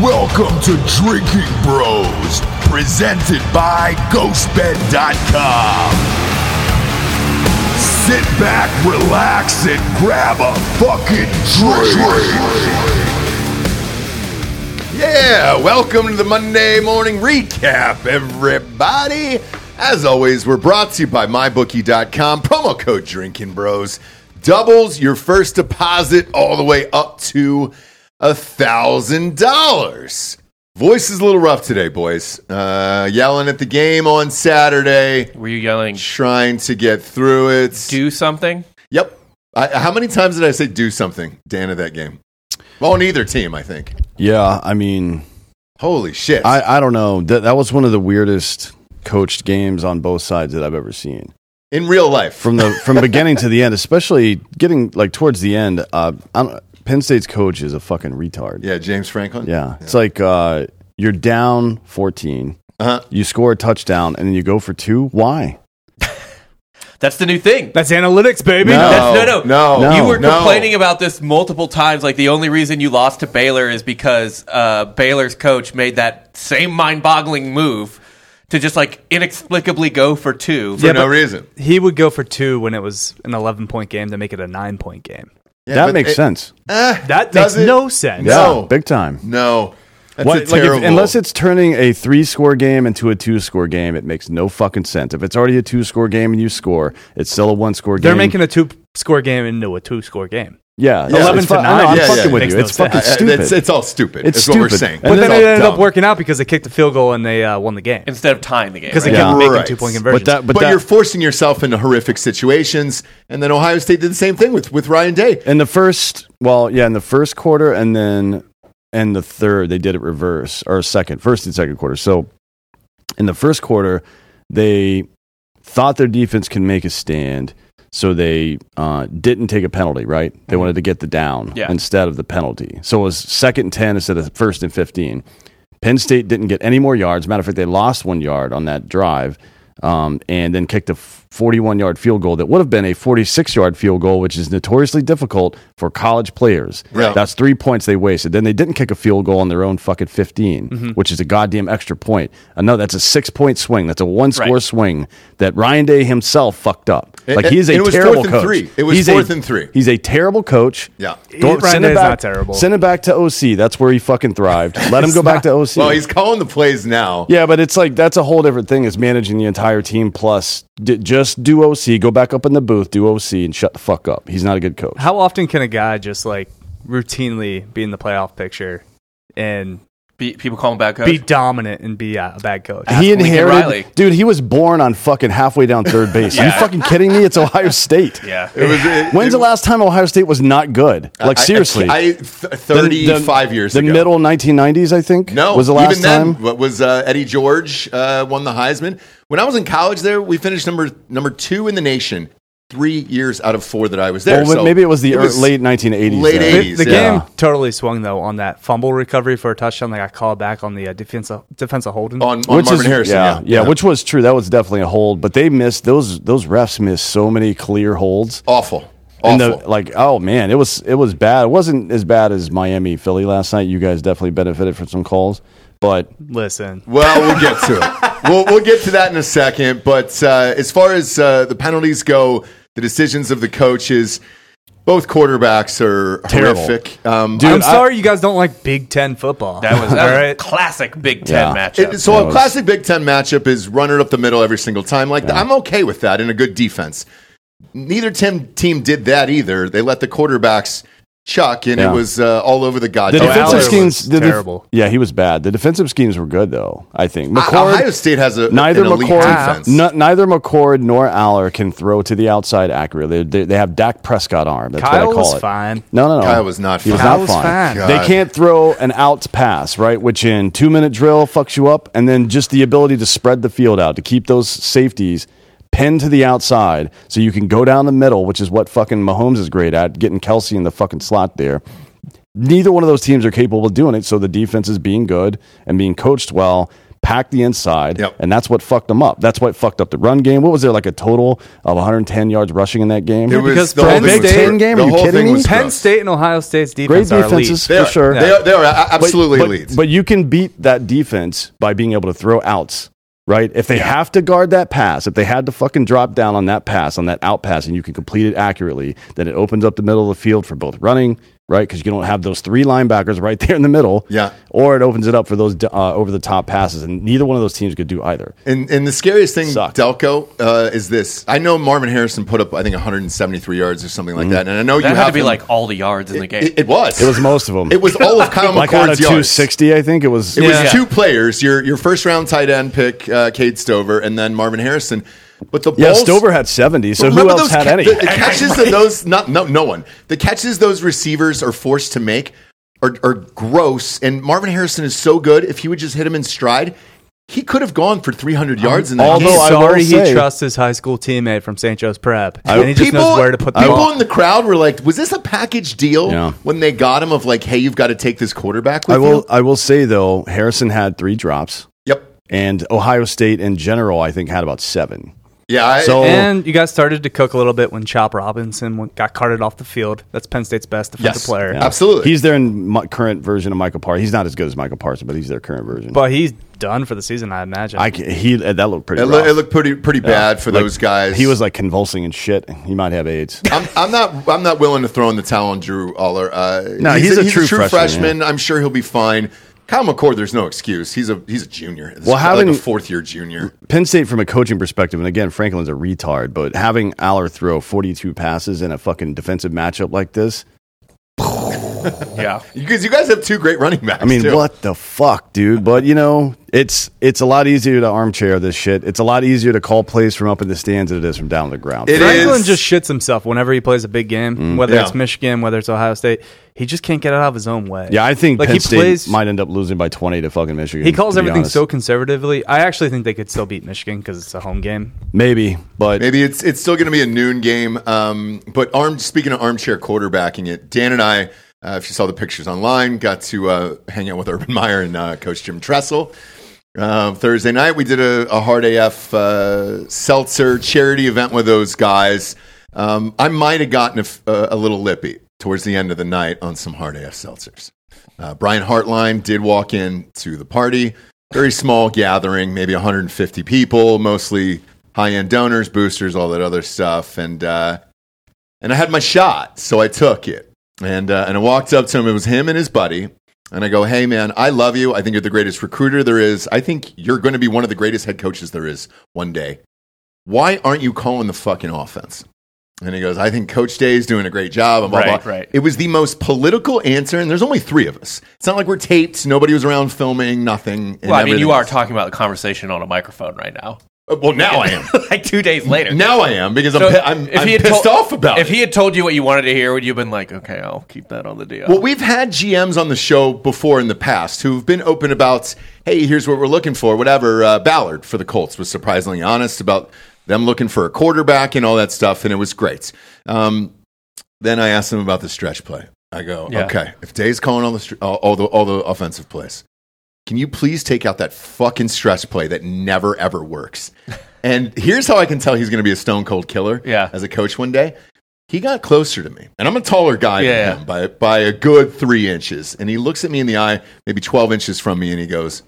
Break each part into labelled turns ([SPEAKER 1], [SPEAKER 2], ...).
[SPEAKER 1] Welcome to Drinking Bros, presented by GhostBed.com. Sit back, relax, and grab a fucking drink. Yeah, welcome to the Monday morning recap, everybody. As always, we're brought to you by MyBookie.com. Promo code Drinking Bros doubles your first deposit all the way up to a thousand dollars. Voice is a little rough today, boys. Uh, yelling at the game on Saturday,
[SPEAKER 2] Were you yelling,
[SPEAKER 1] trying to get through it.
[SPEAKER 2] do something?
[SPEAKER 1] Yep. I, how many times did I say do something, Dan, at that game? Well, on either team, I think.
[SPEAKER 3] Yeah, I mean,
[SPEAKER 1] Holy shit.
[SPEAKER 3] I, I don't know. That, that was one of the weirdest coached games on both sides that I've ever seen.
[SPEAKER 1] In real life.
[SPEAKER 3] From the from beginning to the end, especially getting like towards the end, uh, I don't, Penn State's coach is a fucking retard.
[SPEAKER 1] yeah, James Franklin.
[SPEAKER 3] Yeah. It's like uh, you're down 14,
[SPEAKER 1] Uh-huh.
[SPEAKER 3] you score a touchdown, and then you go for two. Why?
[SPEAKER 2] That's the new thing.
[SPEAKER 4] That's analytics, baby.
[SPEAKER 3] No.
[SPEAKER 2] That's, no, no,
[SPEAKER 1] No.
[SPEAKER 2] You were
[SPEAKER 1] No.
[SPEAKER 2] complaining about this multiple times. Like the only reason you lost to Baylor is because uh, Baylor's coach made that same mind-boggling move to just like inexplicably go for two.
[SPEAKER 1] For
[SPEAKER 4] Yeah,
[SPEAKER 1] no
[SPEAKER 4] but-
[SPEAKER 1] reason.
[SPEAKER 4] He would go for two when it was an 11 point game to make it a nine point game.
[SPEAKER 1] Yeah,
[SPEAKER 3] that
[SPEAKER 1] but
[SPEAKER 3] makes
[SPEAKER 1] it-
[SPEAKER 3] sense.
[SPEAKER 4] That
[SPEAKER 1] Eh, Does
[SPEAKER 4] makes
[SPEAKER 1] it?
[SPEAKER 4] no sense.
[SPEAKER 1] No.
[SPEAKER 3] Big time.
[SPEAKER 1] No. That's
[SPEAKER 3] What-
[SPEAKER 1] a
[SPEAKER 3] like, if-
[SPEAKER 1] terrible.
[SPEAKER 3] unless it's turning a three score game into a two score game, it makes no fucking sense. If it's already a two score game and you score, it's still a one score game.
[SPEAKER 4] They're making a two score game into a two score game.
[SPEAKER 3] Yeah, it's-
[SPEAKER 1] 11
[SPEAKER 3] it's
[SPEAKER 1] to
[SPEAKER 3] fu- I know,
[SPEAKER 4] nine.
[SPEAKER 3] I'm
[SPEAKER 1] Yeah,
[SPEAKER 3] fucking
[SPEAKER 1] yeah.
[SPEAKER 3] with
[SPEAKER 4] Makes
[SPEAKER 3] you.
[SPEAKER 4] no
[SPEAKER 3] It's fucking
[SPEAKER 4] sense.
[SPEAKER 1] I- I-
[SPEAKER 3] stupid.
[SPEAKER 1] it's, it's all stupid.
[SPEAKER 3] It's
[SPEAKER 1] It's what we're
[SPEAKER 3] stupid.
[SPEAKER 1] saying.
[SPEAKER 3] And
[SPEAKER 4] But
[SPEAKER 1] It's
[SPEAKER 4] then
[SPEAKER 1] all
[SPEAKER 4] it ended up
[SPEAKER 1] dumb.
[SPEAKER 4] working out because they kicked the field goal and they uh, won the game.
[SPEAKER 2] Instead of tying the game.
[SPEAKER 4] Because they
[SPEAKER 2] right?
[SPEAKER 3] Yeah.
[SPEAKER 4] kept making
[SPEAKER 1] Right.
[SPEAKER 4] two point
[SPEAKER 3] but
[SPEAKER 4] conversions.
[SPEAKER 3] that, but,
[SPEAKER 1] But,
[SPEAKER 3] that,
[SPEAKER 1] you're forcing yourself into horrific situations, and then Ohio State did the same thing with, with Ryan Day.
[SPEAKER 3] in the first, well, yeah, in the first quarter, and then and the third, they did it reverse or second, first and second quarter. So in the first quarter, they thought their defense can make a stand, so they uh, didn't take a penalty. Right? They wanted to get the down
[SPEAKER 2] Yeah.
[SPEAKER 3] instead of the penalty. So it was second and ten instead of first and fifteen. Penn State didn't get any more yards. Matter of fact, they lost one yard on that drive, um, and then kicked a 41-yard field goal that would have been a 46-yard field goal, which is notoriously difficult for college players.
[SPEAKER 1] Right.
[SPEAKER 3] That's three points they wasted. Then they didn't kick a field goal on their own fucking 15,
[SPEAKER 4] Mm-hmm.
[SPEAKER 3] which is a goddamn extra point. I know that's a six-point swing. That's a one-score
[SPEAKER 2] Right.
[SPEAKER 3] swing that Ryan Day himself fucked up.
[SPEAKER 1] And-
[SPEAKER 3] Like he's a
[SPEAKER 1] and it was
[SPEAKER 3] terrible
[SPEAKER 1] fourth and
[SPEAKER 3] coach.
[SPEAKER 1] three. It was
[SPEAKER 3] He's a-
[SPEAKER 1] fourth and three.
[SPEAKER 3] He's a terrible coach.
[SPEAKER 1] Yeah.
[SPEAKER 3] Don't-
[SPEAKER 4] Ryan
[SPEAKER 3] send him
[SPEAKER 4] Day's not
[SPEAKER 3] back-
[SPEAKER 4] terrible.
[SPEAKER 3] Send him back to OC. That's where he fucking thrived. Let him go back to OC.
[SPEAKER 1] Well, he's calling the plays now.
[SPEAKER 3] Yeah, but it's like that's a whole different thing. Is managing the entire team plus d- just do OC, go back up in the booth, do OC, and shut the fuck up. He's not a good coach.
[SPEAKER 4] How often can a guy just like routinely be in the playoff picture and
[SPEAKER 2] Be- people call him back coach.
[SPEAKER 4] be dominant and be uh, a bad coach?
[SPEAKER 3] he
[SPEAKER 2] Lincoln
[SPEAKER 3] inherited,
[SPEAKER 2] Riley.
[SPEAKER 3] dude. He was born on fucking halfway down third base. Are you
[SPEAKER 2] Yeah.
[SPEAKER 3] fucking kidding me? It's Ohio State.
[SPEAKER 2] yeah.
[SPEAKER 1] It was, it-
[SPEAKER 3] When's
[SPEAKER 1] it-
[SPEAKER 3] the last time Ohio State was not good? Like
[SPEAKER 1] I- I-
[SPEAKER 3] seriously,
[SPEAKER 1] I, th- 35
[SPEAKER 3] the,
[SPEAKER 1] years
[SPEAKER 3] the
[SPEAKER 1] ago.
[SPEAKER 3] middle 1990s, I think.
[SPEAKER 1] No,
[SPEAKER 3] was the last
[SPEAKER 1] even then,
[SPEAKER 3] time.
[SPEAKER 1] What was uh, Eddie George uh, won the Heisman? When I was in college, there we finished number number two in the nation three years out of four that I was there.
[SPEAKER 3] Well,
[SPEAKER 1] So
[SPEAKER 3] maybe it was the ear-
[SPEAKER 1] was
[SPEAKER 3] late 1980s.
[SPEAKER 1] late
[SPEAKER 3] then.
[SPEAKER 1] 80s.
[SPEAKER 4] The
[SPEAKER 1] yeah.
[SPEAKER 4] game totally swung though on that fumble recovery for a touchdown. They got called back on the uh, defensive defensive holding.
[SPEAKER 1] on, on Marvin Harrison.
[SPEAKER 3] Yeah, yeah, which was true. That was definitely a hold, but they missed those. Those refs missed so many clear holds.
[SPEAKER 1] awful,
[SPEAKER 3] And
[SPEAKER 1] awful.
[SPEAKER 3] the, like, oh man, it was it was bad. It wasn't as bad as Miami Philly last night. You guys definitely benefited from some calls, but
[SPEAKER 4] Listen,
[SPEAKER 1] Well, we'll get to it. we'll, we'll get to that in a second. But uh, as far as uh, the penalties go, the decisions of the coaches, both quarterbacks are
[SPEAKER 3] Terrible.
[SPEAKER 1] horrific. Um,
[SPEAKER 3] Dude,
[SPEAKER 4] I'm sorry you guys don't like Big Ten football.
[SPEAKER 2] That was, that
[SPEAKER 4] all
[SPEAKER 2] was a
[SPEAKER 4] right.
[SPEAKER 2] classic Big
[SPEAKER 3] Yeah.
[SPEAKER 2] Ten matchup.
[SPEAKER 1] It, so
[SPEAKER 3] That
[SPEAKER 1] a
[SPEAKER 3] was-
[SPEAKER 1] classic Big Ten matchup is runner up the middle every single time. Like I'm okay with that in a good defense. Neither team team did that either. They let the quarterbacks chuck, and
[SPEAKER 3] Yeah.
[SPEAKER 1] it was uh, all over the
[SPEAKER 3] the
[SPEAKER 1] goddamn.
[SPEAKER 4] defensive
[SPEAKER 3] defensive
[SPEAKER 4] Aller
[SPEAKER 1] place.
[SPEAKER 4] scheme-
[SPEAKER 3] schemes
[SPEAKER 4] was
[SPEAKER 3] the def-
[SPEAKER 4] terrible.
[SPEAKER 3] yeah, he was bad. The defensive schemes were good though. I think
[SPEAKER 1] Uh, Ohio
[SPEAKER 3] McCord,
[SPEAKER 1] State has a
[SPEAKER 3] neither
[SPEAKER 1] an elite
[SPEAKER 3] McCord,
[SPEAKER 1] defense.
[SPEAKER 3] no- neither McCord nor Aller can throw to the outside accurately. They, they, they have Dak Prescott arm. That's
[SPEAKER 4] Kyle
[SPEAKER 3] what I call
[SPEAKER 4] was
[SPEAKER 3] it.
[SPEAKER 4] fine.
[SPEAKER 3] No, no, no.
[SPEAKER 1] Kyle was not
[SPEAKER 3] He was
[SPEAKER 1] fine.
[SPEAKER 3] not
[SPEAKER 4] Kyle was
[SPEAKER 3] fine.
[SPEAKER 4] fine.
[SPEAKER 3] They
[SPEAKER 1] God.
[SPEAKER 3] can't throw an out pass, right? Which in two minute drill fucks you up, and then just the ability to spread the field out to keep those safeties pinned to the outside, so you can go down the middle, which is what fucking Mahomes is great at, getting Kelsey in the fucking slot there. Neither one of those teams are capable of doing it, so the defense is being good and being coached well. packed the inside,
[SPEAKER 1] Yep.
[SPEAKER 3] and that's what fucked them up. That's what fucked up the run game. What was there like a total of 110 yards rushing in that game?
[SPEAKER 1] It was
[SPEAKER 4] because
[SPEAKER 1] the whole
[SPEAKER 4] Penn
[SPEAKER 1] thing was
[SPEAKER 4] State-
[SPEAKER 1] gross.
[SPEAKER 3] game? Are
[SPEAKER 1] The
[SPEAKER 3] you
[SPEAKER 1] whole
[SPEAKER 3] kidding
[SPEAKER 1] thing
[SPEAKER 3] me?
[SPEAKER 1] was
[SPEAKER 4] Penn
[SPEAKER 1] gross.
[SPEAKER 4] State and Ohio State's
[SPEAKER 3] Great
[SPEAKER 4] defense are
[SPEAKER 3] defenses
[SPEAKER 4] elite.
[SPEAKER 1] They
[SPEAKER 3] for
[SPEAKER 1] are,
[SPEAKER 3] sure.
[SPEAKER 1] They are, they are a-
[SPEAKER 3] But-
[SPEAKER 1] absolutely
[SPEAKER 3] but,
[SPEAKER 1] leads.
[SPEAKER 3] But you can beat that defense by being able to throw outs, right? If they have to guard that pass, if they had to fucking drop down on that pass, on that out pass, and you can complete it accurately, then it opens up the middle of the field for both running, right? Because you don't have those three linebackers right there in the middle.
[SPEAKER 1] Yeah.
[SPEAKER 3] Or it opens it up for those uh, over the top passes, and neither one of those teams could do either.
[SPEAKER 1] And, and the scariest thing,
[SPEAKER 3] Sucked.
[SPEAKER 1] Delco, uh, is this. I know Marvin Harrison put up, I think, 173 yards or something like that. And I know you
[SPEAKER 2] That had
[SPEAKER 1] have
[SPEAKER 2] to be
[SPEAKER 1] him-
[SPEAKER 2] like all the yards in the game.
[SPEAKER 1] It, it was.
[SPEAKER 3] Mm-hmm. It was most of them.
[SPEAKER 1] It was all of Kyle
[SPEAKER 3] like out of
[SPEAKER 1] McCord's yards.
[SPEAKER 3] 260, I think it was.
[SPEAKER 1] It
[SPEAKER 2] Yeah.
[SPEAKER 1] was two players. Your your first round tight end pick, uh, Cade Stover, and then Marvin Harrison. But the
[SPEAKER 3] yeah,
[SPEAKER 1] balls,
[SPEAKER 3] Stover had 70, so who
[SPEAKER 1] Remember
[SPEAKER 3] else
[SPEAKER 1] those
[SPEAKER 3] had
[SPEAKER 1] ca-
[SPEAKER 3] any?
[SPEAKER 1] The, the catches that those not no no one. The catches those receivers are forced to make are, are gross. And Marvin Harrison is so good. If he would just hit him in stride, he could have gone for 300 yards in that
[SPEAKER 3] Um, although
[SPEAKER 1] game.
[SPEAKER 3] I will
[SPEAKER 4] Sorry,
[SPEAKER 3] say-
[SPEAKER 4] he trusts his high school teammate from St. Joe's Prep,
[SPEAKER 3] I-
[SPEAKER 4] and he just
[SPEAKER 1] people,
[SPEAKER 4] knows where to put the
[SPEAKER 1] people
[SPEAKER 4] ball.
[SPEAKER 1] in the crowd were like, "Was this a package deal?"
[SPEAKER 3] Yeah.
[SPEAKER 1] When they got him, of like, "Hey, you've got to take this quarterback." With
[SPEAKER 3] I will.
[SPEAKER 1] You?
[SPEAKER 3] I will say though, Harrison had three drops.
[SPEAKER 1] Yep.
[SPEAKER 3] and Ohio State in general, I think had about seven.
[SPEAKER 1] Yeah. I,
[SPEAKER 3] So-
[SPEAKER 4] And you guys started to cook a little bit when Chop Robinson went- got carted off the field. That's Penn State's best defensive
[SPEAKER 1] Yes.
[SPEAKER 4] player.
[SPEAKER 1] Yeah. Absolutely.
[SPEAKER 3] he's their in my current version of Michael Parsons. He's not as good as Michael Parsons, but he's their current version.
[SPEAKER 4] But he's done for the season, I imagine.
[SPEAKER 3] I can, he that looked pretty.
[SPEAKER 1] it, loo-
[SPEAKER 3] rough.
[SPEAKER 1] it looked pretty pretty bad for
[SPEAKER 3] Like,
[SPEAKER 1] those guys.
[SPEAKER 3] He was like convulsing and shit. He might have AIDS.
[SPEAKER 1] I'm, I'm not. I'm not willing to throw in the towel on Drew Aller. Uh,
[SPEAKER 3] No, he's a true freshman,
[SPEAKER 1] I'm sure he'll be fine. Kyle McCord, there's no excuse. He's a he's a junior. This
[SPEAKER 3] Well,
[SPEAKER 1] is
[SPEAKER 3] having-
[SPEAKER 1] like a fourth year junior.
[SPEAKER 3] Penn State, from a coaching perspective, and again, Franklin's a retard, but having Aller throw 42 passes in a fucking defensive matchup like this,
[SPEAKER 2] yeah.
[SPEAKER 1] Because you guys have two great running backs.
[SPEAKER 3] I mean,
[SPEAKER 1] too.
[SPEAKER 3] what the fuck, dude? But you know, it's it's a lot easier to armchair this shit. It's a lot easier to call plays from up in the stands than it is from down on the ground.
[SPEAKER 1] It
[SPEAKER 4] Franklin
[SPEAKER 1] is-
[SPEAKER 4] just shits himself whenever he plays a big game,
[SPEAKER 3] Mm.
[SPEAKER 4] whether
[SPEAKER 1] Yeah.
[SPEAKER 4] it's Michigan, whether it's Ohio State. He just can't get it out of his own way.
[SPEAKER 3] yeah, I think
[SPEAKER 4] like
[SPEAKER 3] Penn
[SPEAKER 4] he
[SPEAKER 3] State
[SPEAKER 4] plays.
[SPEAKER 3] might end up losing by 20 to fucking Michigan.
[SPEAKER 4] he calls
[SPEAKER 3] to be
[SPEAKER 4] everything
[SPEAKER 3] honest.
[SPEAKER 4] so conservatively. I actually think they could still beat Michigan because it's a home game.
[SPEAKER 3] Maybe, but
[SPEAKER 1] Maybe it's it's still going to be a noon game. Um, but arm, speaking of armchair quarterbacking it, Dan and I, uh, if you saw the pictures online, got to uh, hang out with Urban Meyer and uh, Coach Jim Tressel. Um, Thursday night, we did a, a hard AF uh, seltzer charity event with those guys. Um, I might have gotten a, f- a- a little lippy towards the end of the night on some hard AF seltzers. Uh, Brian Hartline did walk in to the party. Very small gathering, maybe 150 people, mostly high end donors, boosters, all that other stuff. And uh, and I had my shot, so I took it. And uh, and I walked up to him. It was him and his buddy. And I go, hey man, I love you. I think you're the greatest recruiter there is. I think you're going to be one of the greatest head coaches there is one day. Why aren't you calling the fucking offense? And he goes, I think Coach Day is doing a great job. And blah,
[SPEAKER 2] Right,
[SPEAKER 1] blah.
[SPEAKER 2] right.
[SPEAKER 1] It was the most political answer, and there's only three of us. It's not like we're taped. Nobody was around filming. Nothing. and
[SPEAKER 2] Well, I mean,
[SPEAKER 1] everything
[SPEAKER 2] you are
[SPEAKER 1] else.
[SPEAKER 2] talking about the conversation on a microphone right now.
[SPEAKER 1] Uh, well, now I am.
[SPEAKER 2] like two days later.
[SPEAKER 1] Now I am because I'm, pi-
[SPEAKER 2] So
[SPEAKER 1] I'm, I'm
[SPEAKER 2] had
[SPEAKER 1] pissed
[SPEAKER 2] tol-
[SPEAKER 1] off about
[SPEAKER 2] if
[SPEAKER 1] it.
[SPEAKER 2] he had told you what you wanted to hear, would you have been like, okay, I'll keep that on the deal?
[SPEAKER 1] Well, we've had GMs on the show before in the past who've been open about, hey, here's what we're looking for, whatever. Uh, Ballard for the Colts was surprisingly honest about them looking for a quarterback and all that stuff, and it was great. Um, then I asked him about the stretch play. I go,
[SPEAKER 2] Yeah.
[SPEAKER 1] okay, if Day's calling all the, str- all, all the all the offensive plays, can you please take out that fucking stretch play that never ever works? and here's how I can tell he's going to be a stone cold killer
[SPEAKER 2] Yeah.
[SPEAKER 1] as a coach one day. He got closer to me, and I'm a taller guy than
[SPEAKER 2] Yeah.
[SPEAKER 1] him by by a good three inches. And he looks at me in the eye, maybe 12 inches from me, and he goes,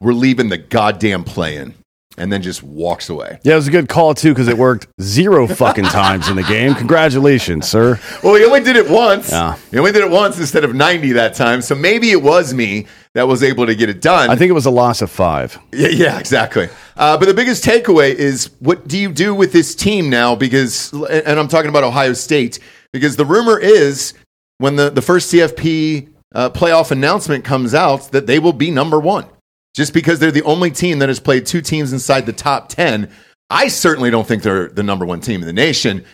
[SPEAKER 1] "We're leaving the goddamn play in," and then just walks away.
[SPEAKER 3] Yeah, it was a good call too because it worked zero fucking times in the game. Congratulations, sir.
[SPEAKER 1] Well, he only did it once.
[SPEAKER 3] Yeah.
[SPEAKER 1] He only did it once instead of 90 that time. So maybe it was me that was able to get it done.
[SPEAKER 3] I think it was a loss of five.
[SPEAKER 1] Yeah, yeah, exactly. Uh, but the biggest takeaway is what do you do with this team now? Because, and I'm talking about Ohio State, because the rumor is when the, the first CFP uh, playoff announcement comes out that they will be number one just because they're the only team that has played two teams inside the top 10. I certainly don't think they're the number one team in the nation.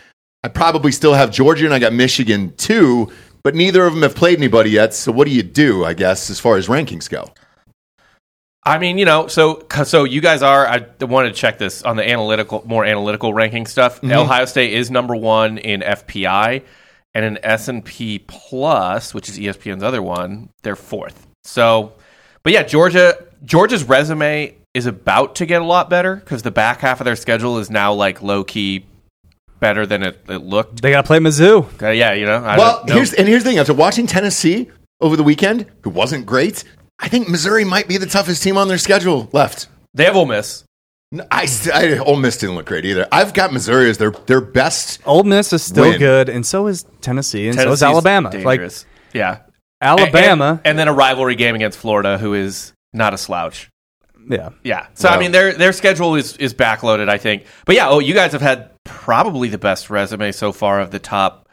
[SPEAKER 1] I probably still have Georgia and I got Michigan too, but neither of them have played anybody yet. So what do you do, I guess, as far as rankings go?
[SPEAKER 2] I mean, you know, so so you guys are. I wanted to check this on the analytical, more analytical ranking stuff.
[SPEAKER 1] Mm-hmm.
[SPEAKER 2] Ohio State is number one in FPI, and in S and P Plus, which is E ESPN's other one, they're fourth. So, but yeah, Georgia, Georgia's resume is about to get a lot better because the back half of their schedule is now like low key better than it, it looked.
[SPEAKER 4] They got to play Mizzou.
[SPEAKER 2] Uh, yeah, you know. I
[SPEAKER 1] Well,
[SPEAKER 2] don't know.
[SPEAKER 1] here's and here's the thing. After watching Tennessee over the weekend, who wasn't great, I think Missouri might be the toughest team on their schedule left.
[SPEAKER 2] they have Ole Miss.
[SPEAKER 1] No, I, st- I Ole Miss didn't look great either. I've got Missouri as their their best.
[SPEAKER 4] Ole Miss is still
[SPEAKER 1] Win.
[SPEAKER 4] good, and so is Tennessee, and so
[SPEAKER 2] Tennessee's
[SPEAKER 4] is Alabama.
[SPEAKER 2] Dangerous. yeah,
[SPEAKER 4] Like Alabama,
[SPEAKER 2] and, and then a rivalry game against Florida, who is not a slouch.
[SPEAKER 4] yeah.
[SPEAKER 2] Yeah. So I mean, their their schedule is is backloaded, I think. But yeah, oh, you guys have had probably the best resume so far of the top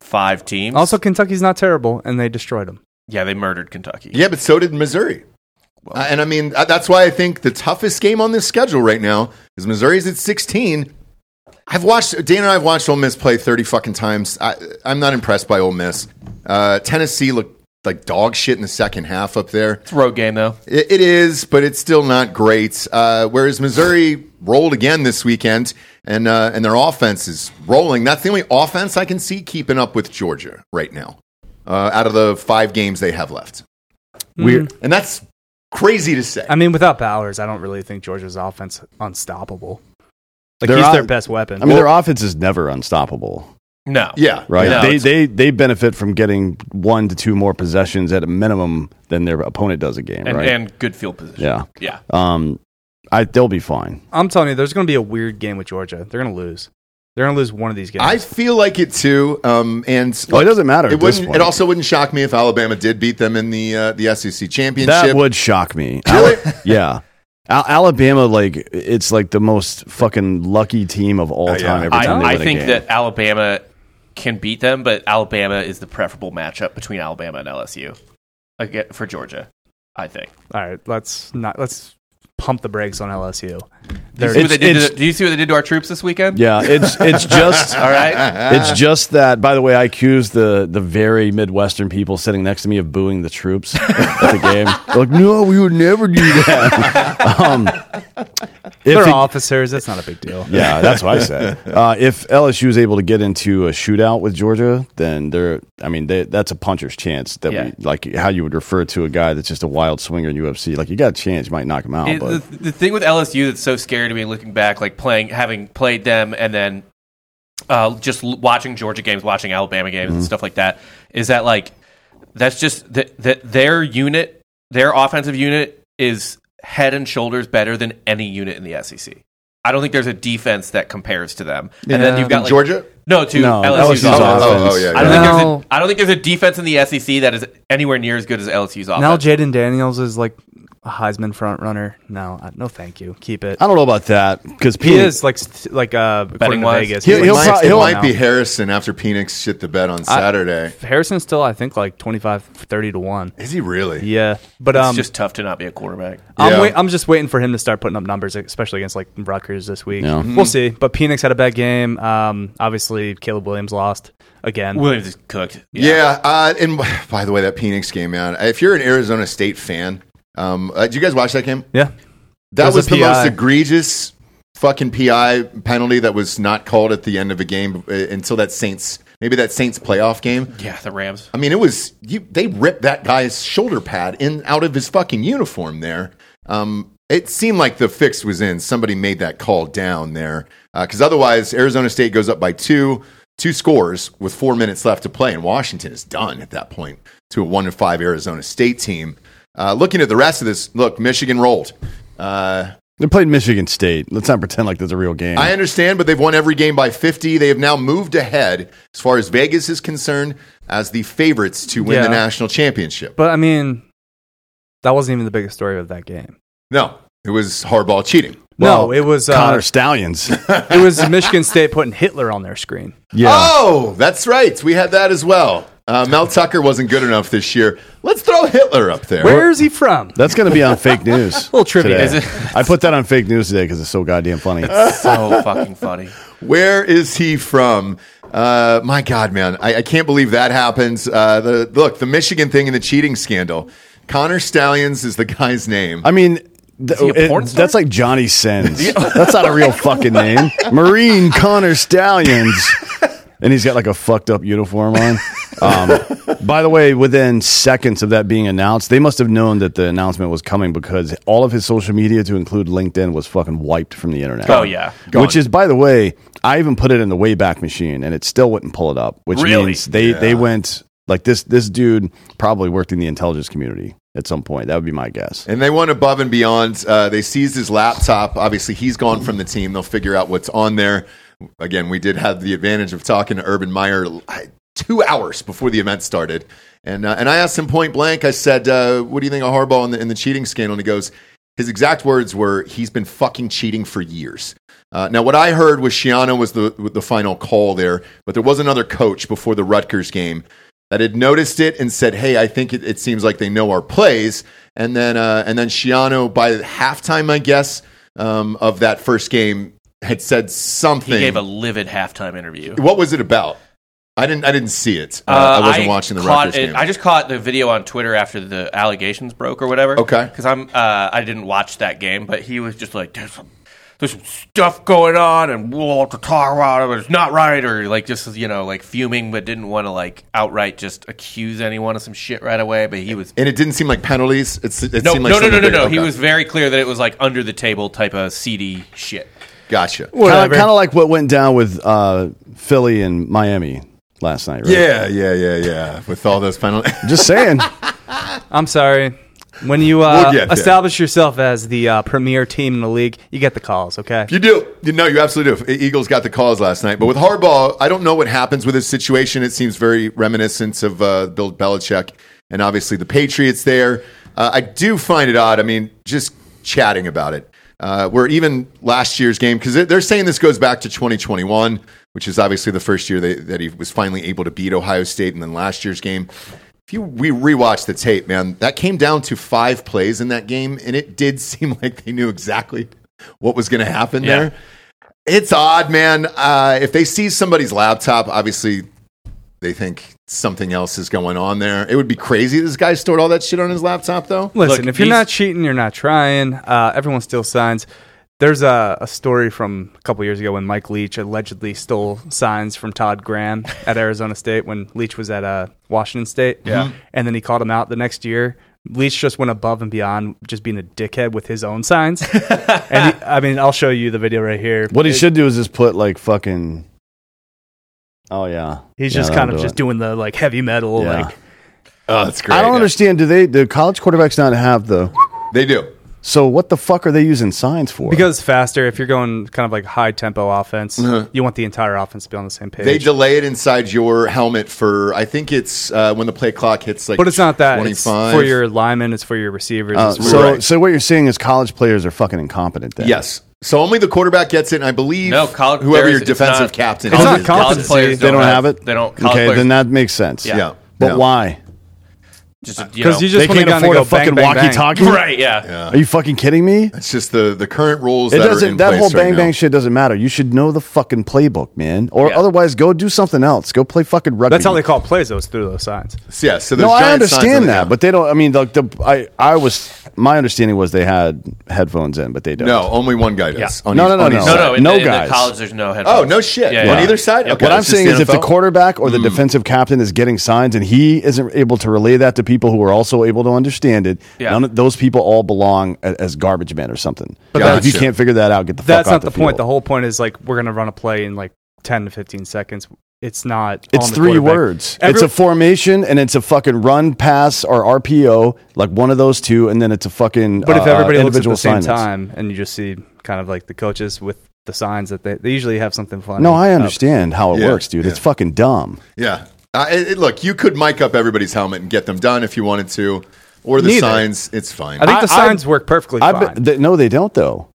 [SPEAKER 2] five teams.
[SPEAKER 4] Also, Kentucky's not terrible, and they destroyed them.
[SPEAKER 2] yeah, they murdered Kentucky.
[SPEAKER 1] Yeah, but so did Missouri. Uh, and I mean uh, that's why I think the toughest game on this schedule right now is Missouri's at 16. I've watched Dan and I have watched Ole Miss play 30 fucking times. I, I'm not impressed by Ole Miss. Uh, Tennessee looked like dog shit in the second half up there.
[SPEAKER 2] It's a road game though.
[SPEAKER 1] It, it is, but it's still not great. Uh, whereas Missouri rolled again this weekend, and uh, and their offense is rolling. That's the only offense I can see keeping up with Georgia right now. Uh, out of the five games they have left,
[SPEAKER 2] Mm-hmm.
[SPEAKER 3] Weird.
[SPEAKER 1] and that's crazy to say.
[SPEAKER 4] I mean, without Bowers, I don't really think Georgia's offense unstoppable. Like
[SPEAKER 3] They're
[SPEAKER 4] he's
[SPEAKER 3] on-
[SPEAKER 4] their best weapon.
[SPEAKER 3] I mean, their offense is never unstoppable,
[SPEAKER 2] No.
[SPEAKER 1] yeah,
[SPEAKER 3] right?
[SPEAKER 2] No,
[SPEAKER 3] they
[SPEAKER 2] it's-
[SPEAKER 3] they they benefit from getting one to two more possessions at a minimum than their opponent does a game,
[SPEAKER 2] And,
[SPEAKER 3] right?
[SPEAKER 2] and good field position.
[SPEAKER 3] yeah.
[SPEAKER 2] Yeah.
[SPEAKER 3] Um, I they'll be fine.
[SPEAKER 4] I'm telling you, there's going to be a weird game with Georgia. They're going to lose. They're going to lose one of these games.
[SPEAKER 1] I feel like it too. Um, and
[SPEAKER 3] Well, Oh, it doesn't matter
[SPEAKER 1] It
[SPEAKER 3] at this
[SPEAKER 1] wouldn't.
[SPEAKER 3] point.
[SPEAKER 1] It also wouldn't shock me if Alabama did beat them in the uh, the SEC championship.
[SPEAKER 3] That would shock me.
[SPEAKER 1] Really?
[SPEAKER 3] Al- yeah. Al- Alabama, like it's like the most fucking lucky team of all
[SPEAKER 1] Uh, yeah.
[SPEAKER 3] time. Every time they
[SPEAKER 2] I, I
[SPEAKER 3] win a
[SPEAKER 2] think
[SPEAKER 3] game.
[SPEAKER 2] that Alabama can beat them, but Alabama is the preferable matchup between Alabama and LSU again, for Georgia. I think.
[SPEAKER 4] All right, let's not let's pump the brakes on LSU.
[SPEAKER 2] Do
[SPEAKER 4] They're,
[SPEAKER 2] you, see what
[SPEAKER 3] It's-
[SPEAKER 2] they did to,
[SPEAKER 3] it's-
[SPEAKER 2] the- do you see what they did to our troops this weekend?
[SPEAKER 3] Yeah, it's it's just
[SPEAKER 2] All right.
[SPEAKER 3] it's just that. By the way, I accused the the very midwestern people sitting next to me of booing the troops at the game. They're like, no, we would never do that. um, if
[SPEAKER 4] they're
[SPEAKER 3] it-
[SPEAKER 4] officers. That's not a big deal.
[SPEAKER 3] yeah, that's what I said. Uh, if LSU is able to get into a shootout with Georgia, then they're. I mean, they, that's a puncher's chance. That
[SPEAKER 2] Yeah.
[SPEAKER 3] we, like how you would refer to a guy that's just a wild swinger in UFC. Like you got a chance, you might knock him out.
[SPEAKER 2] It-
[SPEAKER 3] but
[SPEAKER 2] the, the thing with LSU that's so scary to me looking back, like playing, having played them, and then uh, just l- watching Georgia games, watching Alabama games, and stuff like that, is that like that's just that that their unit, their offensive unit, is head and shoulders better than any unit in the SEC. I don't think there's a defense that compares to them. and then you've got like,
[SPEAKER 1] Georgia.
[SPEAKER 2] no to
[SPEAKER 3] no,
[SPEAKER 2] LSU's,
[SPEAKER 3] LSU's,
[SPEAKER 1] Oh,
[SPEAKER 2] offense.
[SPEAKER 1] oh,
[SPEAKER 3] offense.
[SPEAKER 1] oh, yeah,
[SPEAKER 2] I don't, think
[SPEAKER 4] No.
[SPEAKER 2] there's a, I don't think there's a defense in the SEC that is anywhere near as good as LSU's offense.
[SPEAKER 4] Now Jaden Daniels is like a Heisman front runner. No, I- no, thank you. Keep it.
[SPEAKER 3] I don't know about that because
[SPEAKER 4] He is like st- like uh according to
[SPEAKER 2] wise.
[SPEAKER 4] Vegas.
[SPEAKER 3] He'll-
[SPEAKER 4] he's,
[SPEAKER 3] he'll
[SPEAKER 1] might,
[SPEAKER 4] like,
[SPEAKER 3] pro-
[SPEAKER 1] it
[SPEAKER 3] he'll-
[SPEAKER 1] might be Harrison after Phoenix shit the bed on Saturday.
[SPEAKER 4] Harrison's still I think like 25 30 to 1.
[SPEAKER 1] Is he really?
[SPEAKER 4] Yeah. But
[SPEAKER 2] it's
[SPEAKER 4] um uh,
[SPEAKER 2] just tough to not be a quarterback.
[SPEAKER 4] I'm,
[SPEAKER 1] Yeah.
[SPEAKER 4] wait, I'm just waiting for him to start putting up numbers, especially against like Rutgers this week.
[SPEAKER 3] Yeah.
[SPEAKER 4] We'll see. But Phoenix had a bad game. Um, obviously Caleb Williams lost again.
[SPEAKER 2] Williams is cooked.
[SPEAKER 1] Yeah. uh, and by the way, that Phoenix game, man. If you're an Arizona State fan, um, uh, did you guys watch that game?
[SPEAKER 4] yeah,
[SPEAKER 1] That
[SPEAKER 4] It
[SPEAKER 1] was,
[SPEAKER 4] was a
[SPEAKER 1] the most
[SPEAKER 4] PI.
[SPEAKER 1] egregious fucking PI penalty that was not called at the end of a game uh, until that Saints, maybe that Saints playoff game.
[SPEAKER 2] Yeah, the Rams.
[SPEAKER 1] I mean, it was you, they ripped that guy's shoulder pad in out of his fucking uniform there. Um, it seemed like the fix was in. Somebody made that call down there because otherwise, Arizona State goes up by two, two scores with four minutes left to play, and Washington is done at that point to a one to five Arizona State team. Uh, looking at the rest of this, look, Michigan rolled. Uh,
[SPEAKER 3] They played Michigan State. Let's not pretend like there's a real game.
[SPEAKER 1] I understand, but they've won every game by 50. They have now moved ahead, as far as Vegas is concerned, as the favorites to win the
[SPEAKER 4] Yeah.
[SPEAKER 1] national championship.
[SPEAKER 4] but I mean, that wasn't even the biggest story of that game.
[SPEAKER 1] No, it was Harbaugh cheating.
[SPEAKER 4] no, it was
[SPEAKER 3] Connor
[SPEAKER 4] uh,
[SPEAKER 3] Stallions.
[SPEAKER 4] it was Michigan State putting Hitler on their screen.
[SPEAKER 3] yeah.
[SPEAKER 1] Oh, that's right. We had that as well. Uh, Mel Tucker wasn't good enough this year. Let's throw Hitler up there.
[SPEAKER 4] Where is he from?
[SPEAKER 3] That's going to be on fake news.
[SPEAKER 4] Little trivia.
[SPEAKER 3] today.
[SPEAKER 4] Is
[SPEAKER 3] I put that on fake news today because it's so goddamn funny.
[SPEAKER 2] So fucking funny.
[SPEAKER 1] Where is he from? Uh, my God, man, I, I can't believe that happens. Uh, the look, the Michigan thing and the cheating scandal. Connor Stallions is the guy's name.
[SPEAKER 3] I mean, th-
[SPEAKER 2] he a
[SPEAKER 3] it-
[SPEAKER 2] porn star?
[SPEAKER 3] that's like Johnny Sins. That's not a real fucking name. Marine Connor Stallions. And he's got like a fucked up uniform on. Um, by the way, within seconds of that being announced, they must have known that the announcement was coming because all of his social media, to include LinkedIn, was fucking wiped from the internet.
[SPEAKER 2] Oh, yeah.
[SPEAKER 1] Gone.
[SPEAKER 3] Which is, by the way, I even put it in the Wayback Machine and it still wouldn't pull it up, which
[SPEAKER 2] Really?
[SPEAKER 3] means they, they went like this. This dude probably worked in the intelligence community at some point. That would be my guess.
[SPEAKER 1] And they went above and beyond. Uh, they seized his laptop. Obviously, he's gone from the team. They'll figure out what's on there. Again, we did have the advantage of talking to Urban Meyer I- two hours before the event started. And, uh, and I asked him point blank, I said, uh, What do you think of Harbaugh in the, in the cheating scandal? And he goes, His exact words were, He's been fucking cheating for years. Uh, now, what I heard was Shiano was the, the final call there, but there was another coach before the Rutgers game that had noticed it and said, "Hey, I think it, it seems like they know our plays." And then, uh, and then Shiano by halftime, I guess, um, of that first game had said something.
[SPEAKER 2] He gave a livid halftime interview.
[SPEAKER 1] what was it about? I didn't. I didn't see it. Uh,
[SPEAKER 2] Uh,
[SPEAKER 1] I wasn't watching the
[SPEAKER 2] caught
[SPEAKER 1] Rutgers
[SPEAKER 2] it-
[SPEAKER 1] game.
[SPEAKER 2] I just caught the video on Twitter after the allegations broke or whatever.
[SPEAKER 1] Okay.
[SPEAKER 2] because I'm uh, I didn't watch that game, but he was just like, "There's some there's some stuff going on, and Walter Tarwater was not right," or like just you know like fuming, but didn't want to like outright just accuse anyone of some shit right away. But he was
[SPEAKER 1] and it didn't seem like penalties. It's, it
[SPEAKER 2] no
[SPEAKER 1] seemed like
[SPEAKER 2] no, no no no
[SPEAKER 1] something
[SPEAKER 2] no
[SPEAKER 1] bigger.
[SPEAKER 2] He
[SPEAKER 1] Okay.
[SPEAKER 2] was very clear that it was like under the table type of seedy shit.
[SPEAKER 1] gotcha.
[SPEAKER 3] Kind of like what went down with uh, Philly and Miami last night, right?
[SPEAKER 1] Yeah, yeah, yeah, yeah. With all those penalties,
[SPEAKER 3] Just saying.
[SPEAKER 4] I'm sorry. When you
[SPEAKER 1] We'll
[SPEAKER 4] uh,
[SPEAKER 1] get there.
[SPEAKER 4] establish yourself as the uh, premier team in the league, you get the calls. Okay.
[SPEAKER 1] you do. You know, you absolutely do. E- Eagles got the calls last night, but with Harbaugh, I don't know what happens with his situation. It seems very reminiscent of uh, Bill Belichick, and obviously the Patriots. There, uh, I do find it odd. I mean, just chatting about it. Uh, where even last year's game, because they're saying this goes back to 2021, which is obviously the first year they, that he was finally able to beat Ohio State, and then last year's game. If you we rewatch the tape, man, that came down to five plays in that game, and it did seem like they knew exactly what was going to happen
[SPEAKER 2] Yeah.
[SPEAKER 1] there. It's odd, man. Uh, if they see somebody's laptop, obviously they think something else is going on there. It would be crazy. This guy stored all that shit on his laptop, though.
[SPEAKER 4] Listen,
[SPEAKER 2] Look,
[SPEAKER 4] if you're
[SPEAKER 2] these-
[SPEAKER 4] not cheating, you're not trying. Uh, everyone still signs. There's a, a story from a couple years ago when Mike Leach allegedly stole signs from Todd Graham at Arizona State when Leach was at uh, Washington State. Yeah. And then he called him out the next year. Leach just went above and beyond just being a dickhead with his own signs. and he, I mean, I'll show you the video right here.
[SPEAKER 3] What he should do is just put like fucking. Oh yeah,
[SPEAKER 4] He's
[SPEAKER 3] Yeah,
[SPEAKER 4] just
[SPEAKER 3] that'll
[SPEAKER 4] kind of
[SPEAKER 3] do
[SPEAKER 4] just
[SPEAKER 3] it.
[SPEAKER 4] doing the like heavy metal,
[SPEAKER 3] Yeah.
[SPEAKER 4] like
[SPEAKER 1] Oh, that's great.
[SPEAKER 3] I don't understand. Do they? Do college quarterbacks not have the?
[SPEAKER 1] They do.
[SPEAKER 3] So what the fuck are they using signs for?
[SPEAKER 4] because faster. If you're going kind of like high tempo offense,
[SPEAKER 3] Uh-huh.
[SPEAKER 4] you want the entire offense to be on the same page.
[SPEAKER 1] They delay it inside your helmet for I think it's uh, when the play clock hits like.
[SPEAKER 4] But it's not that. It's
[SPEAKER 1] 25.
[SPEAKER 4] for your linemen. It's for your receivers.
[SPEAKER 3] Uh,
[SPEAKER 4] it's for-
[SPEAKER 3] so
[SPEAKER 1] Right.
[SPEAKER 3] so what you're saying is college players are fucking incompetent. Then
[SPEAKER 1] yes. So only the quarterback gets it, and I believe
[SPEAKER 2] No, college-
[SPEAKER 1] whoever
[SPEAKER 2] there
[SPEAKER 1] your
[SPEAKER 2] is- it's
[SPEAKER 1] defensive
[SPEAKER 2] not-
[SPEAKER 1] captain
[SPEAKER 4] It's
[SPEAKER 1] is.
[SPEAKER 4] not
[SPEAKER 1] is-
[SPEAKER 4] college
[SPEAKER 2] College players
[SPEAKER 3] they don't have it.
[SPEAKER 2] They don't. College
[SPEAKER 3] Okay,
[SPEAKER 2] players
[SPEAKER 3] then that makes sense.
[SPEAKER 2] Yeah.
[SPEAKER 1] Yeah.
[SPEAKER 3] But
[SPEAKER 1] Yeah.
[SPEAKER 3] why?
[SPEAKER 2] just you know,
[SPEAKER 4] because you just
[SPEAKER 3] they
[SPEAKER 4] want
[SPEAKER 3] can't
[SPEAKER 4] to
[SPEAKER 3] afford
[SPEAKER 4] go
[SPEAKER 3] a fucking
[SPEAKER 4] bang, bang, bang.
[SPEAKER 3] walkie-talkie.
[SPEAKER 2] right. Yeah.
[SPEAKER 3] Are you fucking kidding me?
[SPEAKER 1] It's just the, the current rules
[SPEAKER 3] It
[SPEAKER 1] that are in
[SPEAKER 3] doesn't. That
[SPEAKER 1] place
[SPEAKER 3] whole
[SPEAKER 1] right
[SPEAKER 3] bang bang
[SPEAKER 1] now.
[SPEAKER 3] shit doesn't matter. You should know the fucking playbook, man. Or
[SPEAKER 2] Yeah.
[SPEAKER 3] otherwise, go do something else. Go play fucking rugby.
[SPEAKER 4] That's how they call plays. Those through those signs.
[SPEAKER 1] Yeah, so those
[SPEAKER 3] No,
[SPEAKER 1] giant signs on
[SPEAKER 3] I
[SPEAKER 1] the
[SPEAKER 3] understand that,
[SPEAKER 1] helmet.
[SPEAKER 3] but they don't. I mean, like the I, I was my understanding was they had headphones in, but they don't.
[SPEAKER 1] No, only one guy does.
[SPEAKER 3] No,
[SPEAKER 1] each-
[SPEAKER 3] no, no,
[SPEAKER 1] each
[SPEAKER 3] no.
[SPEAKER 2] No,
[SPEAKER 1] side.
[SPEAKER 2] no, in,
[SPEAKER 3] No
[SPEAKER 2] the, in the
[SPEAKER 3] guys.
[SPEAKER 2] college, there's no headphones.
[SPEAKER 1] Oh no shit!
[SPEAKER 2] Yeah,
[SPEAKER 1] On
[SPEAKER 2] yeah.
[SPEAKER 1] either side. Okay.
[SPEAKER 3] What I'm
[SPEAKER 1] it's just
[SPEAKER 3] saying is, if the
[SPEAKER 1] NFL? Hmm.
[SPEAKER 3] quarterback or the defensive captain is getting signs and he isn't able to relay that to people who are also able to understand it,
[SPEAKER 2] Yeah.
[SPEAKER 3] none of those people all belong a- as garbage men or something. But
[SPEAKER 1] Gotcha.
[SPEAKER 3] if you can't figure that out, get the fuck
[SPEAKER 4] That's not
[SPEAKER 3] off
[SPEAKER 4] the,
[SPEAKER 3] the,
[SPEAKER 4] point. The
[SPEAKER 3] field.
[SPEAKER 4] whole point is like we're gonna run a play in like ten to fifteen seconds. It's not.
[SPEAKER 3] It's
[SPEAKER 4] on the
[SPEAKER 3] three
[SPEAKER 4] quarterback.
[SPEAKER 3] words.
[SPEAKER 4] Every-
[SPEAKER 3] it's a formation and it's a fucking run, pass, or RPO, like one of those two, and then it's a fucking.
[SPEAKER 4] but if
[SPEAKER 3] uh,
[SPEAKER 4] everybody looks at
[SPEAKER 3] individual
[SPEAKER 4] the same
[SPEAKER 3] assignments.
[SPEAKER 4] time and you just see kind of like the coaches with the signs that they, they usually have something funny.
[SPEAKER 3] No, I
[SPEAKER 4] up.
[SPEAKER 3] understand how it
[SPEAKER 1] Yeah,
[SPEAKER 3] works, dude. It's fucking dumb.
[SPEAKER 1] Yeah. Uh, it, it- look, you could mic up everybody's helmet and get them done if you wanted to, or the
[SPEAKER 4] Neither.
[SPEAKER 1] signs. It's fine.
[SPEAKER 4] I think the
[SPEAKER 3] I- I-
[SPEAKER 4] signs work perfectly
[SPEAKER 3] I
[SPEAKER 4] fine.
[SPEAKER 3] bet th- no, they don't though.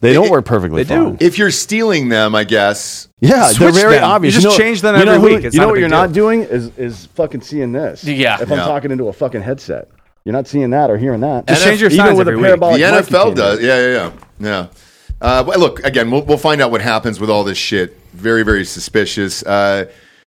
[SPEAKER 3] They don't
[SPEAKER 1] it-
[SPEAKER 3] work perfectly.
[SPEAKER 4] they do.
[SPEAKER 3] fine.
[SPEAKER 1] if you're stealing them, I guess.
[SPEAKER 3] Yeah,
[SPEAKER 4] Switch
[SPEAKER 3] they're very
[SPEAKER 4] them.
[SPEAKER 3] obvious.
[SPEAKER 4] You just change them
[SPEAKER 3] you know
[SPEAKER 4] every
[SPEAKER 3] who-
[SPEAKER 4] week. It's
[SPEAKER 3] you know
[SPEAKER 4] not a
[SPEAKER 3] what
[SPEAKER 4] big
[SPEAKER 3] you're
[SPEAKER 4] deal.
[SPEAKER 3] not doing is is fucking seeing this.
[SPEAKER 2] Yeah.
[SPEAKER 3] If I'm
[SPEAKER 1] Yeah.
[SPEAKER 3] talking into a fucking headset, you're not seeing that or hearing that.
[SPEAKER 4] Just change your
[SPEAKER 3] Even
[SPEAKER 4] signs
[SPEAKER 3] with a
[SPEAKER 4] every week.
[SPEAKER 1] The
[SPEAKER 3] parabolic mic you
[SPEAKER 1] NFL
[SPEAKER 3] can't
[SPEAKER 1] does.
[SPEAKER 3] do.
[SPEAKER 1] Yeah, yeah, yeah. Yeah. Uh, well, look, again, we'll, we'll find out what happens with all this shit. Very, very suspicious. Uh,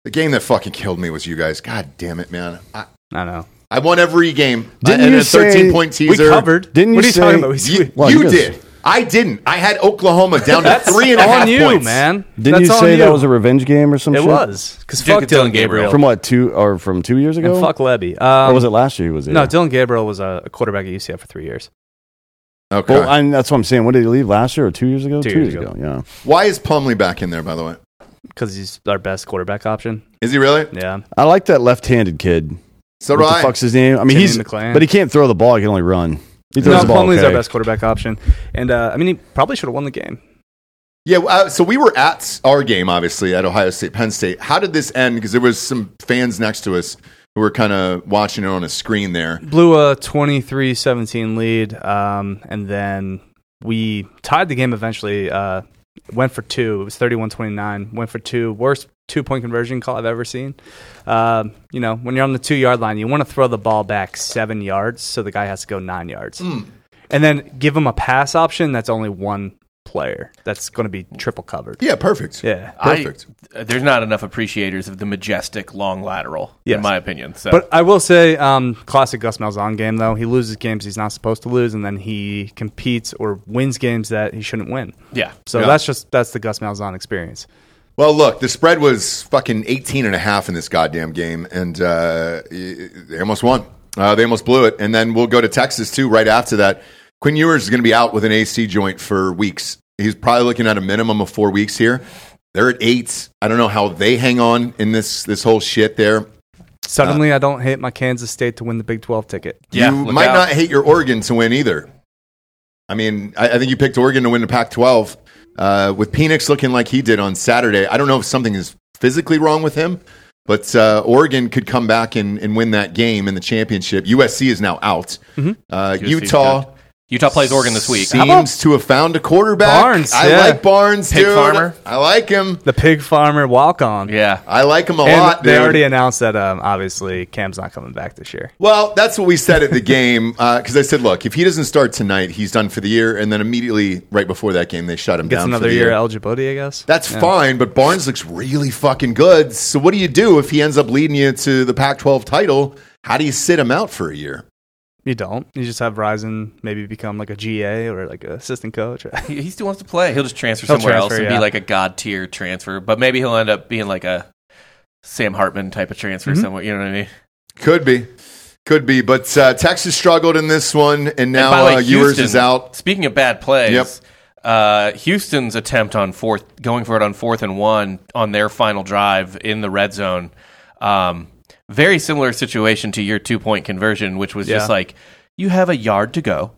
[SPEAKER 1] the game that fucking killed me was you guys. God damn it, man. I,
[SPEAKER 4] I know.
[SPEAKER 1] I won every game.
[SPEAKER 3] Didn't
[SPEAKER 1] I, and
[SPEAKER 3] you
[SPEAKER 1] a 13
[SPEAKER 3] say-
[SPEAKER 1] point
[SPEAKER 3] We
[SPEAKER 1] teaser.
[SPEAKER 4] covered.
[SPEAKER 3] Didn't you
[SPEAKER 4] What are you
[SPEAKER 3] say-
[SPEAKER 4] talking about? We-
[SPEAKER 1] You,
[SPEAKER 3] Well,
[SPEAKER 1] you
[SPEAKER 3] you guys-
[SPEAKER 1] did. I didn't. I had Oklahoma down to
[SPEAKER 4] That's
[SPEAKER 1] three and a half
[SPEAKER 4] on you,
[SPEAKER 1] points.
[SPEAKER 4] man.
[SPEAKER 3] Didn't
[SPEAKER 4] That's
[SPEAKER 3] you
[SPEAKER 4] on
[SPEAKER 3] say that
[SPEAKER 4] you.
[SPEAKER 3] was a revenge game or some
[SPEAKER 4] It
[SPEAKER 3] shit?
[SPEAKER 4] was because
[SPEAKER 2] Yeah, good
[SPEAKER 4] fuck
[SPEAKER 2] Dylan
[SPEAKER 4] Dylan Gabriel,
[SPEAKER 2] Gabriel.
[SPEAKER 3] From what, two or from two years ago?
[SPEAKER 4] and fuck Levy. Um,
[SPEAKER 3] or was it last year he was there?
[SPEAKER 4] No, Dylan Gabriel was a a quarterback at UCF for three years.
[SPEAKER 1] Okay.
[SPEAKER 3] Well, I mean, that's what I'm saying. What did he leave last year or two years ago?
[SPEAKER 4] Two years ago.
[SPEAKER 3] Yeah.
[SPEAKER 1] Why is Plumley back in there? By the way,
[SPEAKER 4] because he's our best quarterback option.
[SPEAKER 1] is he really?
[SPEAKER 4] Yeah,
[SPEAKER 3] I like that left-handed kid.
[SPEAKER 1] So do
[SPEAKER 3] what
[SPEAKER 1] I.
[SPEAKER 3] the fuck's his name? I mean,
[SPEAKER 4] Timmy
[SPEAKER 3] he's
[SPEAKER 4] McLean.
[SPEAKER 3] but he can't throw the ball. He can only run. He throws
[SPEAKER 4] no,
[SPEAKER 3] the ball.
[SPEAKER 4] Plumlee's
[SPEAKER 3] okay.
[SPEAKER 4] our best quarterback option, and uh, I mean he probably should have won the game.
[SPEAKER 1] Yeah, uh, so we were at our game, obviously, at Ohio State, Penn State. How did this end? Because there was some fans next to us who were kind of watching it on a screen there.
[SPEAKER 4] Blew a 23-17 lead, um, and then we tied the game eventually. Uh, went for two. It was 31-29. Went for two. Worst two point conversion call I've ever seen. Um, you know, when you're on the two yard line, you want to throw the ball back seven yards, so the guy has to go nine yards, and then give him a pass option that's only one player. That's going to be triple covered.
[SPEAKER 1] Yeah, perfect.
[SPEAKER 4] Yeah.
[SPEAKER 1] perfect.
[SPEAKER 2] I, uh, there's not enough appreciators of the majestic long lateral, in
[SPEAKER 4] Yes.
[SPEAKER 2] my opinion. So
[SPEAKER 4] But I will say, um, classic Gus Malzahn game though. He loses games he's not supposed to lose, and then he competes or wins games that he shouldn't win.
[SPEAKER 2] yeah,
[SPEAKER 4] So
[SPEAKER 1] Yeah.
[SPEAKER 4] that's just that's the Gus Malzahn experience.
[SPEAKER 1] Well, look, the spread was fucking 18 and a half in this goddamn game, and uh, y- they almost won. Uh, they almost blew it. And then we'll go to Texas, too, right after that. Quinn Ewers is going to be out with an AC joint for weeks. He's probably looking at a minimum of four weeks here. They're at eight. I don't know how they hang on in this this whole shit there. Uh,
[SPEAKER 4] Suddenly, I don't hate my Kansas State to win the Big Twelve ticket.
[SPEAKER 2] yeah.
[SPEAKER 1] you
[SPEAKER 2] look
[SPEAKER 1] might
[SPEAKER 2] out.
[SPEAKER 1] not hate your Oregon to win either. I mean, I, I think you picked Oregon to win the Pac-12 uh, with Penix looking like he did on Saturday. I don't know if something is physically wrong with him, but uh, Oregon could come back and, and win that game in the championship. USC is now out. Uh,
[SPEAKER 2] USC Mm-hmm. 's
[SPEAKER 1] Utah
[SPEAKER 2] good. Utah plays Oregon this week.
[SPEAKER 1] seems to have found a quarterback.
[SPEAKER 4] Barnes,
[SPEAKER 1] I
[SPEAKER 4] yeah.
[SPEAKER 1] like Barnes,
[SPEAKER 2] Pig
[SPEAKER 1] dude.
[SPEAKER 2] farmer.
[SPEAKER 1] I like him.
[SPEAKER 4] The Pig Farmer walk on.
[SPEAKER 2] yeah,
[SPEAKER 1] I like him a
[SPEAKER 4] and
[SPEAKER 1] lot.
[SPEAKER 4] they
[SPEAKER 1] dude.
[SPEAKER 4] already announced that um, obviously Cam's not coming back this year.
[SPEAKER 1] Well, that's what we said at the game because I said, look, if he doesn't start tonight, he's done for the year. And then immediately right before that game, they shut him
[SPEAKER 4] Gets
[SPEAKER 1] down.
[SPEAKER 4] another
[SPEAKER 1] for the
[SPEAKER 4] year eligibility, I guess.
[SPEAKER 1] That's fine, but Barnes looks really fucking good. So what do you do if he ends up leading you to the Pac-12 title? How do you sit him out for a year?
[SPEAKER 4] you don't. You just have Ryzen maybe become like a GA or like an assistant coach.
[SPEAKER 2] he, he still wants to play. He'll just transfer
[SPEAKER 4] He'll
[SPEAKER 2] somewhere
[SPEAKER 4] transfer,
[SPEAKER 2] else and
[SPEAKER 4] yeah.
[SPEAKER 2] be like a god tier transfer. But maybe he'll end up being like a Sam Hartman type of transfer somewhere. You know what I mean?
[SPEAKER 1] Could be, could be. But uh, Texas struggled in this one, and now
[SPEAKER 2] And by the way,
[SPEAKER 1] uh, Ewers is out.
[SPEAKER 2] Speaking of bad plays,
[SPEAKER 1] Yep.
[SPEAKER 2] uh, Houston's attempt on fourth, going for it on fourth and one on their final drive in the red zone, um, very similar situation to your two point conversion, which was just
[SPEAKER 4] Yeah.
[SPEAKER 2] like you have a yard to go,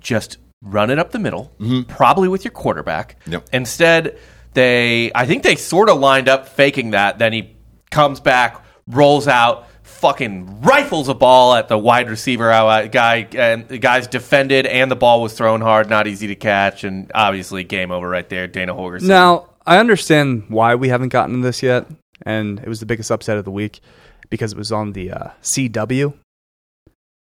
[SPEAKER 2] just run it up the middle, probably with your quarterback.
[SPEAKER 1] Mm-hmm. Yep.
[SPEAKER 2] Instead, they, I think they sort of lined up faking that. Then he comes back, rolls out, fucking rifles a ball at the wide receiver out- uh, guy, and the guy's defended, and the ball was thrown hard, not easy to catch, and obviously game over right there. Dana Holgerson.
[SPEAKER 4] Now, I understand why we haven't gotten to this yet, and it was the biggest upset of the week because it was on the uh, CW.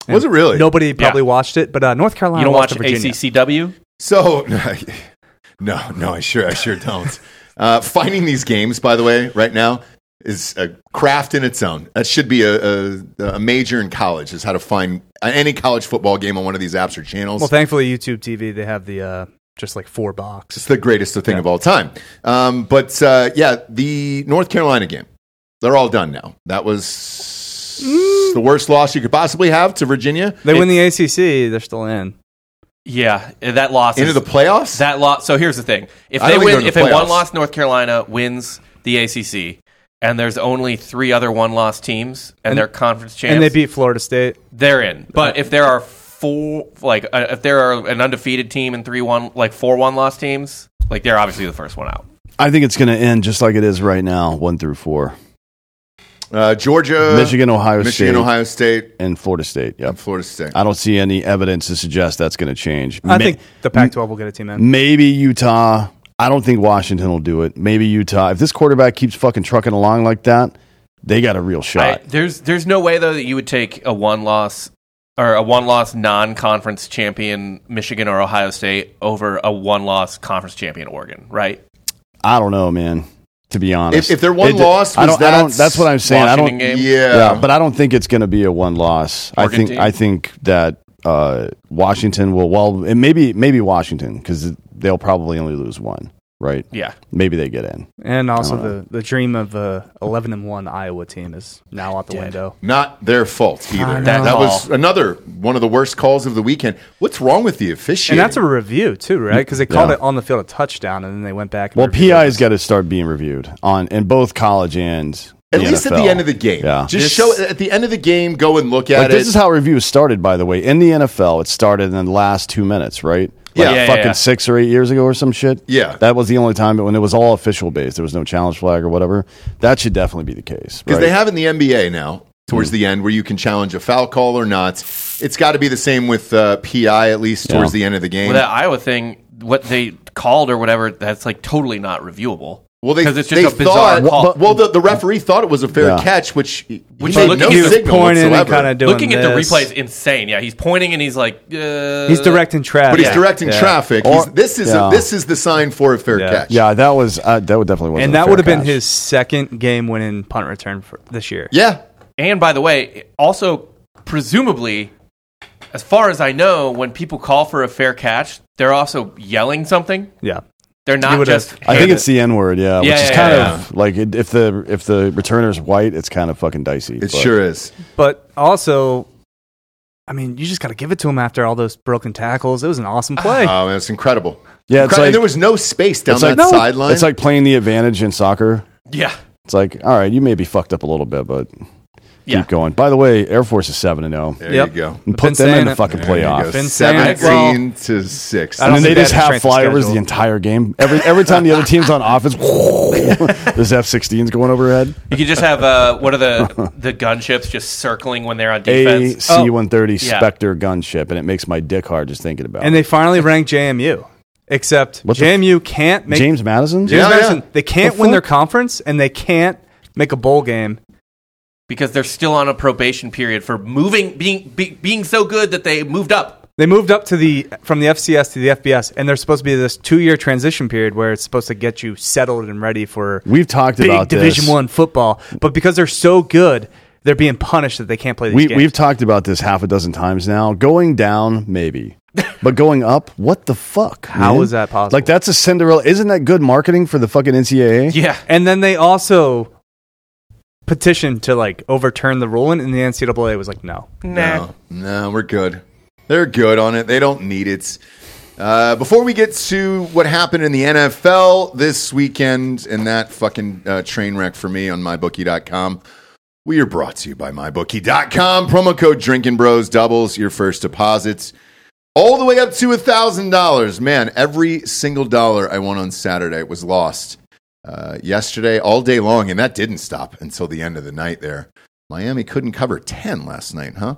[SPEAKER 1] Was it really?
[SPEAKER 4] Nobody probably watched it, but uh, North Carolina
[SPEAKER 2] you don't watch
[SPEAKER 4] lost to Virginia.
[SPEAKER 2] ACCW?
[SPEAKER 1] So no, no, I sure, I sure don't. Uh, finding these games, by the way, right now is a craft in its own. That should be a, a, a major in college is how to find any college football game on one of these apps or channels.
[SPEAKER 4] Well, thankfully, YouTube TV they have the uh, just like four box.
[SPEAKER 1] It's the greatest thing of all time. Um, but uh, yeah, the North Carolina game, they're all done now. That was
[SPEAKER 3] Mm.
[SPEAKER 1] the worst loss you could possibly have to Virginia.
[SPEAKER 4] They win the ACC, they're still in.
[SPEAKER 2] Yeah, that loss
[SPEAKER 1] Into
[SPEAKER 2] is-
[SPEAKER 1] the playoffs?
[SPEAKER 2] That loss. So here's the thing: if
[SPEAKER 1] I
[SPEAKER 2] they
[SPEAKER 1] don't think
[SPEAKER 2] win,
[SPEAKER 1] they're in
[SPEAKER 2] if
[SPEAKER 1] the
[SPEAKER 2] a one
[SPEAKER 1] playoffs.
[SPEAKER 2] loss North Carolina wins the ACC, and there's only three other one loss teams, and, they're conference champs,
[SPEAKER 4] And they beat Florida State.
[SPEAKER 2] they're in. But if there are four, like uh, if there are an undefeated team and three one, like four one loss teams, like they're obviously the first one out.
[SPEAKER 3] I think it's going to end just like it is right now, one through four.
[SPEAKER 1] uh, Georgia,
[SPEAKER 3] Michigan, Ohio
[SPEAKER 1] Michigan,
[SPEAKER 3] State,
[SPEAKER 1] Ohio State,
[SPEAKER 3] and Florida State. Yep.
[SPEAKER 1] and Florida State.
[SPEAKER 3] I don't see any evidence to suggest that's going to change.
[SPEAKER 4] I
[SPEAKER 3] Ma-
[SPEAKER 4] think the Pac-12 will get a team
[SPEAKER 1] Mm.
[SPEAKER 4] in.
[SPEAKER 3] maybe Utah. I don't think Washington will do it. Maybe Utah. If this quarterback keeps fucking trucking along like that, they got a real
[SPEAKER 2] I,
[SPEAKER 3] shot.
[SPEAKER 2] there's there's no way though that you would take a one loss or a one loss non conference champion Michigan or Ohio State over a one loss conference champion Oregon, right?
[SPEAKER 3] I, don't know, man. To be honest,
[SPEAKER 1] If- if their one loss
[SPEAKER 3] I
[SPEAKER 1] was
[SPEAKER 3] don't, I don't,
[SPEAKER 1] that
[SPEAKER 3] that's what I'm saying. I
[SPEAKER 2] Washington
[SPEAKER 3] don't.
[SPEAKER 2] game.
[SPEAKER 1] yeah.
[SPEAKER 3] Yeah, but I don't think it's going to be a one loss. I
[SPEAKER 2] Oregon
[SPEAKER 3] think
[SPEAKER 2] team?
[SPEAKER 3] I think that uh, Washington will. Well, and maybe maybe Washington because they'll probably only lose one. Right?
[SPEAKER 2] Yeah.
[SPEAKER 3] Maybe they get in.
[SPEAKER 4] And also
[SPEAKER 3] I don't
[SPEAKER 4] the, the dream of a 11 and 1 Iowa team is now out the window.
[SPEAKER 1] Not their fault either.
[SPEAKER 4] know.
[SPEAKER 1] That,
[SPEAKER 2] That
[SPEAKER 1] was
[SPEAKER 2] call.
[SPEAKER 1] another one of the worst calls of the weekend. What's wrong with the officiating?
[SPEAKER 4] And that's a review too, right? Because they called
[SPEAKER 3] Yeah.
[SPEAKER 4] it on the field a touchdown, and then they went back. And
[SPEAKER 3] Well,
[SPEAKER 4] reviewed it.
[SPEAKER 3] PI's got to start being reviewed on in both college and
[SPEAKER 1] at least at the end of the game.
[SPEAKER 3] Yeah.
[SPEAKER 1] Just
[SPEAKER 2] This-
[SPEAKER 1] show it at the end of the game. Go and look at
[SPEAKER 3] Like
[SPEAKER 1] it.
[SPEAKER 3] this is how reviews started, by the way. In the NFL, it started in the last two minutes, right? Like
[SPEAKER 1] Yeah.
[SPEAKER 2] Yeah,
[SPEAKER 3] fucking
[SPEAKER 2] yeah.
[SPEAKER 3] six or eight years ago or some shit.
[SPEAKER 1] Yeah.
[SPEAKER 3] that was the only time when it was all official based. There was no challenge flag or whatever. That should definitely be the case
[SPEAKER 1] Because
[SPEAKER 3] right? Hmm.
[SPEAKER 1] they have in the NBA now, towards the end, where you can challenge a foul call or not. It's got to be the same with uh, PI, at least towards the end of the game.
[SPEAKER 2] Well, that Iowa thing, what they called or whatever, that's like totally not reviewable.
[SPEAKER 1] Well, they,
[SPEAKER 2] because it's
[SPEAKER 1] they
[SPEAKER 2] just a bizarre
[SPEAKER 1] thought,
[SPEAKER 2] call.
[SPEAKER 1] Well, well, the, the referee thought it was a fair
[SPEAKER 3] Yeah.
[SPEAKER 1] catch, which he
[SPEAKER 2] Which
[SPEAKER 1] made
[SPEAKER 2] look-
[SPEAKER 1] no
[SPEAKER 2] he was
[SPEAKER 1] signal
[SPEAKER 4] pointing and
[SPEAKER 1] whatsoever.
[SPEAKER 4] kinda doing
[SPEAKER 2] Looking at the
[SPEAKER 4] this.
[SPEAKER 2] replay is insane. Yeah, he's pointing and he's like, uh,
[SPEAKER 4] he's directing traffic,
[SPEAKER 1] but he's directing
[SPEAKER 4] Yeah.
[SPEAKER 1] traffic. he's,
[SPEAKER 3] Or-
[SPEAKER 1] this is
[SPEAKER 3] yeah.
[SPEAKER 1] a, this is the sign for a fair
[SPEAKER 4] Yeah.
[SPEAKER 1] catch.
[SPEAKER 3] yeah, that was uh, that would definitely wasn't
[SPEAKER 4] and
[SPEAKER 3] a
[SPEAKER 4] that
[SPEAKER 3] fair
[SPEAKER 4] would have been
[SPEAKER 3] catch.
[SPEAKER 4] his second game-winning punt return for this year.
[SPEAKER 1] yeah.
[SPEAKER 2] And by the way, also presumably, as far as I know, when people call for a fair catch, they're also yelling something.
[SPEAKER 4] Yeah,
[SPEAKER 2] They're
[SPEAKER 4] You
[SPEAKER 2] not
[SPEAKER 4] would've-
[SPEAKER 2] just.
[SPEAKER 3] I think it's the N word, yeah, which
[SPEAKER 2] Yeah,
[SPEAKER 3] is
[SPEAKER 2] yeah,
[SPEAKER 3] kind
[SPEAKER 2] yeah,
[SPEAKER 3] of like it, if the if the returner's white, it's kind of fucking dicey.
[SPEAKER 1] It
[SPEAKER 3] but-
[SPEAKER 1] sure is.
[SPEAKER 4] but also, I mean, you just got to give it to him after all those broken tackles. It was an
[SPEAKER 2] Uh,
[SPEAKER 4] awesome play.
[SPEAKER 1] Oh, that's incredible.
[SPEAKER 3] Yeah, it's
[SPEAKER 1] Incre-
[SPEAKER 3] like
[SPEAKER 1] and there was no space down
[SPEAKER 3] it's
[SPEAKER 1] that
[SPEAKER 3] like
[SPEAKER 1] sideline.
[SPEAKER 3] It's like playing the advantage in soccer.
[SPEAKER 2] yeah,
[SPEAKER 3] It's like, all right, you may be fucked up a little bit, but
[SPEAKER 2] yeah.
[SPEAKER 3] keep going. By the way, Air Force is seven and zero.
[SPEAKER 1] there
[SPEAKER 4] Yep.
[SPEAKER 1] you go.
[SPEAKER 3] And
[SPEAKER 4] been
[SPEAKER 3] put them
[SPEAKER 4] saying
[SPEAKER 3] in the
[SPEAKER 4] it.
[SPEAKER 3] fucking
[SPEAKER 1] There you
[SPEAKER 3] playoffs.
[SPEAKER 1] go.
[SPEAKER 4] Been saying it.
[SPEAKER 1] Seventeen to six.
[SPEAKER 4] I
[SPEAKER 3] And then
[SPEAKER 4] don't
[SPEAKER 3] they
[SPEAKER 4] think
[SPEAKER 3] just
[SPEAKER 4] that
[SPEAKER 3] have
[SPEAKER 4] strength is
[SPEAKER 3] flyovers the
[SPEAKER 4] scheduled.
[SPEAKER 3] entire game. Every every time the other team's on offense, there's F-16s going overhead.
[SPEAKER 2] You could just have uh, one of the the gunships just circling when they're on
[SPEAKER 3] A
[SPEAKER 2] defense.
[SPEAKER 3] C-130
[SPEAKER 2] Yeah.
[SPEAKER 3] Spectre gunship, and it makes my dick hard just thinking about.
[SPEAKER 4] Oh, And
[SPEAKER 3] it.
[SPEAKER 4] they finally ranked JMU, except
[SPEAKER 3] What the f-
[SPEAKER 4] JMU can't make
[SPEAKER 3] James Madison.
[SPEAKER 1] Yeah.
[SPEAKER 4] James Madison, They can't
[SPEAKER 3] The
[SPEAKER 4] win their
[SPEAKER 3] fuck?
[SPEAKER 4] conference, and they can't make a bowl game.
[SPEAKER 2] because they're still on a probation period for moving being be, being so good that they moved up.
[SPEAKER 4] They moved up to the from the FCS to the FBS, and there's supposed to be this two year transition period where it's supposed to get you settled and ready for
[SPEAKER 3] We've talked
[SPEAKER 4] big
[SPEAKER 3] about
[SPEAKER 4] Division
[SPEAKER 3] this.
[SPEAKER 4] One football. But because they're so good, they're being punished that they can't play these
[SPEAKER 3] We,
[SPEAKER 4] games.
[SPEAKER 3] we've talked about this half a dozen times now. Going down, maybe, but going up, what the fuck?
[SPEAKER 4] How
[SPEAKER 3] man?
[SPEAKER 4] is that possible?
[SPEAKER 3] Like that's a Cinderella. Isn't that good marketing for the fucking NCAA?
[SPEAKER 2] Yeah,
[SPEAKER 4] and then they also petitioned to like overturn the ruling, and the NCAA was like, no.
[SPEAKER 2] nah.
[SPEAKER 1] No, no, we're good. They're good on it. They don't need it. Uh, before we get to what happened in the NFL this weekend and that fucking uh, train wreck for me on mybookie.com, we are brought to you by mybookie.com. Promo code Drinking Bros doubles your first deposits all the way up to $1,000. Man, every single dollar I won on Saturday was lost uh, yesterday all day long, and that didn't stop until the end of the night there. Miami couldn't cover 10 last night, huh?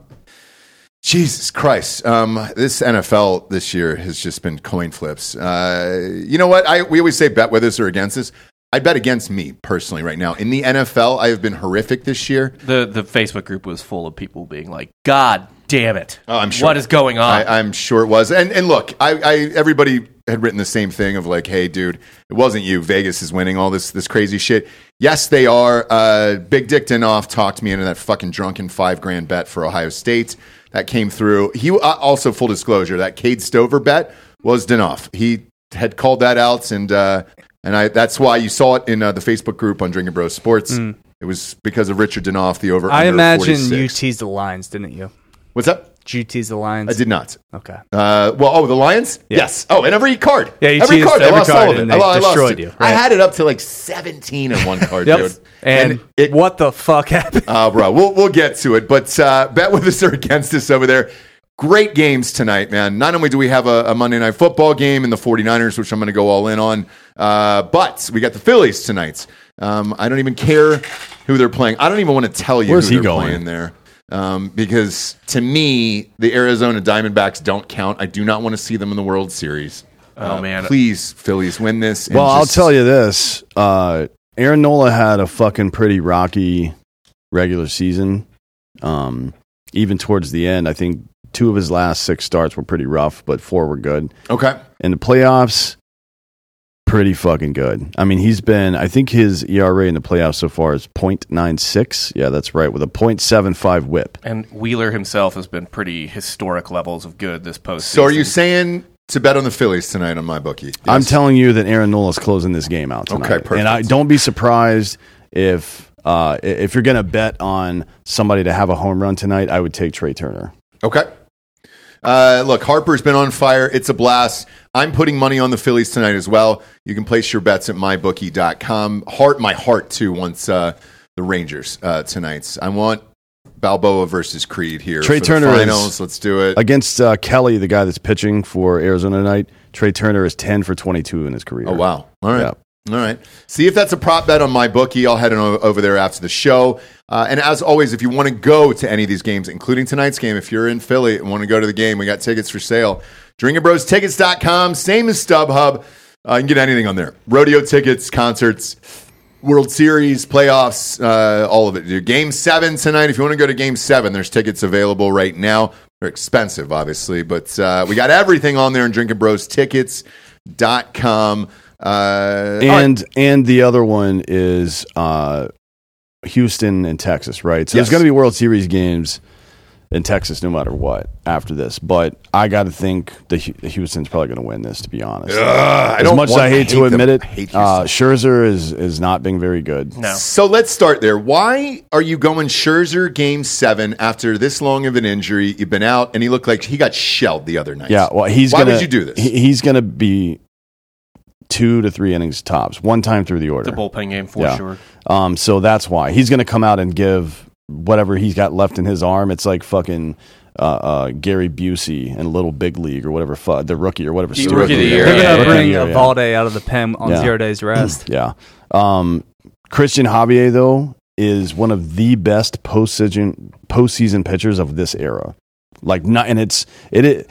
[SPEAKER 1] Jesus Christ. Um, this NFL this year has just been coin flips. Uh, you know what? I, we always say bet with us or against us. I bet against me personally right now. In the NFL, I have been horrific this year.
[SPEAKER 2] The the Facebook group was full of people being like, "God damn it!
[SPEAKER 1] Oh, I'm sure.
[SPEAKER 2] What is going
[SPEAKER 4] Ah.
[SPEAKER 2] on?"
[SPEAKER 1] I, I'm sure it was. And and look, I, I everybody had written the same thing of like, hey, dude, it wasn't you. Vegas is winning all this this crazy shit. Yes, they are. Uh, Big Dick Dinoff talked me into that fucking drunken five grand bet for Ohio State that came through. He uh, also full disclosure that Cade Stover bet was Dinoff. He had called that out, and uh, and I that's why you saw it in uh, the Facebook group on Drinking Bros Sports. It was because of Richard Dinoff, the over.
[SPEAKER 4] Mm. I
[SPEAKER 1] under
[SPEAKER 4] imagine
[SPEAKER 1] 46.
[SPEAKER 4] you teased the lines, didn't you?
[SPEAKER 1] What's up?
[SPEAKER 4] Did you tease the lines?
[SPEAKER 1] I did not.
[SPEAKER 4] Okay.
[SPEAKER 1] Uh, well, oh, the Lions? Yes. Oh, and every card.
[SPEAKER 4] Yeah, you
[SPEAKER 1] every
[SPEAKER 4] teased
[SPEAKER 1] card. I
[SPEAKER 4] every
[SPEAKER 1] lost
[SPEAKER 4] card
[SPEAKER 1] all of it.
[SPEAKER 4] and
[SPEAKER 1] I,
[SPEAKER 4] they
[SPEAKER 1] lo- I lost
[SPEAKER 4] destroyed
[SPEAKER 1] it.
[SPEAKER 4] you, right.
[SPEAKER 1] I had it up to like 17 in one card,
[SPEAKER 4] Yep.
[SPEAKER 1] dude.
[SPEAKER 4] And,
[SPEAKER 1] it,
[SPEAKER 4] what the fuck happened?
[SPEAKER 1] uh, bro, we'll, we'll get to it. But uh, bet with us or against us over there. Great games tonight, man. Not only do we have a, a Monday night football game in the 49ers, which I'm going to go all in on, uh, but we got the Phillies tonight. Um, I don't even care who they're playing. I don't even want to tell you
[SPEAKER 3] Where's
[SPEAKER 1] who
[SPEAKER 3] he
[SPEAKER 1] they're
[SPEAKER 3] going?
[SPEAKER 1] playing there. Um, because to me, the Arizona Diamondbacks don't count. I do not want to see them in the World Series.
[SPEAKER 2] oh man,
[SPEAKER 1] uh, Please, Phillies, win this. and
[SPEAKER 3] Well, I'll
[SPEAKER 1] just-
[SPEAKER 3] tell you this: uh, Aaron Nola had a fucking pretty rocky regular season. Um, even towards the end, I think two of his last six starts were pretty rough, but four were good.
[SPEAKER 1] Okay.
[SPEAKER 3] In the playoffs, pretty fucking good. I mean, he's been, I think his ERA in the playoffs so far is 0.96. Yeah, that's right, with a 0.75 whip.
[SPEAKER 2] And Wheeler himself has been pretty historic levels of good this postseason.
[SPEAKER 1] So are you saying to bet on the Phillies tonight on my bookie?
[SPEAKER 3] I'm telling you that Aaron Nola's closing this game out tonight.
[SPEAKER 1] Okay, perfect.
[SPEAKER 3] And I don't be surprised if uh, i- if you're going to bet on somebody to have a home run tonight, I would take Trey Turner.
[SPEAKER 1] Okay. Uh, look, Harper's been on fire. It's a blast. I'm putting money on the Phillies tonight as well. You can place your bets at mybookie.com. Heart my heart too once uh, the Rangers uh, tonight's. I want Balboa versus Creed here.
[SPEAKER 3] Trey
[SPEAKER 1] for the
[SPEAKER 3] Turner is-
[SPEAKER 1] finals. Let's do it.
[SPEAKER 3] Against uh, Kelly, the guy that's pitching for Arizona tonight, Trey Turner is 10 for 22 in his career.
[SPEAKER 1] Oh wow! All right,
[SPEAKER 3] Yep.
[SPEAKER 1] all right. See if that's a prop bet on my bookie. I'll head on o- over there after the show. Uh, and as always, if you want to go to any of these games, including tonight's game, if you're in Philly and want to go to the game, we got tickets for sale. DrinkingBrosTickets.com, same as StubHub. Uh, you can get anything on there: rodeo tickets, concerts. World Series, playoffs, uh, all of it. Your Game seven tonight. If you want to go to Game seven, there's tickets available right now. They're expensive, obviously, but uh, we got everything on there in Drinking Bros Tickets dot com. Uh, all right.
[SPEAKER 3] And and the other one is uh, Houston and Texas, right? So
[SPEAKER 1] Yes.
[SPEAKER 3] there's going to be World Series games in Texas no matter what after this. But I got to think the Houston's probably going to win this. To be honest,
[SPEAKER 1] Ugh, I
[SPEAKER 3] as
[SPEAKER 1] don't
[SPEAKER 3] much as
[SPEAKER 1] want-
[SPEAKER 3] I hate, to
[SPEAKER 1] them.
[SPEAKER 3] admit it,
[SPEAKER 1] I hate
[SPEAKER 3] uh,
[SPEAKER 1] Houston.
[SPEAKER 3] Scherzer is is not being very good.
[SPEAKER 2] No.
[SPEAKER 1] so let's start there. Why are you going Scherzer Game seven after this long of an injury? You've been out, and he looked like he got shelled the other night.
[SPEAKER 3] Yeah, well, he's
[SPEAKER 1] Why
[SPEAKER 3] gonna,
[SPEAKER 1] would you do this?
[SPEAKER 3] he- he's going to be two to three innings tops, one time through the
[SPEAKER 2] It's
[SPEAKER 3] order.
[SPEAKER 2] a bullpen game for
[SPEAKER 3] Yeah.
[SPEAKER 2] sure.
[SPEAKER 3] Um, so that's why he's going to come out and give whatever he's got left in his arm. It's like fucking uh, uh, Gary Busey and Little Big League or whatever, fu- the rookie or whatever.
[SPEAKER 2] Rookie
[SPEAKER 3] stupid-
[SPEAKER 2] of the year,
[SPEAKER 4] They're
[SPEAKER 2] Yeah,
[SPEAKER 4] going to
[SPEAKER 2] yeah,
[SPEAKER 4] bring
[SPEAKER 3] yeah, yeah.
[SPEAKER 4] Evalde out of the pen on
[SPEAKER 3] Yeah.
[SPEAKER 4] zero days rest.
[SPEAKER 3] Yeah. Um, Christian Javier though is one of the best postseason postseason pitchers of this era. Like not, and it's it. it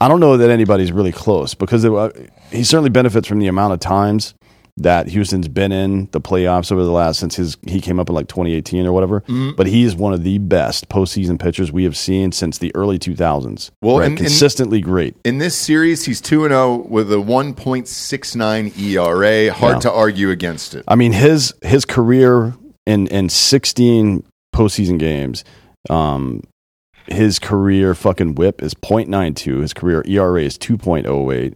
[SPEAKER 3] I don't know that anybody's really close because it, uh, he certainly benefits from the amount of times that Houston's been in the playoffs over the last since his he came up in like 2018 or whatever.
[SPEAKER 1] Mm-hmm.
[SPEAKER 3] But he is one of the best postseason pitchers we have seen since the early 2000s.
[SPEAKER 1] Well,
[SPEAKER 3] Right?
[SPEAKER 1] and- and-
[SPEAKER 3] consistently great.
[SPEAKER 1] In this series, he's 2 0 with a 1.69 ERA. E Hard
[SPEAKER 3] Yeah.
[SPEAKER 1] to argue against it.
[SPEAKER 3] I mean his his career in in 16 postseason games, um, his career fucking WHIP is .92. His career ERA is 2.08.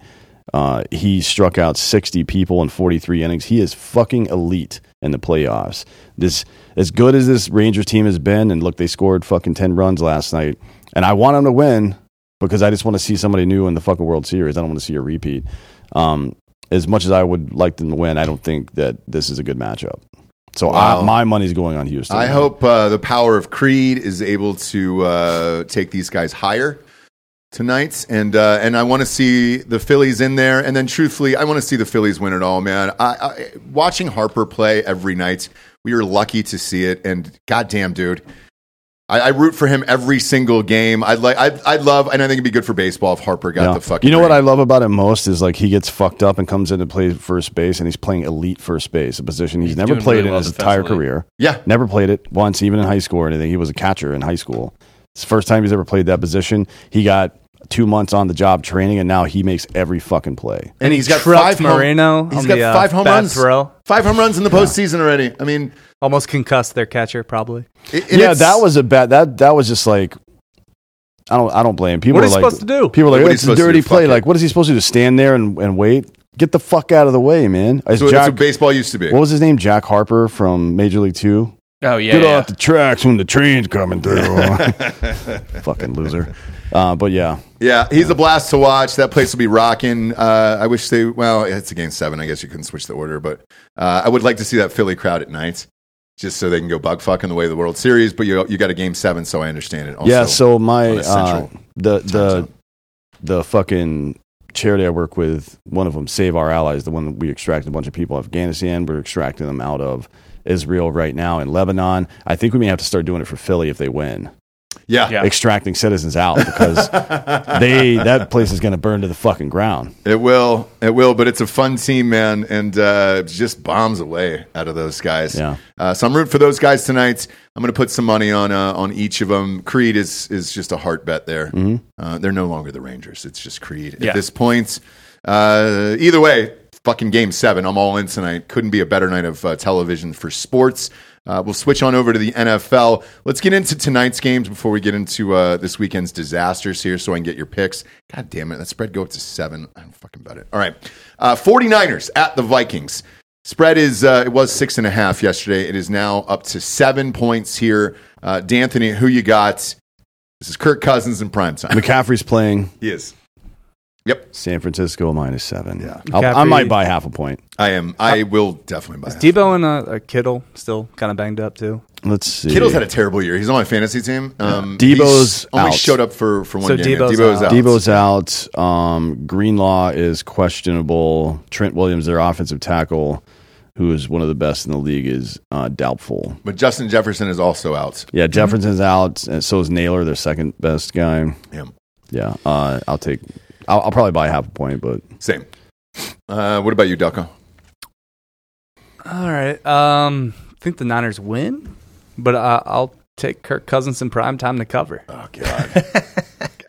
[SPEAKER 3] Uh, he struck out 60 people in 43 innings. He is fucking elite in the playoffs. This as good as this Rangers team has been, and look, they scored fucking 10 runs last night, and I want them to win because I just want to see somebody new in the fucking World Series. I don't want to see a repeat. Um, as much as I would like them to win, I don't think that this is a good matchup. So
[SPEAKER 1] Wow.
[SPEAKER 3] I, my money's going on Houston.
[SPEAKER 1] I hope uh, the power of Creed is able to uh, take these guys higher tonight, and uh, and I want to see the Phillies in there. And then, truthfully, I want to see the Phillies win it all, man. I, I, watching Harper play every night, we were lucky to see it. And goddamn, dude, I, I root for him every single game. I'd like, I'd, I'd love, and I think it'd be good for baseball if Harper got
[SPEAKER 3] Yeah.
[SPEAKER 1] the fucking.
[SPEAKER 3] You know what
[SPEAKER 1] ring.
[SPEAKER 3] I love about him most is like he gets fucked up and comes in to play first base, and he's playing elite first base, a position he's,
[SPEAKER 2] He's
[SPEAKER 3] never
[SPEAKER 2] doing
[SPEAKER 3] played
[SPEAKER 2] really
[SPEAKER 3] in
[SPEAKER 2] well
[SPEAKER 3] his entire
[SPEAKER 2] defensively.
[SPEAKER 3] career.
[SPEAKER 1] Yeah.
[SPEAKER 3] Never played it once, even in high school or anything. He was a catcher in high school. It's the first time he's ever played that position. He got two months on the job training, and now he makes every fucking play.
[SPEAKER 1] and he's got
[SPEAKER 4] Truck
[SPEAKER 1] five
[SPEAKER 4] Moreno
[SPEAKER 1] Home, he's
[SPEAKER 4] on
[SPEAKER 1] got
[SPEAKER 4] the, uh,
[SPEAKER 1] five home
[SPEAKER 4] bat
[SPEAKER 1] runs.
[SPEAKER 4] throw.
[SPEAKER 1] Five home runs in the postseason already. I mean,
[SPEAKER 4] Almost concussed their catcher, probably.
[SPEAKER 1] it, and
[SPEAKER 3] yeah,
[SPEAKER 1] it's-
[SPEAKER 3] that was a bad. That that was just like. I don't. I don't blame people.
[SPEAKER 4] What
[SPEAKER 3] are
[SPEAKER 4] is he
[SPEAKER 3] like,
[SPEAKER 4] supposed to do?
[SPEAKER 3] People are
[SPEAKER 1] What
[SPEAKER 3] like,
[SPEAKER 1] is he
[SPEAKER 3] it's a
[SPEAKER 1] supposed to do?
[SPEAKER 3] dirty play.
[SPEAKER 1] Fuck it.
[SPEAKER 3] Like, what is he supposed to do? Stand there and, and wait? Get the fuck out of the way, man. As
[SPEAKER 1] so it's
[SPEAKER 3] Jack-
[SPEAKER 1] what baseball used to be.
[SPEAKER 3] what was his name? Jack Harper from Major League Two.
[SPEAKER 2] Oh yeah,
[SPEAKER 3] Get
[SPEAKER 2] yeah.
[SPEAKER 3] off the tracks when the train's coming through. Fucking loser. Uh, but yeah,
[SPEAKER 1] Yeah, he's a blast to watch. That place will be rocking. Uh, I wish they. Well, it's a game seven. I guess you couldn't switch the order, but uh, I would like to see that Philly crowd at night, just so they can go bug fuck in the way of the World Series. But you you got a game seven, so I understand it. Also,
[SPEAKER 3] yeah. So my
[SPEAKER 1] on a
[SPEAKER 3] uh,
[SPEAKER 1] central
[SPEAKER 3] the
[SPEAKER 1] time
[SPEAKER 3] the
[SPEAKER 1] zone.
[SPEAKER 3] the fucking charity I work with, one of them, Save Our Allies, the one that we extracted a bunch of people out of Afghanistan. We're extracting them out of Israel right now in Lebanon. I think we may have to start doing it for Philly if they win,
[SPEAKER 1] yeah,
[SPEAKER 2] Yeah.
[SPEAKER 3] extracting citizens out because they that place is going to burn to the fucking ground.
[SPEAKER 1] it will, it will. But it's a fun team, man, and uh, it's just bombs away out of those guys.
[SPEAKER 3] Yeah.
[SPEAKER 1] Uh, so I'm rooting for those guys tonight. I'm going to put some money on uh, on each of them. Creed is is just a heart bet there. Uh, they're no longer the Rangers. It's just Creed
[SPEAKER 2] Yeah.
[SPEAKER 1] at this point. Uh, either way, fucking game seven. I'm all in tonight. Couldn't be a better night of uh, television for sports. Uh, we'll switch on over to the NFL. Let's get into tonight's games before we get into uh, this weekend's disasters here so I can get your picks. God damn it. That spread go up to seven. I don't fucking bet it. All right. Uh, 49ers at the Vikings. Spread is, uh, it was six and a half yesterday. It is now up to seven points here. Uh, D'Anthony, who you got? This is Kirk Cousins in prime time.
[SPEAKER 3] McCaffrey's playing
[SPEAKER 1] He is. Yep.
[SPEAKER 3] San Francisco minus seven.
[SPEAKER 1] Yeah.
[SPEAKER 3] I'll- I
[SPEAKER 4] McCaffrey-
[SPEAKER 3] might buy half a point.
[SPEAKER 1] I am. I will definitely buy it.
[SPEAKER 4] Debo and uh, uh, Kittle still kind of banged up too.
[SPEAKER 3] Let's see.
[SPEAKER 1] Kittle's had a terrible year. He's on my fantasy team. Um,
[SPEAKER 3] Debo's
[SPEAKER 1] he's only
[SPEAKER 3] out.
[SPEAKER 1] showed up for, for one
[SPEAKER 4] So
[SPEAKER 1] game.
[SPEAKER 4] Debo's
[SPEAKER 1] Debo's out.
[SPEAKER 4] out.
[SPEAKER 3] Debo's out. Um, Greenlaw is questionable. Trent Williams, their offensive tackle, who is one of the best in the league, is uh, doubtful.
[SPEAKER 1] But Justin Jefferson is also out.
[SPEAKER 3] Yeah, Jefferson's out, and so is Naylor, their second best guy.
[SPEAKER 1] Yeah.
[SPEAKER 3] Yeah, uh, I'll take. I'll, I'll probably buy half a point, but
[SPEAKER 1] Same. Uh, what about you, Delco?
[SPEAKER 4] All right. Um, I think the Niners win, but uh, I'll take Kirk Cousins in prime time to cover
[SPEAKER 1] Oh God.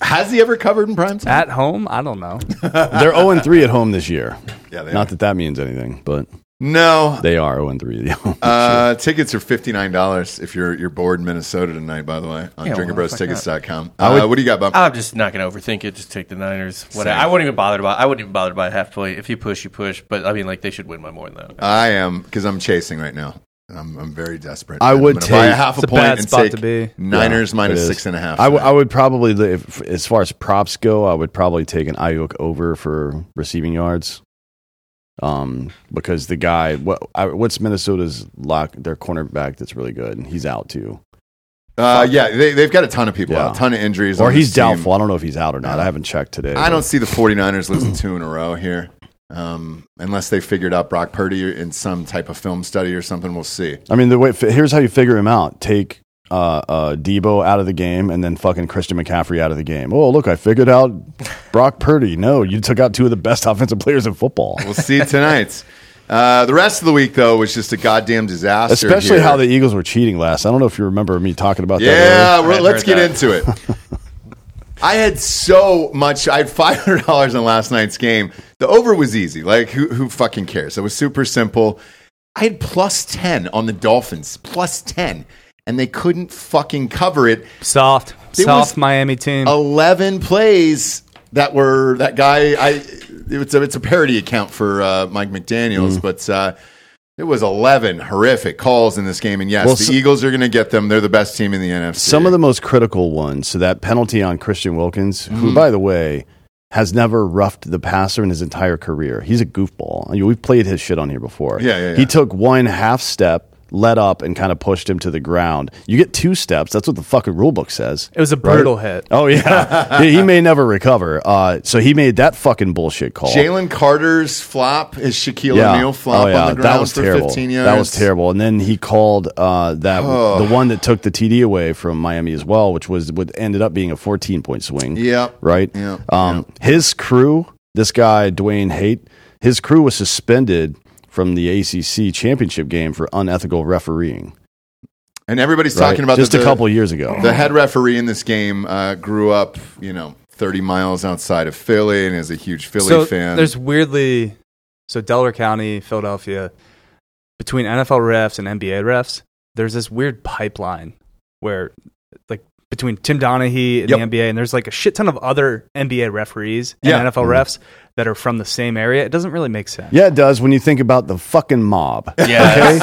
[SPEAKER 1] Has he ever covered in prime time?
[SPEAKER 4] at home. I don't know.
[SPEAKER 3] they're zero and three at home this year.
[SPEAKER 1] Yeah, they
[SPEAKER 3] Not that that means anything, but
[SPEAKER 1] No.
[SPEAKER 3] they are zero and three. at home.
[SPEAKER 1] Uh, tickets are fifty nine dollars if you're you're bored in Minnesota tonight. By the way, on
[SPEAKER 2] Yeah, well,
[SPEAKER 1] drinkingbrostickets.com. Uh, what do you got, Bob?
[SPEAKER 2] I'm just not going to overthink it. Just take the Niners. Whatever. I wouldn't even bother to buy. I wouldn't even bother to buy a half point. If you push, you push. But I mean, like they should win by more than that.
[SPEAKER 1] I am because I'm chasing right now. I'm, I'm very desperate.
[SPEAKER 3] I
[SPEAKER 1] I'm
[SPEAKER 3] would
[SPEAKER 1] gonna buy a
[SPEAKER 3] take-
[SPEAKER 1] half a
[SPEAKER 4] It's a
[SPEAKER 1] point
[SPEAKER 4] bad
[SPEAKER 1] and
[SPEAKER 4] spot
[SPEAKER 1] take
[SPEAKER 4] to be.
[SPEAKER 1] Niners
[SPEAKER 3] Yeah,
[SPEAKER 1] minus
[SPEAKER 3] it is.
[SPEAKER 1] six and a half.
[SPEAKER 3] I, w- I would probably, if, as far as props go, I would probably take an Ayuk over for receiving yards. Um, because the guy, what I, what's Minnesota's lock? Their cornerback that's really good, and he's out too,
[SPEAKER 1] uh, yeah, they, they've got a ton of people,
[SPEAKER 3] Yeah.
[SPEAKER 1] out, a ton of injuries,
[SPEAKER 3] or
[SPEAKER 1] on this
[SPEAKER 3] he's
[SPEAKER 1] team.
[SPEAKER 3] doubtful. I don't know if he's out or not. I haven't checked today.
[SPEAKER 1] I don't see the 49ers losing two in a row here. Um, unless they figured out Brock Purdy in some type of film study or something, we'll see.
[SPEAKER 3] I mean, the way here's how you figure him out: take uh, uh, Debo out of the game, and then fucking Christian McCaffrey out of the game. Oh, look, I figured out Brock Purdy. No, you took out two of the best offensive players in football.
[SPEAKER 1] We'll see tonight. Uh, the rest of the week, though, was just a goddamn disaster.
[SPEAKER 3] Especially
[SPEAKER 1] here.
[SPEAKER 3] how the Eagles were cheating last. I don't know if you remember me talking about that. earlier.
[SPEAKER 1] Yeah,
[SPEAKER 2] I
[SPEAKER 1] well,
[SPEAKER 2] had
[SPEAKER 1] let's
[SPEAKER 2] heard
[SPEAKER 1] get
[SPEAKER 2] that.
[SPEAKER 1] into it. I had so much. I had five hundred dollars on last night's game. The over was easy. Like who who fucking cares? It was super simple. I had plus ten on the Dolphins, plus ten, and they couldn't fucking cover it.
[SPEAKER 4] Soft,
[SPEAKER 1] It
[SPEAKER 4] soft
[SPEAKER 1] was-
[SPEAKER 4] Miami team.
[SPEAKER 1] Eleven plays that were that guy. I it's a it's a parody account for uh, Mike McDaniel's,
[SPEAKER 3] Mm-hmm.
[SPEAKER 1] but. Uh, it was 11 horrific calls in this game. And yes,
[SPEAKER 3] Well,
[SPEAKER 1] the
[SPEAKER 3] so-
[SPEAKER 1] Eagles are going to get them. They're the best team in the NFC.
[SPEAKER 3] Some of the most critical ones. So that penalty on Christian Wilkins,
[SPEAKER 1] Hmm.
[SPEAKER 3] who, by the way, has never roughed the passer in his entire career. He's a goofball. I mean, we've played his shit on here before.
[SPEAKER 1] Yeah, yeah, yeah.
[SPEAKER 3] He took one half step, let up, and kind of pushed him to the ground. You get two steps. That's what the fucking rule book says.
[SPEAKER 4] it was a brutal hit.
[SPEAKER 3] Oh yeah, he he may never recover. Uh, so he made that fucking bullshit call.
[SPEAKER 1] Jalen Carter's flop is Shaquille O'Neal flop on the ground
[SPEAKER 3] Oh, that was
[SPEAKER 1] for
[SPEAKER 3] terrible.
[SPEAKER 1] 15 yards.
[SPEAKER 3] That was terrible. And then he called uh, that the one that took the TD away from Miami as well, which was what ended up being a 14 point swing.
[SPEAKER 1] Yep.
[SPEAKER 3] Right.
[SPEAKER 1] Yep.
[SPEAKER 3] Um, His crew, this guy Dwayne Haight, his crew was suspended from the ACC championship game for unethical refereeing.
[SPEAKER 1] And everybody's
[SPEAKER 3] right?
[SPEAKER 1] talking about
[SPEAKER 3] just
[SPEAKER 1] that
[SPEAKER 3] a
[SPEAKER 1] the-
[SPEAKER 3] couple years ago.
[SPEAKER 1] The head referee in this game uh, grew up, you know, 30 miles outside of Philly and is a huge Philly
[SPEAKER 4] so
[SPEAKER 1] fan.
[SPEAKER 4] there's weirdly, so Delaware County, Philadelphia, between NFL refs and NBA refs, there's this weird pipeline where, like, between Tim Donaghy and
[SPEAKER 1] Yep.
[SPEAKER 4] the NBA, and there's like a shit ton of other NBA referees and
[SPEAKER 1] Yeah. Mm-hmm.
[SPEAKER 4] NFL refs that are from the same area. It doesn't really make sense.
[SPEAKER 3] yeah, it does when you think about the fucking mob.
[SPEAKER 2] Yeah.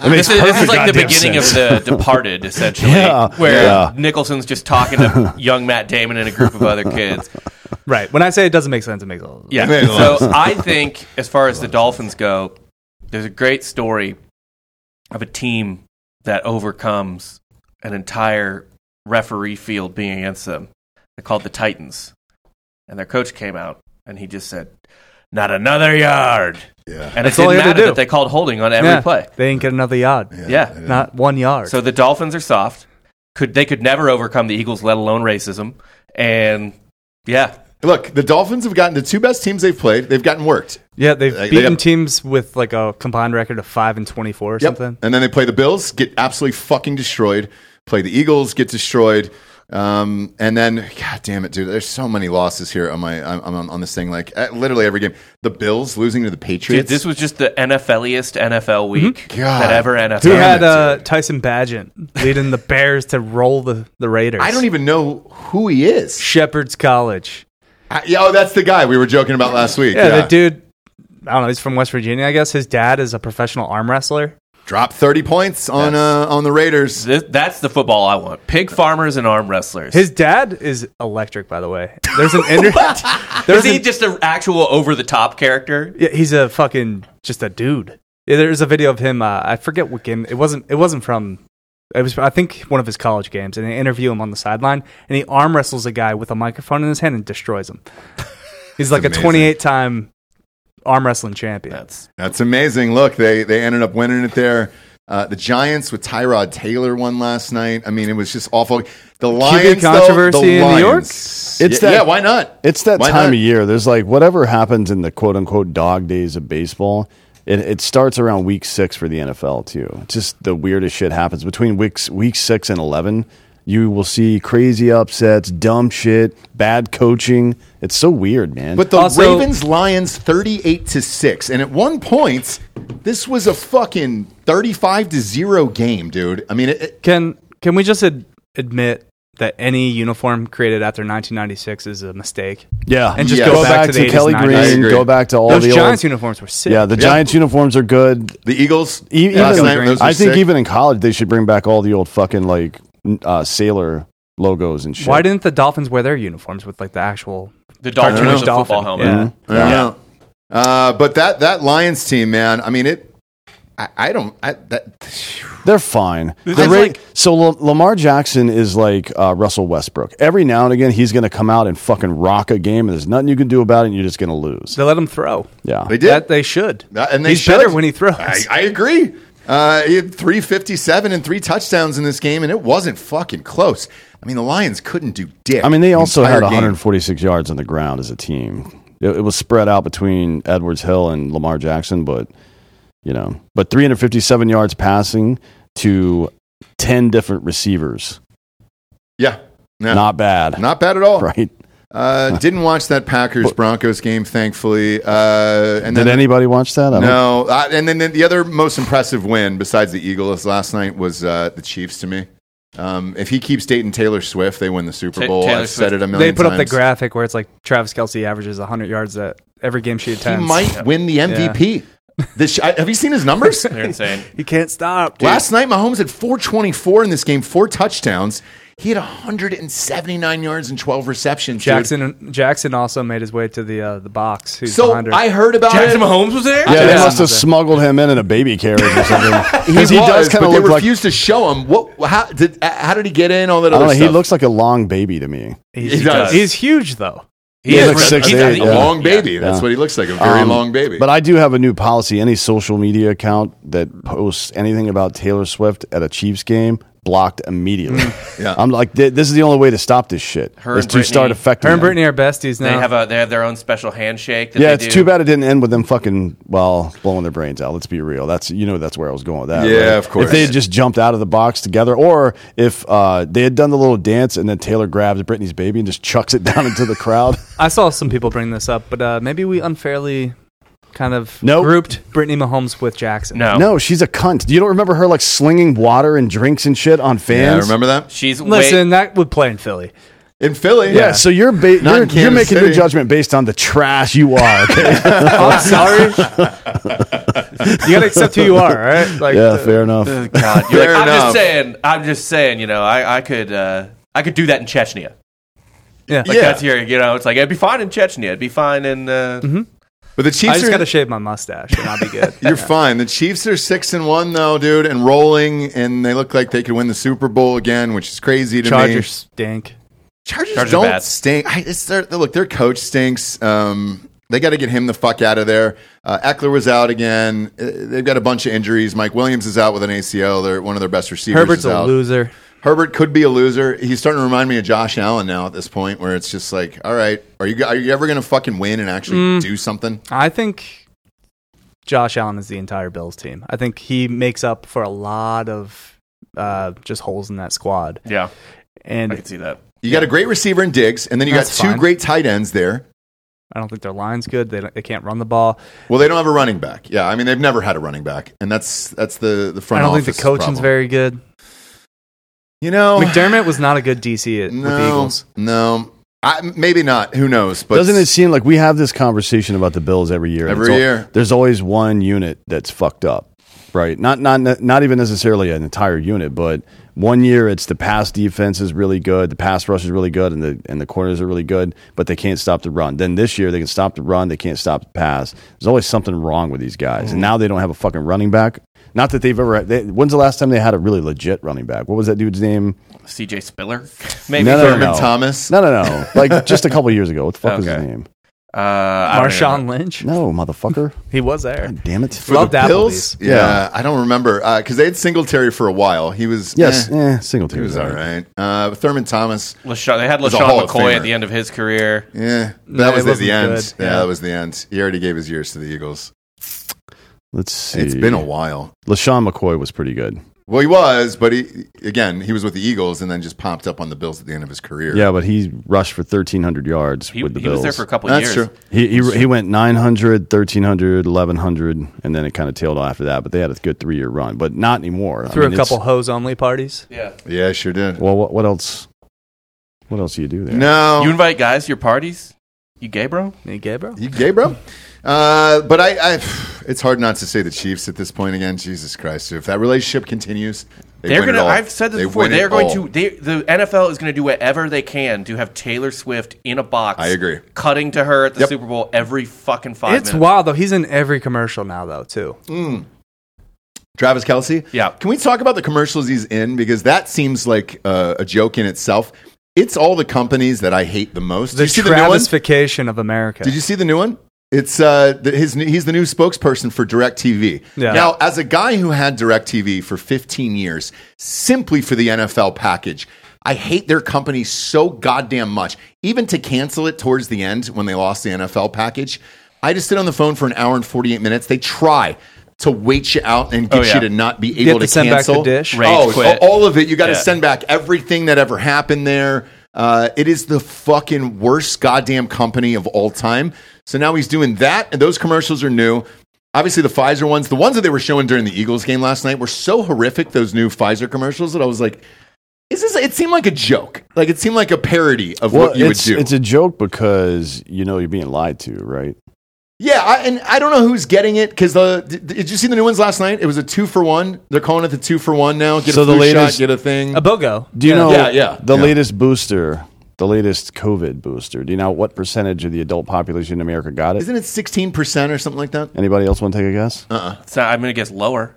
[SPEAKER 3] It makes
[SPEAKER 2] This is, this is
[SPEAKER 3] perfect
[SPEAKER 2] like the
[SPEAKER 3] goddamn
[SPEAKER 2] beginning
[SPEAKER 3] sense.
[SPEAKER 2] of the Departed, essentially,
[SPEAKER 3] Yeah,
[SPEAKER 2] where
[SPEAKER 3] yeah.
[SPEAKER 2] Nicholson's just talking to young Matt Damon and a group of other kids.
[SPEAKER 4] Right. When I say it doesn't make sense, it makes a lot of
[SPEAKER 2] Yeah.
[SPEAKER 1] Yeah, it
[SPEAKER 2] So I think, as far as the Dolphins go, there's a great story of a team that overcomes an entire referee field being against them. They're called the Titans, and their coach came out and he just said, "Not another yard."
[SPEAKER 1] yeah.
[SPEAKER 2] And it
[SPEAKER 4] That's all
[SPEAKER 2] didn't
[SPEAKER 4] they had to
[SPEAKER 2] matter
[SPEAKER 4] do.
[SPEAKER 2] that they called holding on every
[SPEAKER 4] Yeah.
[SPEAKER 2] play.
[SPEAKER 4] They didn't get another yard.
[SPEAKER 2] Yeah.
[SPEAKER 1] I didn't-
[SPEAKER 4] Not one yard.
[SPEAKER 2] So the Dolphins are soft. Could they could never overcome the Eagles, let alone racism? And yeah,
[SPEAKER 1] Look, the Dolphins have gotten the two best teams they've played. They've gotten worked.
[SPEAKER 4] yeah, they've
[SPEAKER 1] They- they
[SPEAKER 4] beaten
[SPEAKER 1] got-
[SPEAKER 4] teams with like a combined record of five and twenty-four or
[SPEAKER 1] Yep.
[SPEAKER 4] something.
[SPEAKER 1] And then they play the Bills, get absolutely fucking destroyed. Play the Eagles, get destroyed. Um, and then, god damn it, dude! There's so many losses here on my I'm, I'm on this thing. Like uh, literally every game, the Bills losing to the
[SPEAKER 2] Dude,
[SPEAKER 1] Patriots.
[SPEAKER 2] this was just the NFLiest NFL week
[SPEAKER 1] God.
[SPEAKER 2] that ever NFL.
[SPEAKER 4] Who
[SPEAKER 1] Damn
[SPEAKER 4] had
[SPEAKER 1] it,
[SPEAKER 4] uh, Tyson Badgett leading the Bears to roll the, the Raiders?
[SPEAKER 1] I don't even know who he is.
[SPEAKER 4] Shepherd's College.
[SPEAKER 1] I, yeah, oh, that's the guy we were joking about last week.
[SPEAKER 4] Yeah, the dude. I don't know. He's from West Virginia, I guess. His dad is a professional arm wrestler.
[SPEAKER 1] dropped 30 points on uh, on the Raiders.
[SPEAKER 2] This- that's the football I want. Pig farmers and arm wrestlers.
[SPEAKER 4] His dad is electric, by the way. There's an internet.
[SPEAKER 2] Is
[SPEAKER 4] there's
[SPEAKER 2] he
[SPEAKER 4] an,
[SPEAKER 2] just an actual over the top character?
[SPEAKER 4] yeah, he's a fucking just a dude. Yeah, there's a video of him. Uh, I forget what game. It wasn't. It wasn't from. It was, I think, one of his college games, and they interview him on the sideline, and he arm wrestles a guy with a microphone in his hand and destroys him. He's like a
[SPEAKER 1] Amazing.
[SPEAKER 4] 28 time arm wrestling champion.
[SPEAKER 2] That's
[SPEAKER 1] That's amazing. Look, they they ended up winning it there. Uh, the Giants with Tyrod Taylor won last night. I mean, it was just awful. The Lions though,
[SPEAKER 4] controversy
[SPEAKER 1] the
[SPEAKER 4] in New York?
[SPEAKER 1] Lions.
[SPEAKER 3] It's
[SPEAKER 1] yeah,
[SPEAKER 3] that-
[SPEAKER 1] yeah, why not?
[SPEAKER 3] It's that
[SPEAKER 1] Why
[SPEAKER 3] time
[SPEAKER 1] not?
[SPEAKER 3] of year. There's like whatever happens in the quote unquote dog days of baseball. It, it starts around week six for the NFL too. It's Just the weirdest shit happens between weeks week six and eleven. You will see crazy upsets, dumb shit, bad coaching. It's so weird, man.
[SPEAKER 1] But the
[SPEAKER 4] Also-
[SPEAKER 1] Ravens Lions 38 to 6. And at one point, this was a fucking 35 to 0 game, dude. I mean, it, it-
[SPEAKER 4] Can can we just ad- admit that any uniform created after 1996 is a mistake?
[SPEAKER 3] yeah,
[SPEAKER 4] And just
[SPEAKER 1] Yes.
[SPEAKER 3] go back, to,
[SPEAKER 4] the 80s,
[SPEAKER 3] Kelly
[SPEAKER 4] 90s.
[SPEAKER 3] Green.
[SPEAKER 1] I agree.
[SPEAKER 3] Go back to all
[SPEAKER 4] Those
[SPEAKER 3] the
[SPEAKER 4] Giants
[SPEAKER 3] Old,
[SPEAKER 4] uniforms were sick.
[SPEAKER 3] yeah, the Giants uniforms are good.
[SPEAKER 1] the Eagles
[SPEAKER 3] E- Even,
[SPEAKER 1] last
[SPEAKER 4] Kelly
[SPEAKER 1] night,
[SPEAKER 4] Green.
[SPEAKER 1] those were
[SPEAKER 3] I think
[SPEAKER 1] sick.
[SPEAKER 3] even in college they should bring back all the old fucking like n- uh, sailor logos and shit.
[SPEAKER 4] Why didn't the Dolphins wear their uniforms with like the actual?
[SPEAKER 2] the Dolphin
[SPEAKER 1] Cartoonish
[SPEAKER 2] with the football
[SPEAKER 4] dolphin.
[SPEAKER 2] helmet.
[SPEAKER 3] Mm-hmm.
[SPEAKER 4] Yeah.
[SPEAKER 1] I don't know. Uh, but that, that Lions team, man, I mean, it. I, I don't. I, that,
[SPEAKER 3] They're fine.
[SPEAKER 2] It's
[SPEAKER 3] The Ra-
[SPEAKER 2] like-
[SPEAKER 3] so L- Lamar Jackson is like uh, Russell Westbrook. Every now and again, he's going to come out and fucking rock a game, and there's nothing you can do about it, and you're just going to lose.
[SPEAKER 4] They let him throw.
[SPEAKER 3] Yeah.
[SPEAKER 1] They did.
[SPEAKER 4] That they should.
[SPEAKER 1] Uh, and they
[SPEAKER 4] He's
[SPEAKER 1] should.
[SPEAKER 4] better when he throws.
[SPEAKER 1] I, I agree. Uh, he had 357 and three touchdowns in this game, and it wasn't fucking close. I mean, the Lions couldn't do dick.
[SPEAKER 3] I mean, they
[SPEAKER 1] the
[SPEAKER 3] also
[SPEAKER 1] entire
[SPEAKER 3] had
[SPEAKER 1] game.
[SPEAKER 3] 146 yards on the ground as a team. It, it was spread out between Edwards Hill and Lamar Jackson, but you know, but 357 yards passing to 10 different receivers.
[SPEAKER 1] Yeah. Yeah.
[SPEAKER 3] Not bad,
[SPEAKER 1] Not bad at all.
[SPEAKER 3] right?
[SPEAKER 1] Uh, didn't watch that Packers Broncos game, thankfully. Uh, and
[SPEAKER 3] Did
[SPEAKER 1] then,
[SPEAKER 3] anybody watch that? I don't-
[SPEAKER 1] no, uh, and then, then the other most impressive win besides the Eagles last night was uh, the Chiefs to me. Um, if he keeps dating Taylor Swift, they win the Super
[SPEAKER 2] Ta-
[SPEAKER 1] Bowl.
[SPEAKER 2] Taylor
[SPEAKER 1] I've said
[SPEAKER 2] Swift.
[SPEAKER 1] it a million
[SPEAKER 4] They put up the
[SPEAKER 1] times.
[SPEAKER 4] graphic where it's like Travis Kelsey averages 100 yards at every game she
[SPEAKER 1] He
[SPEAKER 4] attends.
[SPEAKER 1] might win the MVP. This I, have you seen his numbers?
[SPEAKER 2] They're insane.
[SPEAKER 4] He can't stop. dude.
[SPEAKER 1] Last night, Mahomes had 424 in this game, four touchdowns. He had 179 yards and 12 receptions. dude.
[SPEAKER 4] Jackson Jackson also made his way to the uh, the box. Who's
[SPEAKER 1] So
[SPEAKER 4] behind her.
[SPEAKER 1] I heard about
[SPEAKER 2] Jackson
[SPEAKER 1] it.
[SPEAKER 2] Mahomes was there.
[SPEAKER 3] Yeah, they
[SPEAKER 1] Yeah.
[SPEAKER 3] must have smuggled him in in a baby carriage or something.
[SPEAKER 1] He, was,
[SPEAKER 3] Because does kind
[SPEAKER 1] but
[SPEAKER 3] of
[SPEAKER 1] they
[SPEAKER 3] look like.
[SPEAKER 1] refused to show him. What? How did? uh, How did he get in? All that
[SPEAKER 3] I
[SPEAKER 1] other
[SPEAKER 3] don't know.
[SPEAKER 1] stuff.
[SPEAKER 3] He looks like a long baby to me.
[SPEAKER 4] he's,
[SPEAKER 1] he does.
[SPEAKER 4] he's huge though.
[SPEAKER 2] He really-
[SPEAKER 3] looks six
[SPEAKER 2] he's-
[SPEAKER 3] eight,
[SPEAKER 2] I think-
[SPEAKER 1] a
[SPEAKER 3] yeah.
[SPEAKER 1] long baby. That's
[SPEAKER 3] Yeah.
[SPEAKER 1] what he looks like. A very
[SPEAKER 3] Um,
[SPEAKER 1] long baby.
[SPEAKER 3] But I do have a new policy. Any social media account that posts anything about Taylor Swift at a Chiefs game blocked immediately.
[SPEAKER 1] Mm. Yeah.
[SPEAKER 3] I'm like, "Th- this is the only way to stop this shit.
[SPEAKER 2] Her
[SPEAKER 3] is
[SPEAKER 2] and
[SPEAKER 3] to start
[SPEAKER 2] Britney-
[SPEAKER 3] affecting
[SPEAKER 4] Her and
[SPEAKER 3] them.
[SPEAKER 4] Brittany are besties now.
[SPEAKER 2] They have a they have their own special handshake. That
[SPEAKER 3] Yeah,
[SPEAKER 2] they
[SPEAKER 3] it's
[SPEAKER 2] do.
[SPEAKER 3] too bad it didn't end with them fucking well blowing their brains out. Let's be real. That's you know that's where I was going with that.
[SPEAKER 1] Yeah,
[SPEAKER 3] right?
[SPEAKER 1] of course.
[SPEAKER 3] If they had just jumped out of the box together, or if uh, they had done the little dance and then Taylor grabs Britney's baby and just chucks it down into the crowd.
[SPEAKER 4] I saw some people bring this up, but uh, maybe we unfairly kind of
[SPEAKER 3] Nope.
[SPEAKER 4] grouped Brittany Mahomes with Jackson.
[SPEAKER 1] Oh.
[SPEAKER 2] No,
[SPEAKER 3] No, she's a cunt. You don't remember her like slinging water and drinks and shit on
[SPEAKER 1] yeah,
[SPEAKER 3] fans.
[SPEAKER 1] remember that
[SPEAKER 2] she's
[SPEAKER 4] Listen, that would play in Philly.
[SPEAKER 1] in Philly.
[SPEAKER 3] Yeah, so you're
[SPEAKER 1] Not
[SPEAKER 3] ba-
[SPEAKER 1] in
[SPEAKER 3] you're, you're
[SPEAKER 1] Kansas
[SPEAKER 3] making
[SPEAKER 1] City.
[SPEAKER 3] your
[SPEAKER 1] Oh,
[SPEAKER 3] judgment based on the trash you are. Okay?
[SPEAKER 4] I'm sorry. you gotta accept who you are, right? Like,
[SPEAKER 3] yeah,
[SPEAKER 4] uh,
[SPEAKER 3] fair enough.
[SPEAKER 2] God, you're like,
[SPEAKER 1] Fair
[SPEAKER 2] I'm
[SPEAKER 1] enough.
[SPEAKER 2] just saying. I'm just saying. You know, I, I could uh, I could do that in Chechnya.
[SPEAKER 4] yeah.
[SPEAKER 2] Like
[SPEAKER 1] Yeah.
[SPEAKER 2] that's here. You know, it's like it'd be fine in Chechnya. It'd be fine in. Uh,
[SPEAKER 1] But the
[SPEAKER 4] I
[SPEAKER 1] Chiefs
[SPEAKER 4] just
[SPEAKER 1] are.
[SPEAKER 4] gotta shave my mustache and I'll be good.
[SPEAKER 1] you're fine. The Chiefs are six and one though, dude, and rolling, and they look like they could win the Super Bowl again, which is crazy to me.
[SPEAKER 4] Chargers stink.
[SPEAKER 1] Chargers,
[SPEAKER 2] Chargers
[SPEAKER 1] don't
[SPEAKER 2] bad.
[SPEAKER 1] stink. I, it's their, look, their coach stinks. Um, they got to get him the fuck out of there. Uh, Eckler was out again. Uh, They've got a bunch of injuries. Mike Williams is out with an ACL. They're one of their best receivers.
[SPEAKER 4] Herbert's
[SPEAKER 1] is
[SPEAKER 4] a
[SPEAKER 1] out.
[SPEAKER 4] loser.
[SPEAKER 1] Herbert could be a loser. He's starting to remind me of Josh Allen now at this point, where it's just like, all right, are you are you ever going to fucking win and actually
[SPEAKER 4] Mm.
[SPEAKER 1] do something?
[SPEAKER 4] I think Josh Allen is the entire Bills team. I think he makes up for a lot of uh, just holes in that squad.
[SPEAKER 2] yeah, I can
[SPEAKER 4] And
[SPEAKER 2] see that.
[SPEAKER 1] You got a great receiver in Diggs, and then you
[SPEAKER 4] That's
[SPEAKER 1] got two
[SPEAKER 4] fine.
[SPEAKER 1] great tight ends there.
[SPEAKER 4] I don't think their line's good. They, don't- they can't run the ball.
[SPEAKER 1] Well, they don't have a running back. Yeah, I mean they've never had a running back, and that's that's the the
[SPEAKER 4] I
[SPEAKER 1] front.
[SPEAKER 4] don't think the
[SPEAKER 1] office's
[SPEAKER 4] coaching's
[SPEAKER 1] problem.
[SPEAKER 4] very good.
[SPEAKER 1] You know,
[SPEAKER 4] McDermott was not a good DC at,
[SPEAKER 1] no,
[SPEAKER 4] with the Eagles.
[SPEAKER 1] no, I, maybe not. Who knows? But
[SPEAKER 3] Doesn't it seem like we have this conversation about the Bills every year?
[SPEAKER 1] Every
[SPEAKER 3] It's al-
[SPEAKER 1] year.
[SPEAKER 3] there's always one unit that's fucked up, right? Not not not even necessarily an entire unit, but one year it's the pass defense is really good, the pass rush is really good, and the and the corners are really good, but they can't stop the run. Then this year they can stop the run, they can't stop the pass. There's always something wrong with these guys,
[SPEAKER 1] Mm.
[SPEAKER 3] and now they don't have a fucking running back. Not that they've ever. They, when's the last time they had a really legit running back? What was that dude's name?
[SPEAKER 2] CJ Spiller, maybe.
[SPEAKER 3] No, no,
[SPEAKER 1] Thurman Thomas.
[SPEAKER 3] No, no, no. Like just a couple years ago. What the fuck was his
[SPEAKER 2] Okay.
[SPEAKER 3] name?
[SPEAKER 2] Uh, I don't even know.
[SPEAKER 4] Marshawn Lynch.
[SPEAKER 3] No, motherfucker.
[SPEAKER 4] He was there.
[SPEAKER 3] Damn it.
[SPEAKER 1] For
[SPEAKER 4] Loved
[SPEAKER 1] the Bills,
[SPEAKER 4] Applebee's.
[SPEAKER 1] yeah, I don't remember because they had Singletary for a while. He was
[SPEAKER 3] Yes,
[SPEAKER 1] eh,
[SPEAKER 3] eh, Singletary.
[SPEAKER 1] he was all right. Uh, Thurman Thomas,
[SPEAKER 2] LaShawn, they had
[SPEAKER 1] was a Hall
[SPEAKER 2] LaShawn
[SPEAKER 1] of
[SPEAKER 2] McCoy
[SPEAKER 1] Famer.
[SPEAKER 2] at the end of his career.
[SPEAKER 1] yeah, that
[SPEAKER 4] No,
[SPEAKER 1] was
[SPEAKER 4] it
[SPEAKER 1] at the
[SPEAKER 4] wasn't
[SPEAKER 1] end.
[SPEAKER 4] good,
[SPEAKER 1] Yeah,
[SPEAKER 4] yeah.
[SPEAKER 1] that was the end. He already gave his years to the Eagles.
[SPEAKER 3] Let's see.
[SPEAKER 1] It's been a while.
[SPEAKER 3] LaShawn McCoy was pretty good.
[SPEAKER 1] Well, he was, but he again he was with the Eagles and then just popped up on the Bills at the end of his career.
[SPEAKER 3] Yeah, but he rushed for 1,300 yards
[SPEAKER 2] He,
[SPEAKER 3] with the
[SPEAKER 2] he
[SPEAKER 3] Bills.
[SPEAKER 2] was there for a couple
[SPEAKER 1] that's
[SPEAKER 2] years.
[SPEAKER 1] true.
[SPEAKER 3] he, he, he went 900, 1,300, 1,100, and then it kind of tailed off after that, but they had a good three year run, but not anymore. I
[SPEAKER 4] Through
[SPEAKER 3] mean,
[SPEAKER 4] a
[SPEAKER 3] it's-
[SPEAKER 4] couple hose only parties.
[SPEAKER 2] Yeah.
[SPEAKER 1] Yeah, sure did.
[SPEAKER 3] Well, what, what else? What else do you do there?
[SPEAKER 1] No,
[SPEAKER 2] You invite guys to your parties? You gay, bro?
[SPEAKER 4] Hey, Gabriel.
[SPEAKER 1] You gay, bro? Uh, but I, I, it's hard not to say the Chiefs at this point again. Jesus Christ! If that relationship continues, they
[SPEAKER 2] They're
[SPEAKER 1] win it
[SPEAKER 2] gonna.
[SPEAKER 1] all.
[SPEAKER 2] I've said this
[SPEAKER 1] They
[SPEAKER 2] before.
[SPEAKER 1] win it
[SPEAKER 2] They're going
[SPEAKER 1] all.
[SPEAKER 2] to. They, the NFL is going to do whatever they can to have Taylor Swift in a box.
[SPEAKER 1] I agree.
[SPEAKER 2] Cutting to her at the
[SPEAKER 1] Yep.
[SPEAKER 2] Super Bowl every fucking five
[SPEAKER 4] It's
[SPEAKER 2] minutes.
[SPEAKER 4] wild though. He's in every commercial now though too.
[SPEAKER 1] Travis Kelsey.
[SPEAKER 2] Yeah.
[SPEAKER 1] Can we talk about the commercials he's in because that seems like uh, a joke in itself. It's all the companies that I hate the most. Did
[SPEAKER 4] The
[SPEAKER 1] you see the new one?
[SPEAKER 4] Travisfication of America.
[SPEAKER 1] Did you see the new one? It's uh, the, his new- he's the new spokesperson for DirecTV.
[SPEAKER 4] Yeah.
[SPEAKER 1] Now, as a guy who had DirecTV for 15 years, simply for the NFL package, I hate their company so goddamn much. Even to cancel it towards the end when they lost the NFL package, I just sit on the phone for an hour and 48 minutes. They try to wait you out and get
[SPEAKER 2] Oh, yeah.
[SPEAKER 1] you to not be
[SPEAKER 4] have
[SPEAKER 1] able
[SPEAKER 4] to
[SPEAKER 1] to
[SPEAKER 4] send back the
[SPEAKER 1] cancel.
[SPEAKER 4] dish?
[SPEAKER 2] Rage
[SPEAKER 1] oh,
[SPEAKER 2] quit.
[SPEAKER 1] all of it. You got to
[SPEAKER 2] Yeah.
[SPEAKER 1] send back everything that ever happened there. Uh, it is the fucking worst goddamn company of all time. So now he's doing that, and those commercials are new. Obviously, the Pfizer ones, the ones that they were showing during the Eagles game last night, were so horrific. Those new Pfizer commercials that I was like, "Is this?" It seemed like a joke. Like it seemed like a parody of
[SPEAKER 3] Well,
[SPEAKER 1] what you would
[SPEAKER 3] it's,
[SPEAKER 1] do.
[SPEAKER 3] it's a joke because you know you're being lied to, right?
[SPEAKER 1] yeah, I, and I don't know who's getting it because the did, did you see the new ones last night? It was a two for one. They're calling it the two for one now. Get
[SPEAKER 3] So
[SPEAKER 1] a
[SPEAKER 3] the
[SPEAKER 1] flu shot,
[SPEAKER 3] latest-
[SPEAKER 1] get a thing.
[SPEAKER 4] a BOGO?
[SPEAKER 3] Do you know
[SPEAKER 1] Yeah, yeah,
[SPEAKER 3] the
[SPEAKER 1] yeah.
[SPEAKER 3] latest booster, the latest COVID booster? Do you know what percentage of the adult population in America got it?
[SPEAKER 1] Isn't it sixteen percent or something like that?
[SPEAKER 3] Anybody else want to take a guess?
[SPEAKER 1] Uh,
[SPEAKER 2] So I'm going to guess lower.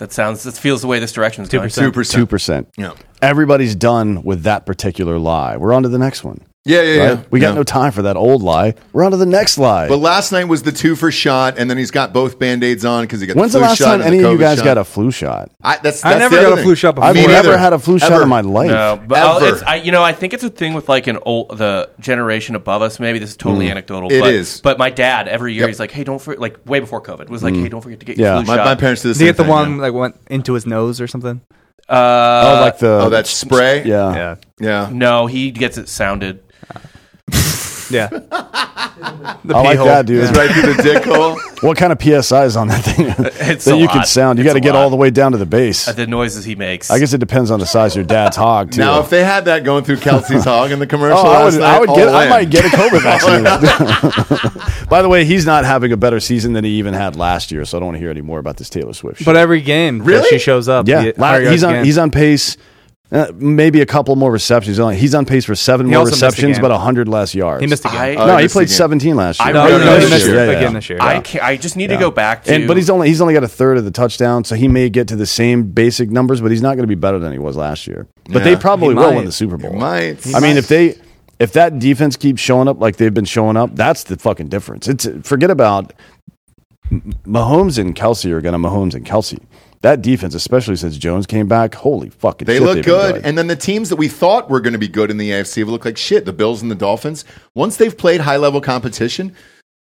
[SPEAKER 2] That sounds. That feels the way this direction is going.
[SPEAKER 4] 2%.
[SPEAKER 3] Two percent.
[SPEAKER 1] Yeah.
[SPEAKER 3] Everybody's done with that particular lie. We're on to the next one.
[SPEAKER 1] Yeah, yeah,
[SPEAKER 3] right? We got no time for that old lie. We're on to the next lie.
[SPEAKER 1] But last night was the two for shot, and then he's got both band aids on because he got.
[SPEAKER 3] When's
[SPEAKER 1] the
[SPEAKER 3] the
[SPEAKER 1] flu
[SPEAKER 3] last
[SPEAKER 1] shot
[SPEAKER 3] time
[SPEAKER 1] and
[SPEAKER 3] any
[SPEAKER 1] the
[SPEAKER 3] of you
[SPEAKER 1] COVID
[SPEAKER 3] guys
[SPEAKER 1] shot.
[SPEAKER 3] got a flu shot?
[SPEAKER 1] I, that's, that's
[SPEAKER 4] I never
[SPEAKER 1] the
[SPEAKER 4] got
[SPEAKER 1] other
[SPEAKER 4] a
[SPEAKER 1] thing.
[SPEAKER 4] flu shot before.
[SPEAKER 3] I've
[SPEAKER 1] Me
[SPEAKER 3] never
[SPEAKER 1] neither.
[SPEAKER 3] had a flu shot
[SPEAKER 1] Ever.
[SPEAKER 3] in my life.
[SPEAKER 2] No, but I'll-
[SPEAKER 1] Ever.
[SPEAKER 2] it's, I, you know, I think it's a thing with like an old the generation above us. Maybe this is totally anecdotal.
[SPEAKER 1] It
[SPEAKER 2] but,
[SPEAKER 1] is.
[SPEAKER 2] But my dad every year he's like, "Hey, don't forget." Like way before COVID was like, "Hey, don't forget to get
[SPEAKER 3] Yeah,
[SPEAKER 2] your flu
[SPEAKER 1] My,
[SPEAKER 2] shot."
[SPEAKER 1] my parents did the
[SPEAKER 4] Did he
[SPEAKER 1] same
[SPEAKER 4] get the
[SPEAKER 1] thing,
[SPEAKER 4] one
[SPEAKER 1] yeah.
[SPEAKER 4] like went into his nose or something?
[SPEAKER 2] Uh,
[SPEAKER 3] oh, like the
[SPEAKER 4] uh,
[SPEAKER 1] Oh, that spray.
[SPEAKER 3] yeah.
[SPEAKER 4] Yeah.
[SPEAKER 1] yeah.
[SPEAKER 2] no, he gets it sounded.
[SPEAKER 4] Yeah. the
[SPEAKER 3] I like that, dude.
[SPEAKER 1] It's right through the dick hole.
[SPEAKER 3] What kind of psi is on that thing?
[SPEAKER 2] It's
[SPEAKER 3] that
[SPEAKER 2] a
[SPEAKER 3] you can
[SPEAKER 2] lot.
[SPEAKER 3] sound. You
[SPEAKER 2] It's
[SPEAKER 3] got to
[SPEAKER 2] a
[SPEAKER 3] get
[SPEAKER 2] lot.
[SPEAKER 3] all the way down to the base.
[SPEAKER 2] uh, The noises he makes.
[SPEAKER 3] I guess it depends on the size of your dad's hog too.
[SPEAKER 1] Now, if they had that going through Kelsey's hog in the commercial,
[SPEAKER 3] Oh, I
[SPEAKER 1] last
[SPEAKER 3] would,
[SPEAKER 1] night,
[SPEAKER 3] I would get.
[SPEAKER 1] all
[SPEAKER 3] I
[SPEAKER 1] in.
[SPEAKER 3] might get a COVID vaccine. By the way, he's not having a better season than he even had last year, so I don't want to hear any more about this Taylor Swift. Shit.
[SPEAKER 4] But every game
[SPEAKER 1] Really?
[SPEAKER 4] that she shows up.
[SPEAKER 3] yeah,
[SPEAKER 4] he-
[SPEAKER 3] la-
[SPEAKER 4] Harry
[SPEAKER 3] he's
[SPEAKER 4] Hughes
[SPEAKER 3] on.
[SPEAKER 4] again.
[SPEAKER 3] He's on pace. Uh, maybe a couple more receptions. He's on- He's on pace for seven
[SPEAKER 4] He
[SPEAKER 3] more
[SPEAKER 4] also missed a
[SPEAKER 3] receptions,
[SPEAKER 4] game.
[SPEAKER 3] but hundred less yards.
[SPEAKER 4] he missed a game.
[SPEAKER 2] I-
[SPEAKER 1] Oh,
[SPEAKER 3] no,
[SPEAKER 1] he
[SPEAKER 3] he
[SPEAKER 1] missed
[SPEAKER 3] played
[SPEAKER 1] the game. Oh,
[SPEAKER 3] seventeen last year.
[SPEAKER 2] I
[SPEAKER 4] no,
[SPEAKER 2] really
[SPEAKER 4] no, no,
[SPEAKER 2] this
[SPEAKER 4] he missed
[SPEAKER 2] year.
[SPEAKER 4] it
[SPEAKER 3] Yeah,
[SPEAKER 4] again
[SPEAKER 3] yeah.
[SPEAKER 4] this year.
[SPEAKER 2] I can't, I just need to go back to.
[SPEAKER 3] And but he's only he's only got a third of the touchdowns, so he may get to the same basic numbers, but he's not going to be better than he was last year. But
[SPEAKER 1] Yeah.
[SPEAKER 3] they probably
[SPEAKER 4] He
[SPEAKER 3] will
[SPEAKER 4] might.
[SPEAKER 3] win the Super Bowl.
[SPEAKER 1] might. He
[SPEAKER 3] I mean,
[SPEAKER 1] might.
[SPEAKER 3] if they if that defense keeps showing up like they've been showing up, that's the fucking difference. It's forget about M- Mahomes and Kelsey are going to Mahomes and Kelsey. That defense, especially since Jones came back, holy fucking
[SPEAKER 1] They
[SPEAKER 3] shit,
[SPEAKER 1] look
[SPEAKER 3] they've been
[SPEAKER 1] good. And then the teams that we thought were going to be good in the AFC have looked like shit. The Bills and the Dolphins. Once they've played high level competition,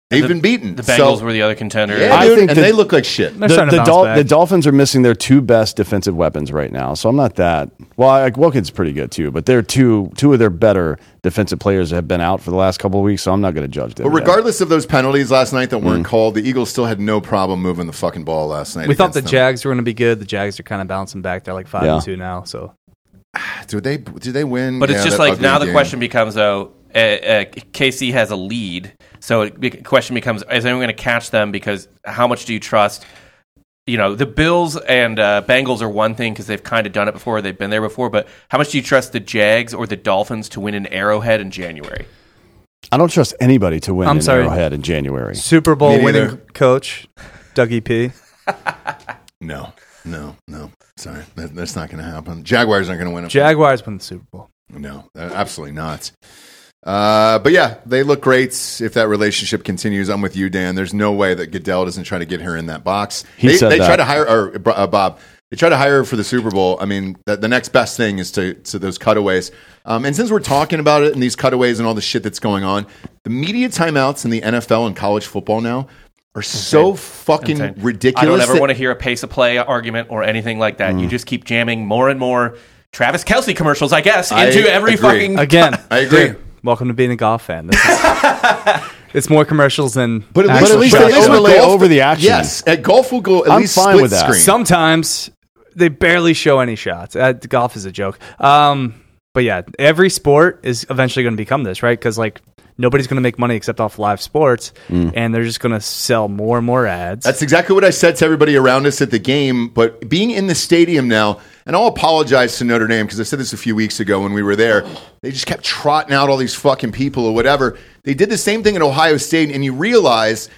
[SPEAKER 1] They've been beaten.
[SPEAKER 2] The Bengals
[SPEAKER 1] So-
[SPEAKER 2] were the other contender.
[SPEAKER 1] Yeah,
[SPEAKER 3] I
[SPEAKER 1] dude,
[SPEAKER 3] think
[SPEAKER 1] and
[SPEAKER 3] that-
[SPEAKER 1] they look like shit.
[SPEAKER 4] They're
[SPEAKER 3] the,
[SPEAKER 4] starting to
[SPEAKER 3] the,
[SPEAKER 4] bounce
[SPEAKER 3] Dol-
[SPEAKER 4] back.
[SPEAKER 3] the Dolphins are missing their two best defensive weapons right now, so I'm not that. Well, I, Wilkins is pretty good too, but they're two two of their better defensive players have been out for the last couple of weeks, so I'm not going to judge them.
[SPEAKER 1] But regardless of those penalties last night that
[SPEAKER 3] Mm.
[SPEAKER 1] weren't called, the Eagles still had no problem moving the fucking ball last night.
[SPEAKER 4] we thought the
[SPEAKER 1] against them.
[SPEAKER 4] Jags were going to be good. The Jags are kind of bouncing back. They're like five
[SPEAKER 3] Yeah.
[SPEAKER 4] and two now. So
[SPEAKER 1] Do they? Do they win?
[SPEAKER 2] But it's
[SPEAKER 1] Yeah,
[SPEAKER 2] just
[SPEAKER 1] that
[SPEAKER 2] like
[SPEAKER 1] ugly
[SPEAKER 2] now the
[SPEAKER 1] game.
[SPEAKER 2] question becomes though, uh, uh, KC has a lead, so it- the question becomes: Is anyone going to catch them? Because how much do you trust? You know, the Bills and uh, Bengals are one thing because they've kind of done it before; they've been there before. But how much do you trust the Jags or the Dolphins to win an Arrowhead in January?
[SPEAKER 3] I don't trust anybody to win
[SPEAKER 4] I'm
[SPEAKER 3] in
[SPEAKER 4] sorry.
[SPEAKER 3] Arrowhead in January.
[SPEAKER 4] Super Bowl
[SPEAKER 1] Me neither.
[SPEAKER 4] winning coach Dougie P.
[SPEAKER 1] No, no, no. Sorry, that, that's not going to happen. Jaguars aren't going to win. it.
[SPEAKER 4] Jaguars win the Super Bowl.
[SPEAKER 1] No, uh, absolutely not. Uh, but yeah, they look great. If that relationship continues, I'm with you, Dan. There's no way that Goodell doesn't try to get her in that box.
[SPEAKER 3] He
[SPEAKER 1] they
[SPEAKER 3] said
[SPEAKER 1] they
[SPEAKER 3] that.
[SPEAKER 1] try to hire or uh, Bob. They try to hire her for the Super Bowl. I mean, the, the next best thing is to to those cutaways. Um, and since we're talking about it and these cutaways and all the shit that's going on, the media timeouts in the NFL and college football now are so fucking
[SPEAKER 2] Insane.
[SPEAKER 1] ridiculous.
[SPEAKER 2] I don't ever
[SPEAKER 1] that-
[SPEAKER 2] want to hear a pace of play argument or anything like that.
[SPEAKER 1] Mm.
[SPEAKER 2] You just keep jamming more and more Travis Kelsey commercials, I guess,
[SPEAKER 1] I
[SPEAKER 2] into every
[SPEAKER 1] agree.
[SPEAKER 2] fucking.
[SPEAKER 4] Again,
[SPEAKER 1] I agree.
[SPEAKER 4] dude, welcome to being a golf fan. This is, it's more commercials than
[SPEAKER 1] But at least,
[SPEAKER 4] actual
[SPEAKER 3] at least
[SPEAKER 4] shots.
[SPEAKER 3] they
[SPEAKER 1] with
[SPEAKER 3] overlay
[SPEAKER 1] golf-
[SPEAKER 3] over the action.
[SPEAKER 1] Yes, at golf we'll go at
[SPEAKER 3] I'm
[SPEAKER 1] least
[SPEAKER 3] fine
[SPEAKER 1] split
[SPEAKER 3] with that.
[SPEAKER 1] screen.
[SPEAKER 4] Sometimes they barely show any shots. Uh, golf is a joke. Um, but yeah, every sport is eventually going to become this, right? Because like nobody's going to make money except off live sports, and they're just going to sell more and more ads.
[SPEAKER 1] That's exactly what I said to everybody around us at the game. But being in the stadium now, and I'll apologize to Notre Dame because I said this a few weeks ago when we were there. They just kept trotting out all these fucking people or whatever. They did the same thing at Ohio State, and you realize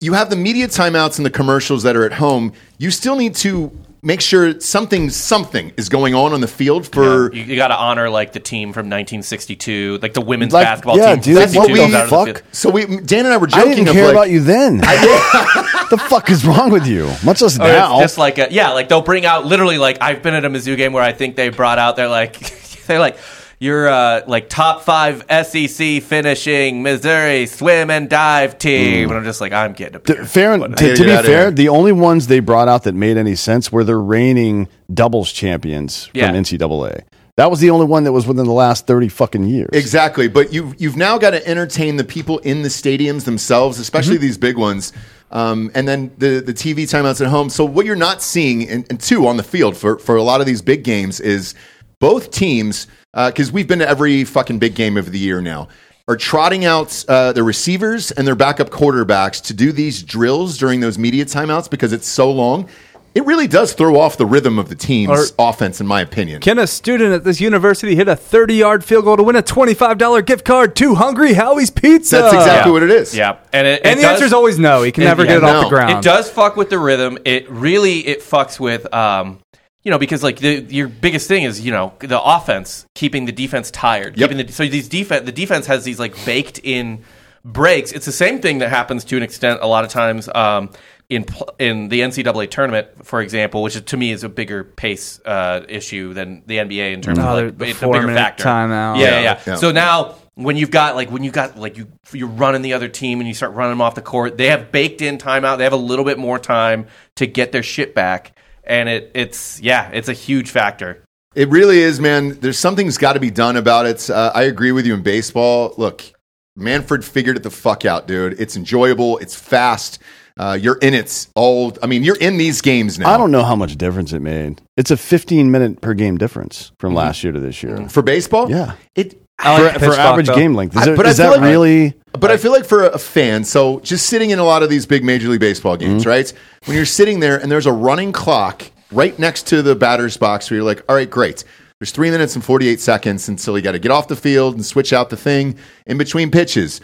[SPEAKER 1] you have the media timeouts and the commercials that are at home. You still need to make sure something something is going on on the field for
[SPEAKER 2] You, you got to honor like the team from 1962, like the women's
[SPEAKER 3] Like,
[SPEAKER 2] basketball
[SPEAKER 3] yeah,
[SPEAKER 2] team.
[SPEAKER 3] dude,
[SPEAKER 2] from
[SPEAKER 1] that's what
[SPEAKER 2] 62
[SPEAKER 1] we-
[SPEAKER 2] comes out of the
[SPEAKER 3] fuck.
[SPEAKER 2] field.
[SPEAKER 1] So we, Dan and I were
[SPEAKER 3] I
[SPEAKER 1] joking.
[SPEAKER 3] didn't
[SPEAKER 1] of
[SPEAKER 3] care
[SPEAKER 1] like,
[SPEAKER 3] about you then. the fuck is wrong with you? Much less
[SPEAKER 2] Or
[SPEAKER 3] now.
[SPEAKER 2] It's just like a, yeah, like they'll bring out literally like I've been at a Mizzou game where I think they brought out they're like they're like your uh, like top five SEC finishing Missouri swim and dive
[SPEAKER 1] Mm.
[SPEAKER 2] team, and I'm just like I'm getting a beer.
[SPEAKER 3] Th- fair, to,
[SPEAKER 1] Hey,
[SPEAKER 3] to
[SPEAKER 1] get
[SPEAKER 3] be
[SPEAKER 1] outta here.
[SPEAKER 3] fair, the only ones they brought out that made any sense were the reigning doubles champions
[SPEAKER 2] Yeah.
[SPEAKER 3] from NCAA. That was the only one that was within the last thirty fucking years.
[SPEAKER 1] Exactly, but you've you've now got to entertain the people in the stadiums themselves, especially these big ones, um, and then the the TV timeouts at home. So what you're not seeing, and, and two on the field for for a lot of these big games is both teams because we've been to every fucking big game of the year now are trotting out uh, their receivers and their backup quarterbacks to do these drills during those media timeouts because it's so long. It really does throw off the rhythm of the team's
[SPEAKER 4] Or-
[SPEAKER 1] offense, in my opinion.
[SPEAKER 4] Can a student at this university hit a 30 yard field goal to win a $25 gift card to Hungry Howie's Pizza?
[SPEAKER 1] That's exactly what it is.
[SPEAKER 2] Yeah, and it,
[SPEAKER 4] And
[SPEAKER 2] it
[SPEAKER 4] the
[SPEAKER 2] does-
[SPEAKER 4] answer is always no. He can
[SPEAKER 2] It-
[SPEAKER 4] never
[SPEAKER 2] yeah,
[SPEAKER 4] get it off
[SPEAKER 1] no.
[SPEAKER 4] the ground.
[SPEAKER 2] It does fuck with the rhythm. It really it fucks with um you know because like the, your biggest thing is you know the offense keeping the defense tired.
[SPEAKER 1] Yep.
[SPEAKER 2] Keeping the, so these defense the defense has these like baked in breaks. It's the same thing that happens to an extent a lot of times um in pl- in the NCAA tournament for example, which is, to me is a bigger pace uh, issue than the NBA in terms
[SPEAKER 4] Oh,
[SPEAKER 2] of
[SPEAKER 4] the-
[SPEAKER 2] like
[SPEAKER 4] the
[SPEAKER 2] it's a bigger
[SPEAKER 4] four-minute
[SPEAKER 2] factor.
[SPEAKER 4] timeout.
[SPEAKER 2] yeah, yeah. yeah.
[SPEAKER 1] Yeah.
[SPEAKER 2] So now when you've got like when you got like you you're running the other team and you start running them off the court, they have baked in timeout. They have a little bit more time to get their shit back, and it it's yeah, it's a huge factor.
[SPEAKER 1] It really is, man. There's something's got to be done about it. Uh, I agree with you in baseball. Look, Manfred figured it the fuck out, dude. It's enjoyable. It's fast. Uh, you're in it all. I mean, you're in these games now.
[SPEAKER 3] I don't know how much difference it made. It's a fifteen minute per game difference from
[SPEAKER 1] Mm-hmm.
[SPEAKER 3] last year to this year
[SPEAKER 1] for baseball.
[SPEAKER 3] Yeah.
[SPEAKER 1] It.
[SPEAKER 4] I
[SPEAKER 3] for,
[SPEAKER 4] like the
[SPEAKER 3] for
[SPEAKER 4] pitch clock,
[SPEAKER 3] average
[SPEAKER 4] though.
[SPEAKER 3] game length. Is,
[SPEAKER 1] I-
[SPEAKER 3] there-
[SPEAKER 1] but I
[SPEAKER 3] is
[SPEAKER 1] feel
[SPEAKER 3] that
[SPEAKER 1] like-
[SPEAKER 3] really?
[SPEAKER 1] But I feel like for a fan, so just sitting in a lot of these big Major League Baseball games,
[SPEAKER 3] Mm-hmm.
[SPEAKER 1] right? When you're sitting there and there's a running clock right next to the batter's box where you're like, all right, great. There's three minutes and 48 seconds until you got to get off the field and switch out the thing in between pitches.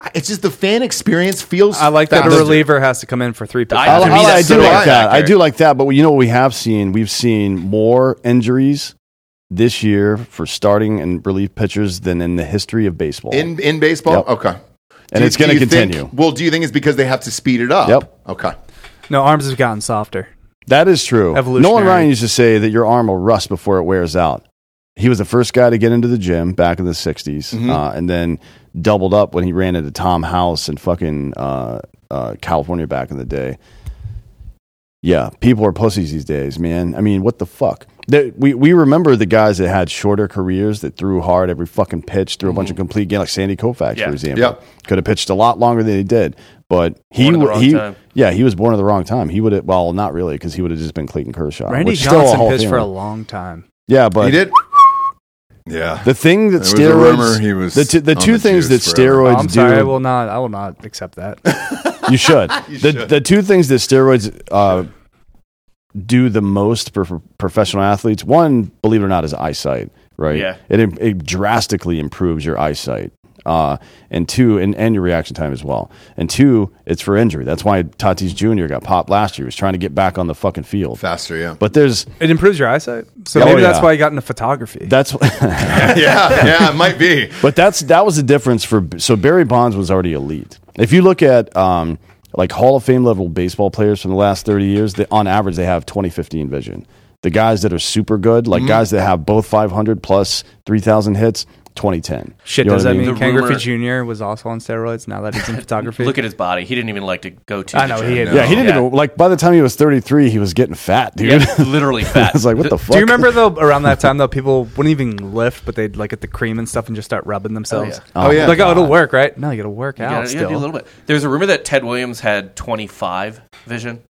[SPEAKER 1] I- It's just the fan experience feels.
[SPEAKER 4] I like that a
[SPEAKER 1] faster.
[SPEAKER 4] reliever has to come in for three
[SPEAKER 2] I-
[SPEAKER 3] I,
[SPEAKER 2] to
[SPEAKER 3] I,
[SPEAKER 2] me,
[SPEAKER 3] I
[SPEAKER 2] that's
[SPEAKER 3] do
[SPEAKER 1] so
[SPEAKER 3] like that. I
[SPEAKER 2] accurate.
[SPEAKER 3] do like that. But you know what we have seen? We've seen more injuries this year for starting and relief pitchers than in the history of baseball.
[SPEAKER 1] in in baseball.
[SPEAKER 3] Yep.
[SPEAKER 1] Okay,
[SPEAKER 3] And it's gonna
[SPEAKER 1] do you think-
[SPEAKER 3] continue.
[SPEAKER 1] well, do you think it's because they have to speed it up?
[SPEAKER 3] Yep.
[SPEAKER 1] Okay.
[SPEAKER 4] No, arms have gotten softer.
[SPEAKER 3] that is true. Nolan
[SPEAKER 4] Evolutionary.
[SPEAKER 3] Ryan used to say that your arm will rust before it wears out. he was the first guy to get into the gym back in the 60s uh, and then doubled up when he ran into Tom House in fucking uh, uh, California back in the day. Yeah, people are pussies these days, man. I mean, what the fuck? They, we, we remember the guys that had shorter careers that threw hard every fucking pitch, threw a bunch of complete games, like Sandy Koufax,
[SPEAKER 2] Yeah.
[SPEAKER 3] for example.
[SPEAKER 1] Yep.
[SPEAKER 3] Could have pitched a lot longer than he did, but he
[SPEAKER 2] Born at the
[SPEAKER 3] w-
[SPEAKER 2] wrong
[SPEAKER 3] he
[SPEAKER 2] time.
[SPEAKER 3] yeah he was born at the wrong time. He would have well not really because he would have just been Clayton Kershaw.
[SPEAKER 4] Randy
[SPEAKER 3] Uh, which still a
[SPEAKER 4] Johnson
[SPEAKER 3] Hall of
[SPEAKER 4] pitched for
[SPEAKER 3] Famer.
[SPEAKER 4] a long time.
[SPEAKER 3] yeah, but
[SPEAKER 1] he did. Yeah.
[SPEAKER 3] the thing
[SPEAKER 1] There
[SPEAKER 3] that
[SPEAKER 1] was a
[SPEAKER 3] steroids,
[SPEAKER 1] rumor he was
[SPEAKER 3] the, t- the
[SPEAKER 1] on
[SPEAKER 3] two
[SPEAKER 1] the
[SPEAKER 3] things that
[SPEAKER 1] juice forever.
[SPEAKER 4] Oh,
[SPEAKER 3] steroids
[SPEAKER 4] I'm
[SPEAKER 3] do.
[SPEAKER 4] sorry. I will not. I will not accept that.
[SPEAKER 3] You should. the,
[SPEAKER 1] should.
[SPEAKER 3] the two things that steroids uh, do the most for for professional athletes, one, believe it or not, is eyesight. Right.
[SPEAKER 2] Yeah.
[SPEAKER 3] It im- it drastically improves your eyesight. Uh, and two, and, and your reaction time as well. And two, it's for injury. That's why Tatis Jr. got popped last year. He was trying to get back on the fucking field.
[SPEAKER 1] Faster, yeah.
[SPEAKER 3] But there's
[SPEAKER 4] It improves your eyesight, so
[SPEAKER 3] Oh,
[SPEAKER 4] maybe that's
[SPEAKER 3] yeah.
[SPEAKER 4] why you got into photography.
[SPEAKER 3] that's
[SPEAKER 1] yeah, yeah, it might be.
[SPEAKER 3] But that's that was the difference for so Barry Bonds was already elite. If you look at um, like Hall of Fame level baseball players from the last thirty years, they, on average they have 2015 vision. The guys that are super good,
[SPEAKER 4] Mm-hmm.
[SPEAKER 3] like guys that have both 500 plus 3,000 hits, 2010.
[SPEAKER 4] Shit,
[SPEAKER 3] You know
[SPEAKER 4] does
[SPEAKER 3] what I
[SPEAKER 4] that
[SPEAKER 3] mean?
[SPEAKER 4] mean
[SPEAKER 2] The
[SPEAKER 4] Ken
[SPEAKER 2] rumor-
[SPEAKER 4] Griffey Jr. was also on steroids now that he's in photography?
[SPEAKER 2] Look at his body. He didn't even like to go to.
[SPEAKER 4] I
[SPEAKER 2] the
[SPEAKER 4] know,
[SPEAKER 2] gym.
[SPEAKER 4] he had-
[SPEAKER 3] Yeah, he didn't
[SPEAKER 2] Yeah.
[SPEAKER 3] even like. By the time he was 33, he was getting fat, dude.
[SPEAKER 2] Yeah, literally fat.
[SPEAKER 3] I was like, what the fuck?
[SPEAKER 4] Do you remember though? Around that time though, people wouldn't even lift, but they'd like get the cream and stuff and just start rubbing themselves.
[SPEAKER 1] Oh, yeah.
[SPEAKER 4] like oh, it'll work, right? No, you gotta work
[SPEAKER 2] You
[SPEAKER 4] out
[SPEAKER 2] gotta- you gotta
[SPEAKER 4] still.
[SPEAKER 2] do a little bit. There's a rumor that Ted Williams had 25 vision.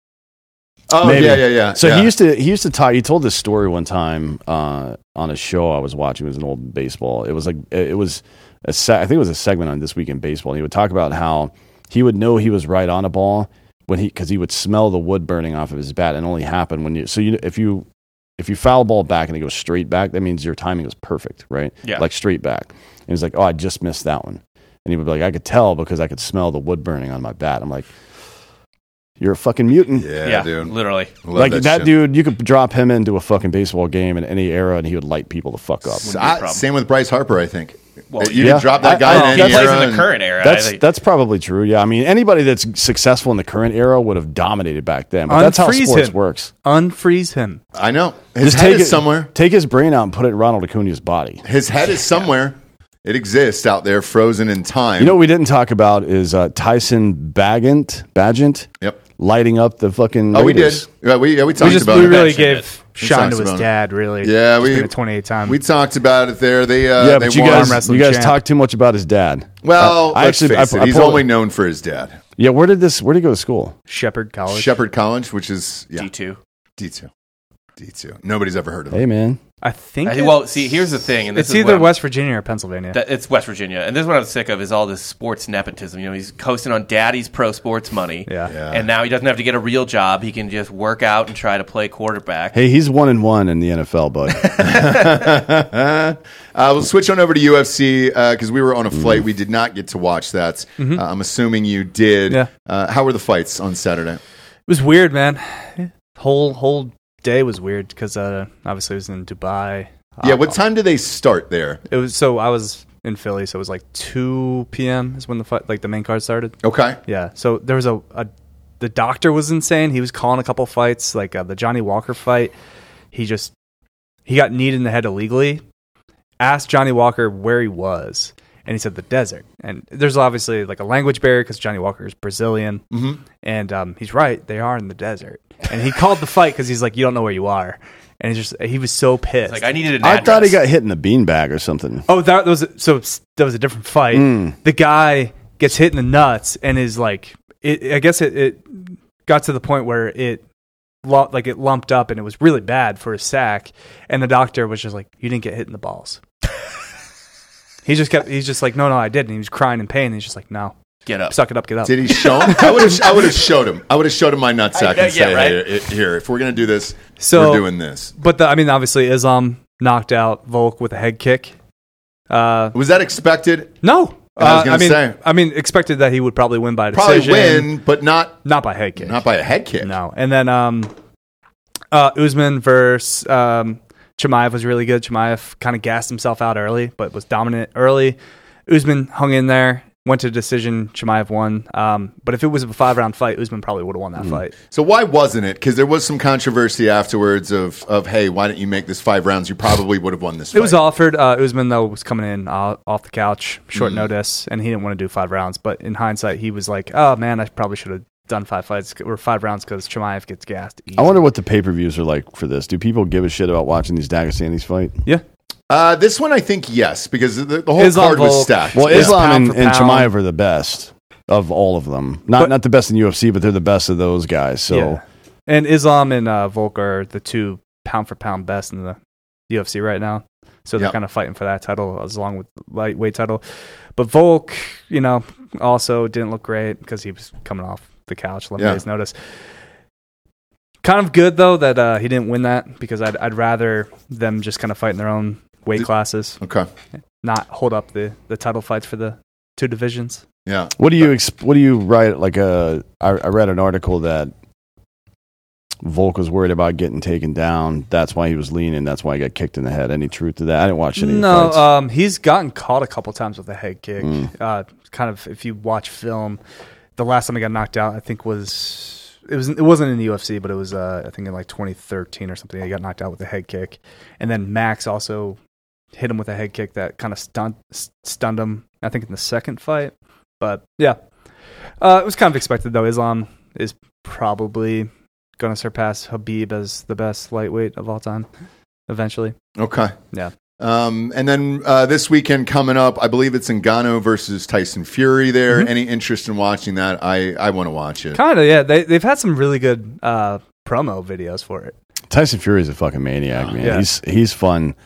[SPEAKER 1] Oh,
[SPEAKER 3] Maybe.
[SPEAKER 1] yeah, yeah, yeah.
[SPEAKER 3] So
[SPEAKER 1] yeah.
[SPEAKER 3] he used to he used to talk. He told this story one time uh, on a show I was watching. It was an old baseball. It was like it was a se- I think it was a segment on this week in baseball. And he would talk about how he would know he was right on a ball when he because he would smell the wood burning off of his bat, and it only happened when you. So you if you if you foul a ball back and it goes straight back, that means your timing was perfect, right?
[SPEAKER 2] Yeah.
[SPEAKER 3] like straight back. And he's like, oh, I just missed that one. And he would be like, I could tell because I could smell the wood burning on my bat. I'm like, you're a fucking mutant.
[SPEAKER 1] Yeah,
[SPEAKER 2] Yeah,
[SPEAKER 1] dude.
[SPEAKER 2] literally.
[SPEAKER 1] Love
[SPEAKER 3] Like that,
[SPEAKER 1] shit.
[SPEAKER 3] dude, you could drop him into a fucking baseball game in any era, and he would light people the fuck up.
[SPEAKER 2] Wouldn't be a
[SPEAKER 1] I-
[SPEAKER 2] problem.
[SPEAKER 1] same with Bryce Harper, I think.
[SPEAKER 2] Well,
[SPEAKER 1] you
[SPEAKER 3] yeah.
[SPEAKER 1] can drop that guy
[SPEAKER 3] I- I-
[SPEAKER 1] in
[SPEAKER 2] he
[SPEAKER 1] any
[SPEAKER 3] that's-
[SPEAKER 2] plays
[SPEAKER 1] era
[SPEAKER 2] in the
[SPEAKER 1] and-
[SPEAKER 2] current era. I
[SPEAKER 3] That's
[SPEAKER 2] think.
[SPEAKER 3] that's probably true. Yeah, I mean, anybody that's successful in the current era would have dominated back then. But that's how
[SPEAKER 4] Unfreeze
[SPEAKER 3] sports
[SPEAKER 4] him.
[SPEAKER 3] works.
[SPEAKER 4] Unfreeze him.
[SPEAKER 1] I know. His head
[SPEAKER 3] take
[SPEAKER 1] is
[SPEAKER 3] it-
[SPEAKER 1] somewhere.
[SPEAKER 3] Take his brain out and put it in Ronald Acuna's body.
[SPEAKER 1] His head is somewhere. It exists out there, frozen in time.
[SPEAKER 3] You know what we didn't talk about is uh, Tyson Bagant, Bagant
[SPEAKER 1] Yep.
[SPEAKER 3] lighting up the fucking.
[SPEAKER 1] Oh, we did.
[SPEAKER 3] Raiders.
[SPEAKER 1] Yeah, we, yeah, we talked
[SPEAKER 4] We just
[SPEAKER 1] about
[SPEAKER 4] we
[SPEAKER 1] it.
[SPEAKER 4] really
[SPEAKER 2] Mentioned
[SPEAKER 4] gave shine
[SPEAKER 1] talked
[SPEAKER 4] to his
[SPEAKER 1] about it.
[SPEAKER 4] dad. Really,
[SPEAKER 1] Yeah,
[SPEAKER 4] It's
[SPEAKER 1] we-
[SPEAKER 4] been a twenty-eight time.
[SPEAKER 1] We talked about it there. They uh,
[SPEAKER 3] Yeah,
[SPEAKER 1] they
[SPEAKER 3] but you
[SPEAKER 1] won.
[SPEAKER 4] Arm
[SPEAKER 3] guys,
[SPEAKER 4] wrestling
[SPEAKER 3] you guys
[SPEAKER 4] champ.
[SPEAKER 3] talk too much about his dad.
[SPEAKER 1] well,
[SPEAKER 3] I- I
[SPEAKER 1] let's
[SPEAKER 3] actually-
[SPEAKER 1] face
[SPEAKER 3] I-
[SPEAKER 1] it,
[SPEAKER 3] I
[SPEAKER 1] he's
[SPEAKER 3] pulled-
[SPEAKER 1] only known for his dad,
[SPEAKER 3] Yeah, where did this? Where did he go to school?
[SPEAKER 4] Shepherd College.
[SPEAKER 1] Shepherd College, which is yeah,
[SPEAKER 2] D2.
[SPEAKER 1] D two, D two. Nobody's ever heard of
[SPEAKER 3] Hey,
[SPEAKER 1] it.
[SPEAKER 3] man.
[SPEAKER 4] I think.
[SPEAKER 2] I think- well, see, here's the thing, and this
[SPEAKER 4] it's
[SPEAKER 2] is
[SPEAKER 4] either
[SPEAKER 2] what I'm-
[SPEAKER 4] West Virginia or Pennsylvania.
[SPEAKER 2] That, it's West Virginia, and this is what I'm sick of is all this sports nepotism. You know, he's coasting on daddy's pro sports money,
[SPEAKER 4] yeah.
[SPEAKER 1] Yeah.
[SPEAKER 2] and now he doesn't have to get a real job. He can just work out and try to play quarterback.
[SPEAKER 3] Hey, he's one and one in the NFL, bud.
[SPEAKER 1] Uh, we'll switch on over to UFC because uh, we were on a
[SPEAKER 4] Mm-hmm.
[SPEAKER 1] flight. We did not get to watch that. Uh, I'm assuming you did.
[SPEAKER 4] Yeah. Uh,
[SPEAKER 1] Uh, how were the fights on Saturday?
[SPEAKER 4] It was weird, man. Whole whole day was weird because uh, obviously it was in Dubai.
[SPEAKER 1] yeah.
[SPEAKER 4] Uh,
[SPEAKER 1] What time do they start there?
[SPEAKER 4] It was so I was in Philly, so it was like two p.m. is when the fight, like the main card started.
[SPEAKER 1] Okay.
[SPEAKER 4] Yeah. So there was a, a the doctor was insane. He was calling a couple fights, like uh, the Johnny Walker fight. He just he got kneed in the head illegally. Asked Johnny Walker where he was, and he said the desert. And there's obviously like a language barrier because Johnny Walker is Brazilian, mm-hmm. and um, he's right. They are in the desert. And he called the fight because he's like, you don't know where you are. And he's just he was so pissed.
[SPEAKER 2] Like I needed an
[SPEAKER 3] I
[SPEAKER 2] address.
[SPEAKER 3] thought he got hit in the beanbag or something.
[SPEAKER 4] Oh, that was so. That was a different fight.
[SPEAKER 1] Hmm.
[SPEAKER 4] The guy gets hit in the nuts and is like, it, I guess it, it got to the point where it, lu- like it lumped up and it was really bad for his sack. And the doctor was just like, "You didn't get hit in the balls." he just kept. He's just like, "No, no, I did." And he was crying in pain. And he's just like, "No,
[SPEAKER 2] get up.
[SPEAKER 4] suck it up, get up."
[SPEAKER 1] Did he show him? I would have. I would have showed him. I would have showed him my nutsack
[SPEAKER 2] know,
[SPEAKER 1] and said,
[SPEAKER 2] yeah, right.
[SPEAKER 1] "Hey, here, here, if we're gonna do this,
[SPEAKER 4] So-
[SPEAKER 1] we're doing this."
[SPEAKER 4] but the, I mean, obviously, Islam knocked out Volk with a head kick. Uh,
[SPEAKER 1] Was that expected?
[SPEAKER 4] no.
[SPEAKER 1] I was
[SPEAKER 4] Uh,
[SPEAKER 1] gonna
[SPEAKER 4] mean,
[SPEAKER 1] say.
[SPEAKER 4] I mean, expected that he would probably win by
[SPEAKER 1] Probably
[SPEAKER 4] decision.
[SPEAKER 1] win, but not
[SPEAKER 4] not by head kick.
[SPEAKER 1] not by a head kick.
[SPEAKER 4] No. And then um uh Usman versus um Chimaev was really good. Chimaev kind of gassed himself out early, but was dominant early. Usman hung in there, Went to decision. Chimaev won. Um, but if it was a five round fight, Usman probably would have won that fight.
[SPEAKER 1] So why wasn't it? Because there was some controversy afterwards of of hey, why didn't you make this five rounds? You probably would have won this.
[SPEAKER 4] It was
[SPEAKER 1] fight.
[SPEAKER 4] offered. Uh, Usman though was coming in uh, off the couch, short notice, and he didn't want to do five rounds. But in hindsight, he was like, "Oh man, I probably should have done five fights or five rounds because Chimaev gets gassed." easy."
[SPEAKER 3] I wonder what the pay per views are like for this. Do people give a shit about watching these Dagestanis fight?
[SPEAKER 4] yeah,
[SPEAKER 1] Uh, this one, I think yes, because the, the whole
[SPEAKER 4] Islam
[SPEAKER 1] card was
[SPEAKER 4] Volk.
[SPEAKER 1] stacked.
[SPEAKER 3] Well,
[SPEAKER 4] Yeah.
[SPEAKER 3] Islam
[SPEAKER 4] Pound
[SPEAKER 3] and,
[SPEAKER 4] for
[SPEAKER 3] and
[SPEAKER 4] pound.
[SPEAKER 3] Chimaev are the best of all of them. Not
[SPEAKER 4] But-
[SPEAKER 3] not the best in UFC, but they're the best of those guys. So
[SPEAKER 4] yeah. And Islam and uh, Volk are the two pound for pound best in the UFC right now. So they're
[SPEAKER 1] Yep.
[SPEAKER 4] kind of fighting for that title as long with the lightweight title. But Volk, you know, also didn't look great because he was coming off the couch, 11
[SPEAKER 1] Yeah.
[SPEAKER 4] days notice. Kind of good though that uh, he didn't win that because I'd, I'd rather them just kind of fight in their own weight
[SPEAKER 1] Th-
[SPEAKER 4] classes,
[SPEAKER 1] okay,
[SPEAKER 4] not hold up the, the title fights for the two divisions.
[SPEAKER 1] yeah,
[SPEAKER 3] What do you exp- what do you write like a I, I read an article that Volk was worried about getting taken down. That's why he was leaning. That's why he got kicked in the head. Any truth to that? I didn't watch any. of the
[SPEAKER 4] No,
[SPEAKER 3] fights.
[SPEAKER 4] um, he's gotten caught a couple times with a head kick.
[SPEAKER 3] Mm.
[SPEAKER 4] Uh, kind of, if you watch film, the last time he got knocked out, I think was it was it wasn't in the UFC, but it was uh, I think in like 2013 or something. He got knocked out with a head kick, and then Max also hit him with a head kick that kind of stunned stunned him. I think in the second fight, but yeah, uh, it was kind of expected though. Islam is probably going to surpass Habib as the best lightweight of all time eventually.
[SPEAKER 1] okay,
[SPEAKER 4] Yeah.
[SPEAKER 1] Um, and then uh, this weekend coming up, I believe it's Ngannou versus Tyson Fury. There,
[SPEAKER 3] Mm-hmm.
[SPEAKER 1] any interest in watching that? I I want to watch it.
[SPEAKER 4] Kind of, yeah. They they've had some really good uh, promo videos for it.
[SPEAKER 3] Tyson Fury's a fucking maniac, man.
[SPEAKER 4] Oh, Yeah.
[SPEAKER 3] He's he's fun.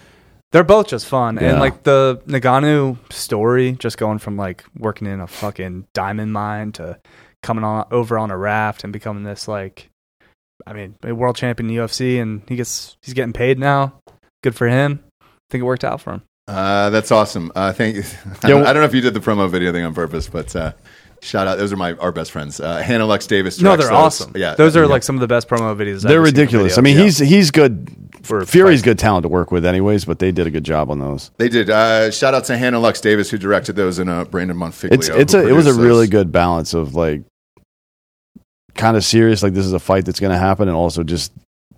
[SPEAKER 4] They're both just fun, and
[SPEAKER 3] Yeah.
[SPEAKER 4] like the Nagano story, just going from like working in a fucking diamond mine to coming on over on a raft and becoming this like, I mean, a world champion in the UFC, and he gets he's getting paid now. Good for him. I think it worked out for him.
[SPEAKER 1] Uh, that's awesome. Uh, thank you. I,
[SPEAKER 3] Yeah,
[SPEAKER 1] don't,
[SPEAKER 3] well-
[SPEAKER 1] I don't know if you did the promo video thing on purpose, but uh, shout out. Those are my our best friends, uh, Hannah Lex Davis.
[SPEAKER 4] No,
[SPEAKER 1] directs
[SPEAKER 4] they're
[SPEAKER 1] those.
[SPEAKER 4] awesome.
[SPEAKER 1] Yeah,
[SPEAKER 4] those are like some of the best promo videos. I've
[SPEAKER 3] They're
[SPEAKER 4] ever seen for
[SPEAKER 3] ridiculous.
[SPEAKER 4] videos.
[SPEAKER 3] I mean,
[SPEAKER 1] yeah.
[SPEAKER 3] he's he's good.
[SPEAKER 4] For
[SPEAKER 3] Fury's good talent to work with, anyways. But they did a good job on those.
[SPEAKER 1] They did. Uh, shout out to Hannah Lux Davis who directed those and uh, Brandon Monfiglio.
[SPEAKER 3] It's it's
[SPEAKER 1] who
[SPEAKER 3] a it was a
[SPEAKER 1] produced
[SPEAKER 3] really
[SPEAKER 1] those.
[SPEAKER 3] good balance of like kind of serious, like this is a fight that's going to happen, and also just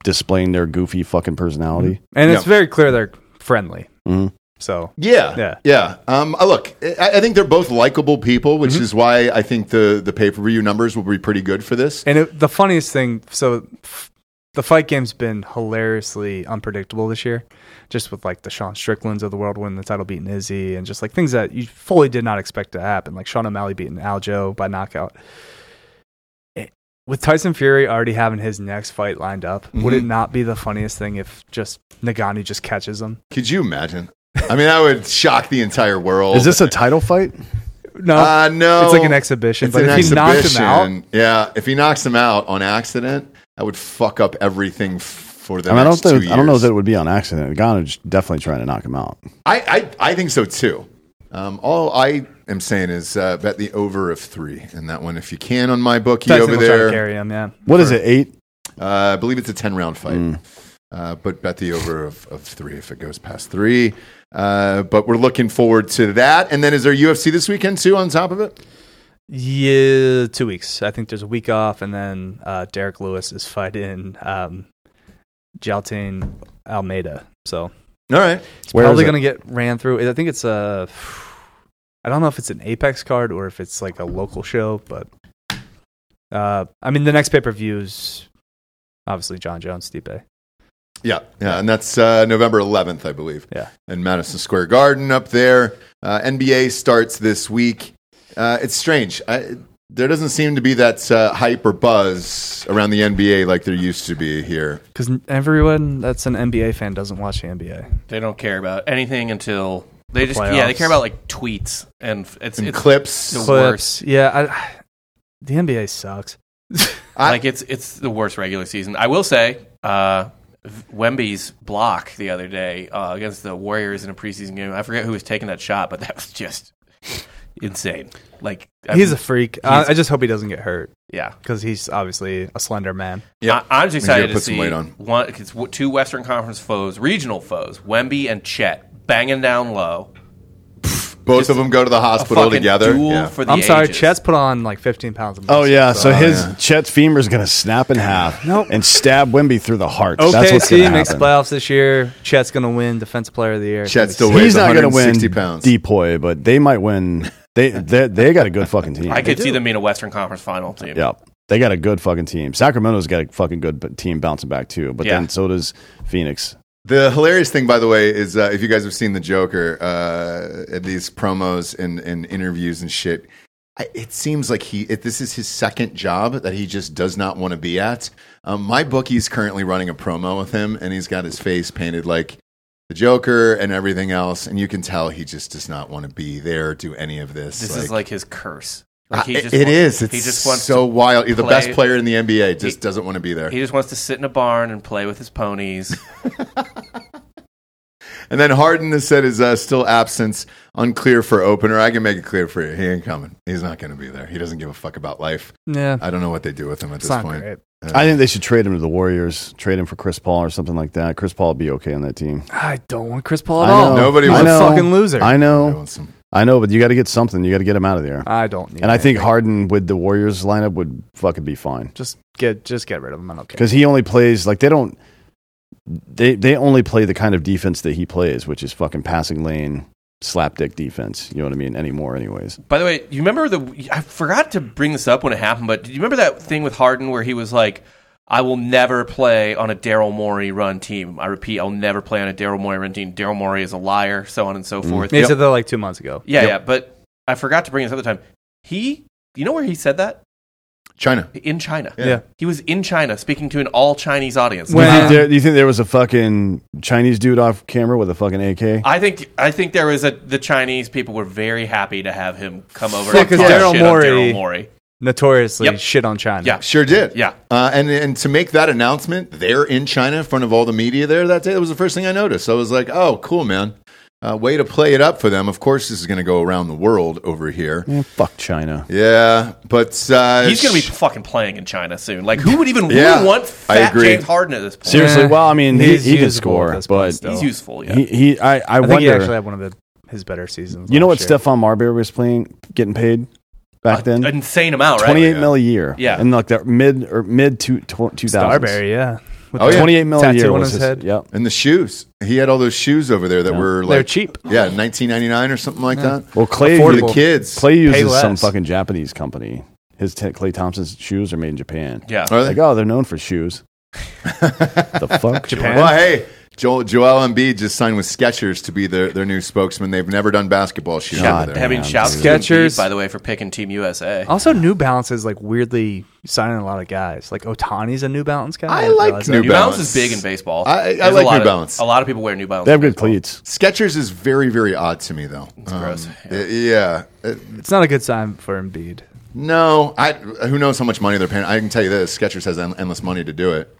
[SPEAKER 3] displaying their goofy fucking personality.
[SPEAKER 4] and it's
[SPEAKER 1] Yeah.
[SPEAKER 4] very clear they're friendly.
[SPEAKER 3] Mhm.
[SPEAKER 4] So
[SPEAKER 1] Yeah,
[SPEAKER 4] Yeah.
[SPEAKER 1] yeah. Um, uh, look, I, I think they're both likable people, which
[SPEAKER 4] Mm-hmm.
[SPEAKER 1] is why I think the the pay per view numbers will be pretty good for this.
[SPEAKER 4] And it, the funniest thing, so f- the fight game's been hilariously unpredictable this year, just with like the Sean Stricklands of the world winning the title, beating Izzy, and just like things that you fully did not expect to happen, like Sean O'Malley beating Aljo by knockout. It- With Tyson Fury already having his next fight lined up, would it not be the funniest thing if just Nagani just catches him?
[SPEAKER 1] Could you imagine? I mean, that would shock the entire world.
[SPEAKER 3] Is this a title fight?
[SPEAKER 4] No,
[SPEAKER 1] Uh, no,
[SPEAKER 4] it's like an exhibition.
[SPEAKER 1] It's
[SPEAKER 4] but
[SPEAKER 1] an
[SPEAKER 4] if he knocked him out,
[SPEAKER 1] exhibition. yeah. If he knocks him out on accident, that would fuck up everything f- for the
[SPEAKER 3] I mean, I don't
[SPEAKER 1] next two
[SPEAKER 3] think
[SPEAKER 1] years.
[SPEAKER 3] I don't know that it would be on accident. Gano's definitely trying to knock him out.
[SPEAKER 1] I, I, I think so too. Um, all I am saying is uh, bet the over of three in that one if you can on my bookie
[SPEAKER 4] Tyson
[SPEAKER 1] over
[SPEAKER 4] will try to
[SPEAKER 1] there.
[SPEAKER 4] carry him. Yeah,
[SPEAKER 3] What is it? Eight?
[SPEAKER 1] Uh, I believe it's a ten round fight,
[SPEAKER 3] Mm.
[SPEAKER 1] uh, but bet the over of, of three if it goes past three. Uh, but we're looking forward to that. And then is there UFC this weekend too? On top of it,
[SPEAKER 4] Yeah, two weeks. I think there's a week off, and then uh, Derek Lewis is fighting um, Jaltain Almeida. So
[SPEAKER 1] all right.
[SPEAKER 4] it's
[SPEAKER 3] Where is
[SPEAKER 4] probably
[SPEAKER 3] it?
[SPEAKER 4] going to get ran through. I think it's a. I don't know if it's an Apex card or if it's like a local show, but uh, I mean the next pay per views, obviously John Jones, Stipe.
[SPEAKER 1] Yeah, yeah, and that's uh, November 11th, I believe.
[SPEAKER 4] Yeah.
[SPEAKER 1] in Madison Square Garden up there. Uh, NBA starts this week. Uh, it's strange. I, there doesn't seem to be that uh, hype or buzz around the NBA like there used to be here.
[SPEAKER 4] Because everyone that's an NBA fan doesn't watch the NBA.
[SPEAKER 2] They don't care about anything until they just
[SPEAKER 4] playoffs.
[SPEAKER 2] yeah they care about like tweets and f- it's,
[SPEAKER 1] And
[SPEAKER 2] it's
[SPEAKER 1] clips.
[SPEAKER 2] the
[SPEAKER 4] Clips,
[SPEAKER 2] worst.
[SPEAKER 4] yeah. I, the NBA sucks.
[SPEAKER 1] I-
[SPEAKER 2] like it's it's the worst regular season. I will say, uh, Wemby's block the other day uh, against the Warriors in a preseason game. I forget who was taking that shot, but that was just insane. Like I
[SPEAKER 4] He's a
[SPEAKER 2] mean,
[SPEAKER 4] freak. I,
[SPEAKER 2] he's-
[SPEAKER 4] I just hope he doesn't get hurt.
[SPEAKER 2] yeah.
[SPEAKER 4] because he's obviously a slender man.
[SPEAKER 1] Yeah.
[SPEAKER 2] I, I'm just excited
[SPEAKER 1] gotta
[SPEAKER 2] to
[SPEAKER 1] put some
[SPEAKER 2] see
[SPEAKER 1] weight on.
[SPEAKER 2] one. It's w- two Western Conference foes, regional foes, Wemby and Chet, banging down low. Pff,
[SPEAKER 1] Both
[SPEAKER 2] Just
[SPEAKER 1] of them go to the
[SPEAKER 2] a
[SPEAKER 1] hospital
[SPEAKER 2] fucking
[SPEAKER 1] together.
[SPEAKER 2] duel
[SPEAKER 1] Yeah.
[SPEAKER 2] for the
[SPEAKER 4] I'm sorry,
[SPEAKER 2] ages.
[SPEAKER 4] Chet's put on like 15 pounds of muscle.
[SPEAKER 3] Oh yeah, so his Chet's femur is gonna snap in half
[SPEAKER 4] Nope.
[SPEAKER 3] and stab Wimby through the heart. That's what's gonna
[SPEAKER 4] OKC makes
[SPEAKER 3] happen.
[SPEAKER 4] playoffs this year. Chet's gonna win Defensive Player of the Year.
[SPEAKER 1] Chet still weighs
[SPEAKER 3] He's not gonna win
[SPEAKER 1] 160 pounds.
[SPEAKER 3] depoy, but they might win. They they they got a good fucking team.
[SPEAKER 2] I could see
[SPEAKER 1] do.
[SPEAKER 2] them being a Western Conference final team.
[SPEAKER 3] Yeah, they got a good fucking team. Sacramento's got a fucking good b- team bouncing back too, but
[SPEAKER 2] Yeah.
[SPEAKER 3] then so does Phoenix.
[SPEAKER 1] The hilarious thing, by the way, is uh, if you guys have seen the Joker uh, at these promos and, and interviews and shit, I, it seems like he it, this is his second job that he just does not want to be at. Um, my bookie's currently running a promo with him, and he's got his face painted like the Joker and everything else, and you can tell he just does not want to be there, do any of this.
[SPEAKER 2] This is like his curse.
[SPEAKER 1] Uh,
[SPEAKER 2] Like
[SPEAKER 1] it- it
[SPEAKER 2] wa-
[SPEAKER 1] is. It's
[SPEAKER 2] he just wants
[SPEAKER 1] so
[SPEAKER 2] to,
[SPEAKER 1] wild. You're the
[SPEAKER 2] play-
[SPEAKER 1] best player in the NBA. Just
[SPEAKER 2] He-
[SPEAKER 1] doesn't want to be there.
[SPEAKER 2] He just wants to sit in a barn and play with his ponies.
[SPEAKER 1] And then Harden has said is uh, still absence, unclear for opener. I can make it clear for you. He ain't coming. He's not going to be there. He doesn't give a fuck about life.
[SPEAKER 4] Yeah,
[SPEAKER 1] I don't know what they do with him at
[SPEAKER 4] it's
[SPEAKER 1] this
[SPEAKER 4] not
[SPEAKER 1] point. Uh,
[SPEAKER 4] great.
[SPEAKER 3] I think they should trade him to the Warriors. Trade him for Chris Paul or something like that. Chris Paul would be okay on that team.
[SPEAKER 4] I don't want Chris Paul at
[SPEAKER 3] I
[SPEAKER 4] all.
[SPEAKER 1] know. Nobody
[SPEAKER 4] He's
[SPEAKER 1] wants-
[SPEAKER 4] a
[SPEAKER 3] I know.
[SPEAKER 4] fucking loser. I,
[SPEAKER 3] I
[SPEAKER 1] They
[SPEAKER 3] know,
[SPEAKER 1] want some-
[SPEAKER 3] I know, but you got to get something. You got to get him out of there.
[SPEAKER 4] don't need.
[SPEAKER 3] And I
[SPEAKER 4] it.
[SPEAKER 3] think Harden with the Warriors lineup would fucking be fine
[SPEAKER 4] just get just get rid of him. I don't care.
[SPEAKER 3] because he only plays like they don't. They they only play the kind of defense that he plays, which is fucking passing lane slapdick defense. You know what I mean? Anymore, anyways.
[SPEAKER 2] By the way, you remember the? I forgot to bring this up when it happened, but do you remember that thing with Harden where he was like, "I will never play on a Daryl Morey run team." I repeat, I'll never play on a Daryl Morey run team. Daryl Morey is a liar, so on and so forth.
[SPEAKER 4] He Mm-hmm. said that like two months ago.
[SPEAKER 2] Yeah, yeah. But I forgot to bring this up at the time. He, you know where he said that
[SPEAKER 1] China.
[SPEAKER 2] in China.
[SPEAKER 1] Yeah.
[SPEAKER 4] Yeah.
[SPEAKER 2] He was in China speaking to an all Chinese audience.
[SPEAKER 3] Do you,
[SPEAKER 4] When-
[SPEAKER 3] think there, do you think there was a fucking Chinese dude off camera with a fucking
[SPEAKER 4] Uh,
[SPEAKER 3] AK?
[SPEAKER 2] I think I think there was a the Chinese people were very happy to have him come over.
[SPEAKER 4] Yeah,
[SPEAKER 2] and
[SPEAKER 4] 'cause
[SPEAKER 2] talk
[SPEAKER 4] Daryl
[SPEAKER 2] shit on
[SPEAKER 4] Morey-
[SPEAKER 2] Daryl Morey.
[SPEAKER 4] Notoriously
[SPEAKER 2] Yep.
[SPEAKER 4] shit on China.
[SPEAKER 2] Yeah.
[SPEAKER 1] Sure did.
[SPEAKER 2] Yeah.
[SPEAKER 1] Uh, and, and to make that announcement there in China in front of all the media there that day, that was the first thing I noticed. I was like, oh, cool, man. Uh, way to play it up for them. Of course, this is going to go around the world over here.
[SPEAKER 3] Eh, fuck China.
[SPEAKER 1] Yeah. But uh,
[SPEAKER 2] He's going to be fucking playing in China soon. Like, who would even
[SPEAKER 1] Yeah,
[SPEAKER 2] who would want
[SPEAKER 1] I
[SPEAKER 2] fat
[SPEAKER 1] agree.
[SPEAKER 2] James Harden at this point?
[SPEAKER 3] Seriously,
[SPEAKER 4] Yeah.
[SPEAKER 3] well, I mean, he,
[SPEAKER 4] He's
[SPEAKER 3] he can
[SPEAKER 4] usable at
[SPEAKER 3] score,
[SPEAKER 4] this point
[SPEAKER 3] but
[SPEAKER 4] still.
[SPEAKER 2] He's useful, yeah.
[SPEAKER 3] he, he I, I,
[SPEAKER 4] I, think he
[SPEAKER 3] wonder.
[SPEAKER 4] actually had one of the, his better seasons.
[SPEAKER 3] you know what
[SPEAKER 4] last year.
[SPEAKER 3] Stefan Marbury was playing, getting paid
[SPEAKER 4] Uh,
[SPEAKER 3] back then?
[SPEAKER 2] An insane amount, right?
[SPEAKER 3] Twenty eight mil a year.
[SPEAKER 2] Yeah.
[SPEAKER 3] and like that mid or mid two two thousand.
[SPEAKER 4] Starberry, yeah. With
[SPEAKER 1] Oh,
[SPEAKER 4] the-
[SPEAKER 1] yeah.
[SPEAKER 3] Twenty eight mil a
[SPEAKER 4] Tattoo
[SPEAKER 3] year
[SPEAKER 4] on
[SPEAKER 3] was
[SPEAKER 4] his
[SPEAKER 3] his,
[SPEAKER 4] head.
[SPEAKER 3] Yep.
[SPEAKER 1] And the shoes. He had all those shoes over there that were like.
[SPEAKER 4] They're cheap.
[SPEAKER 1] Yeah, 1999 or something like that.
[SPEAKER 3] Well, Clay
[SPEAKER 1] for the
[SPEAKER 4] Affordable.
[SPEAKER 1] kids.
[SPEAKER 3] Clay uses
[SPEAKER 4] less.
[SPEAKER 3] some fucking Japanese company. His t- Clay Thompson's shoes are made in Japan.
[SPEAKER 2] Yeah.
[SPEAKER 1] Are they?
[SPEAKER 3] Like, oh, they're known for shoes. the fuck, Japan?
[SPEAKER 1] Well, hey, Joel, Joel Embiid just signed with Skechers to be their, their new spokesman. They've never done basketball shoes
[SPEAKER 3] God
[SPEAKER 1] over there.
[SPEAKER 2] Having
[SPEAKER 3] Yeah,
[SPEAKER 2] shouts to
[SPEAKER 4] dude.
[SPEAKER 2] Embiid,
[SPEAKER 4] Skechers.
[SPEAKER 2] by the way, for picking Team USA.
[SPEAKER 4] Also, New Balance is like weirdly signing a lot of guys. Like Otani's a New Balance guy.
[SPEAKER 1] I
[SPEAKER 4] didn't
[SPEAKER 1] like
[SPEAKER 4] realize that.
[SPEAKER 1] New
[SPEAKER 2] New Balance.
[SPEAKER 1] Balance.
[SPEAKER 2] is big in baseball.
[SPEAKER 1] I- I- I
[SPEAKER 2] There's a
[SPEAKER 1] like
[SPEAKER 2] lot
[SPEAKER 1] New
[SPEAKER 2] of-
[SPEAKER 1] Balance.
[SPEAKER 2] A lot of people wear New Balance.
[SPEAKER 3] They have
[SPEAKER 2] in
[SPEAKER 3] good
[SPEAKER 2] baseball.
[SPEAKER 3] cleats.
[SPEAKER 1] Skechers is very, very odd to me, though. It's
[SPEAKER 2] gross.
[SPEAKER 1] Yeah. yeah. Uh,
[SPEAKER 4] It's not a good sign for Embiid.
[SPEAKER 1] No, I, who knows how much money they're paying. I can tell you this Skechers has en- endless money to do it.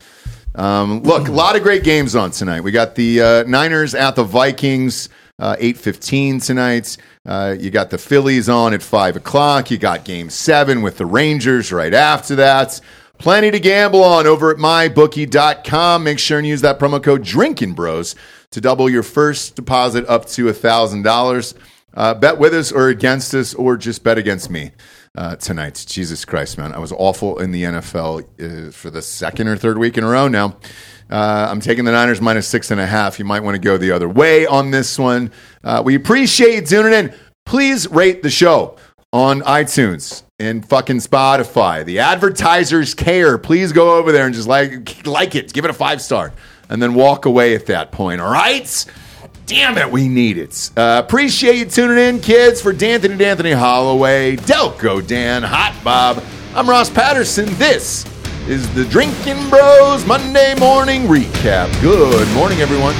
[SPEAKER 1] Um, look, a lot of great games on tonight. We got the uh, Niners at the Vikings, uh, eight fifteen tonight. Uh, you got the Phillies on at five o'clock. You got Game Seven with the Rangers right after that. Plenty to gamble on over at mybookie.com. Make sure and use that promo code Drinking Bros to double your first deposit up to a thousand dollars. Uh, Bet with us or against us, or just bet against me uh, tonight. Jesus Christ, man. I was awful in the NFL uh, for the second or third week in a row now. Uh, I'm taking the Niners minus six and a half. You might want to go the other way on this one. Uh, we appreciate you tuning in. Please rate the show on iTunes and fucking Spotify. The advertisers care. Please go over there and just like like it. Give it a five star, and then walk away at that point. All right. Damn it, we need it. Uh, appreciate you tuning in, kids. For D'Anthony D'Anthony Holloway, Delco Dan, Hot Bob, I'm Ross Patterson. This is the Drinking Bros Monday Morning Recap. Good morning, everyone.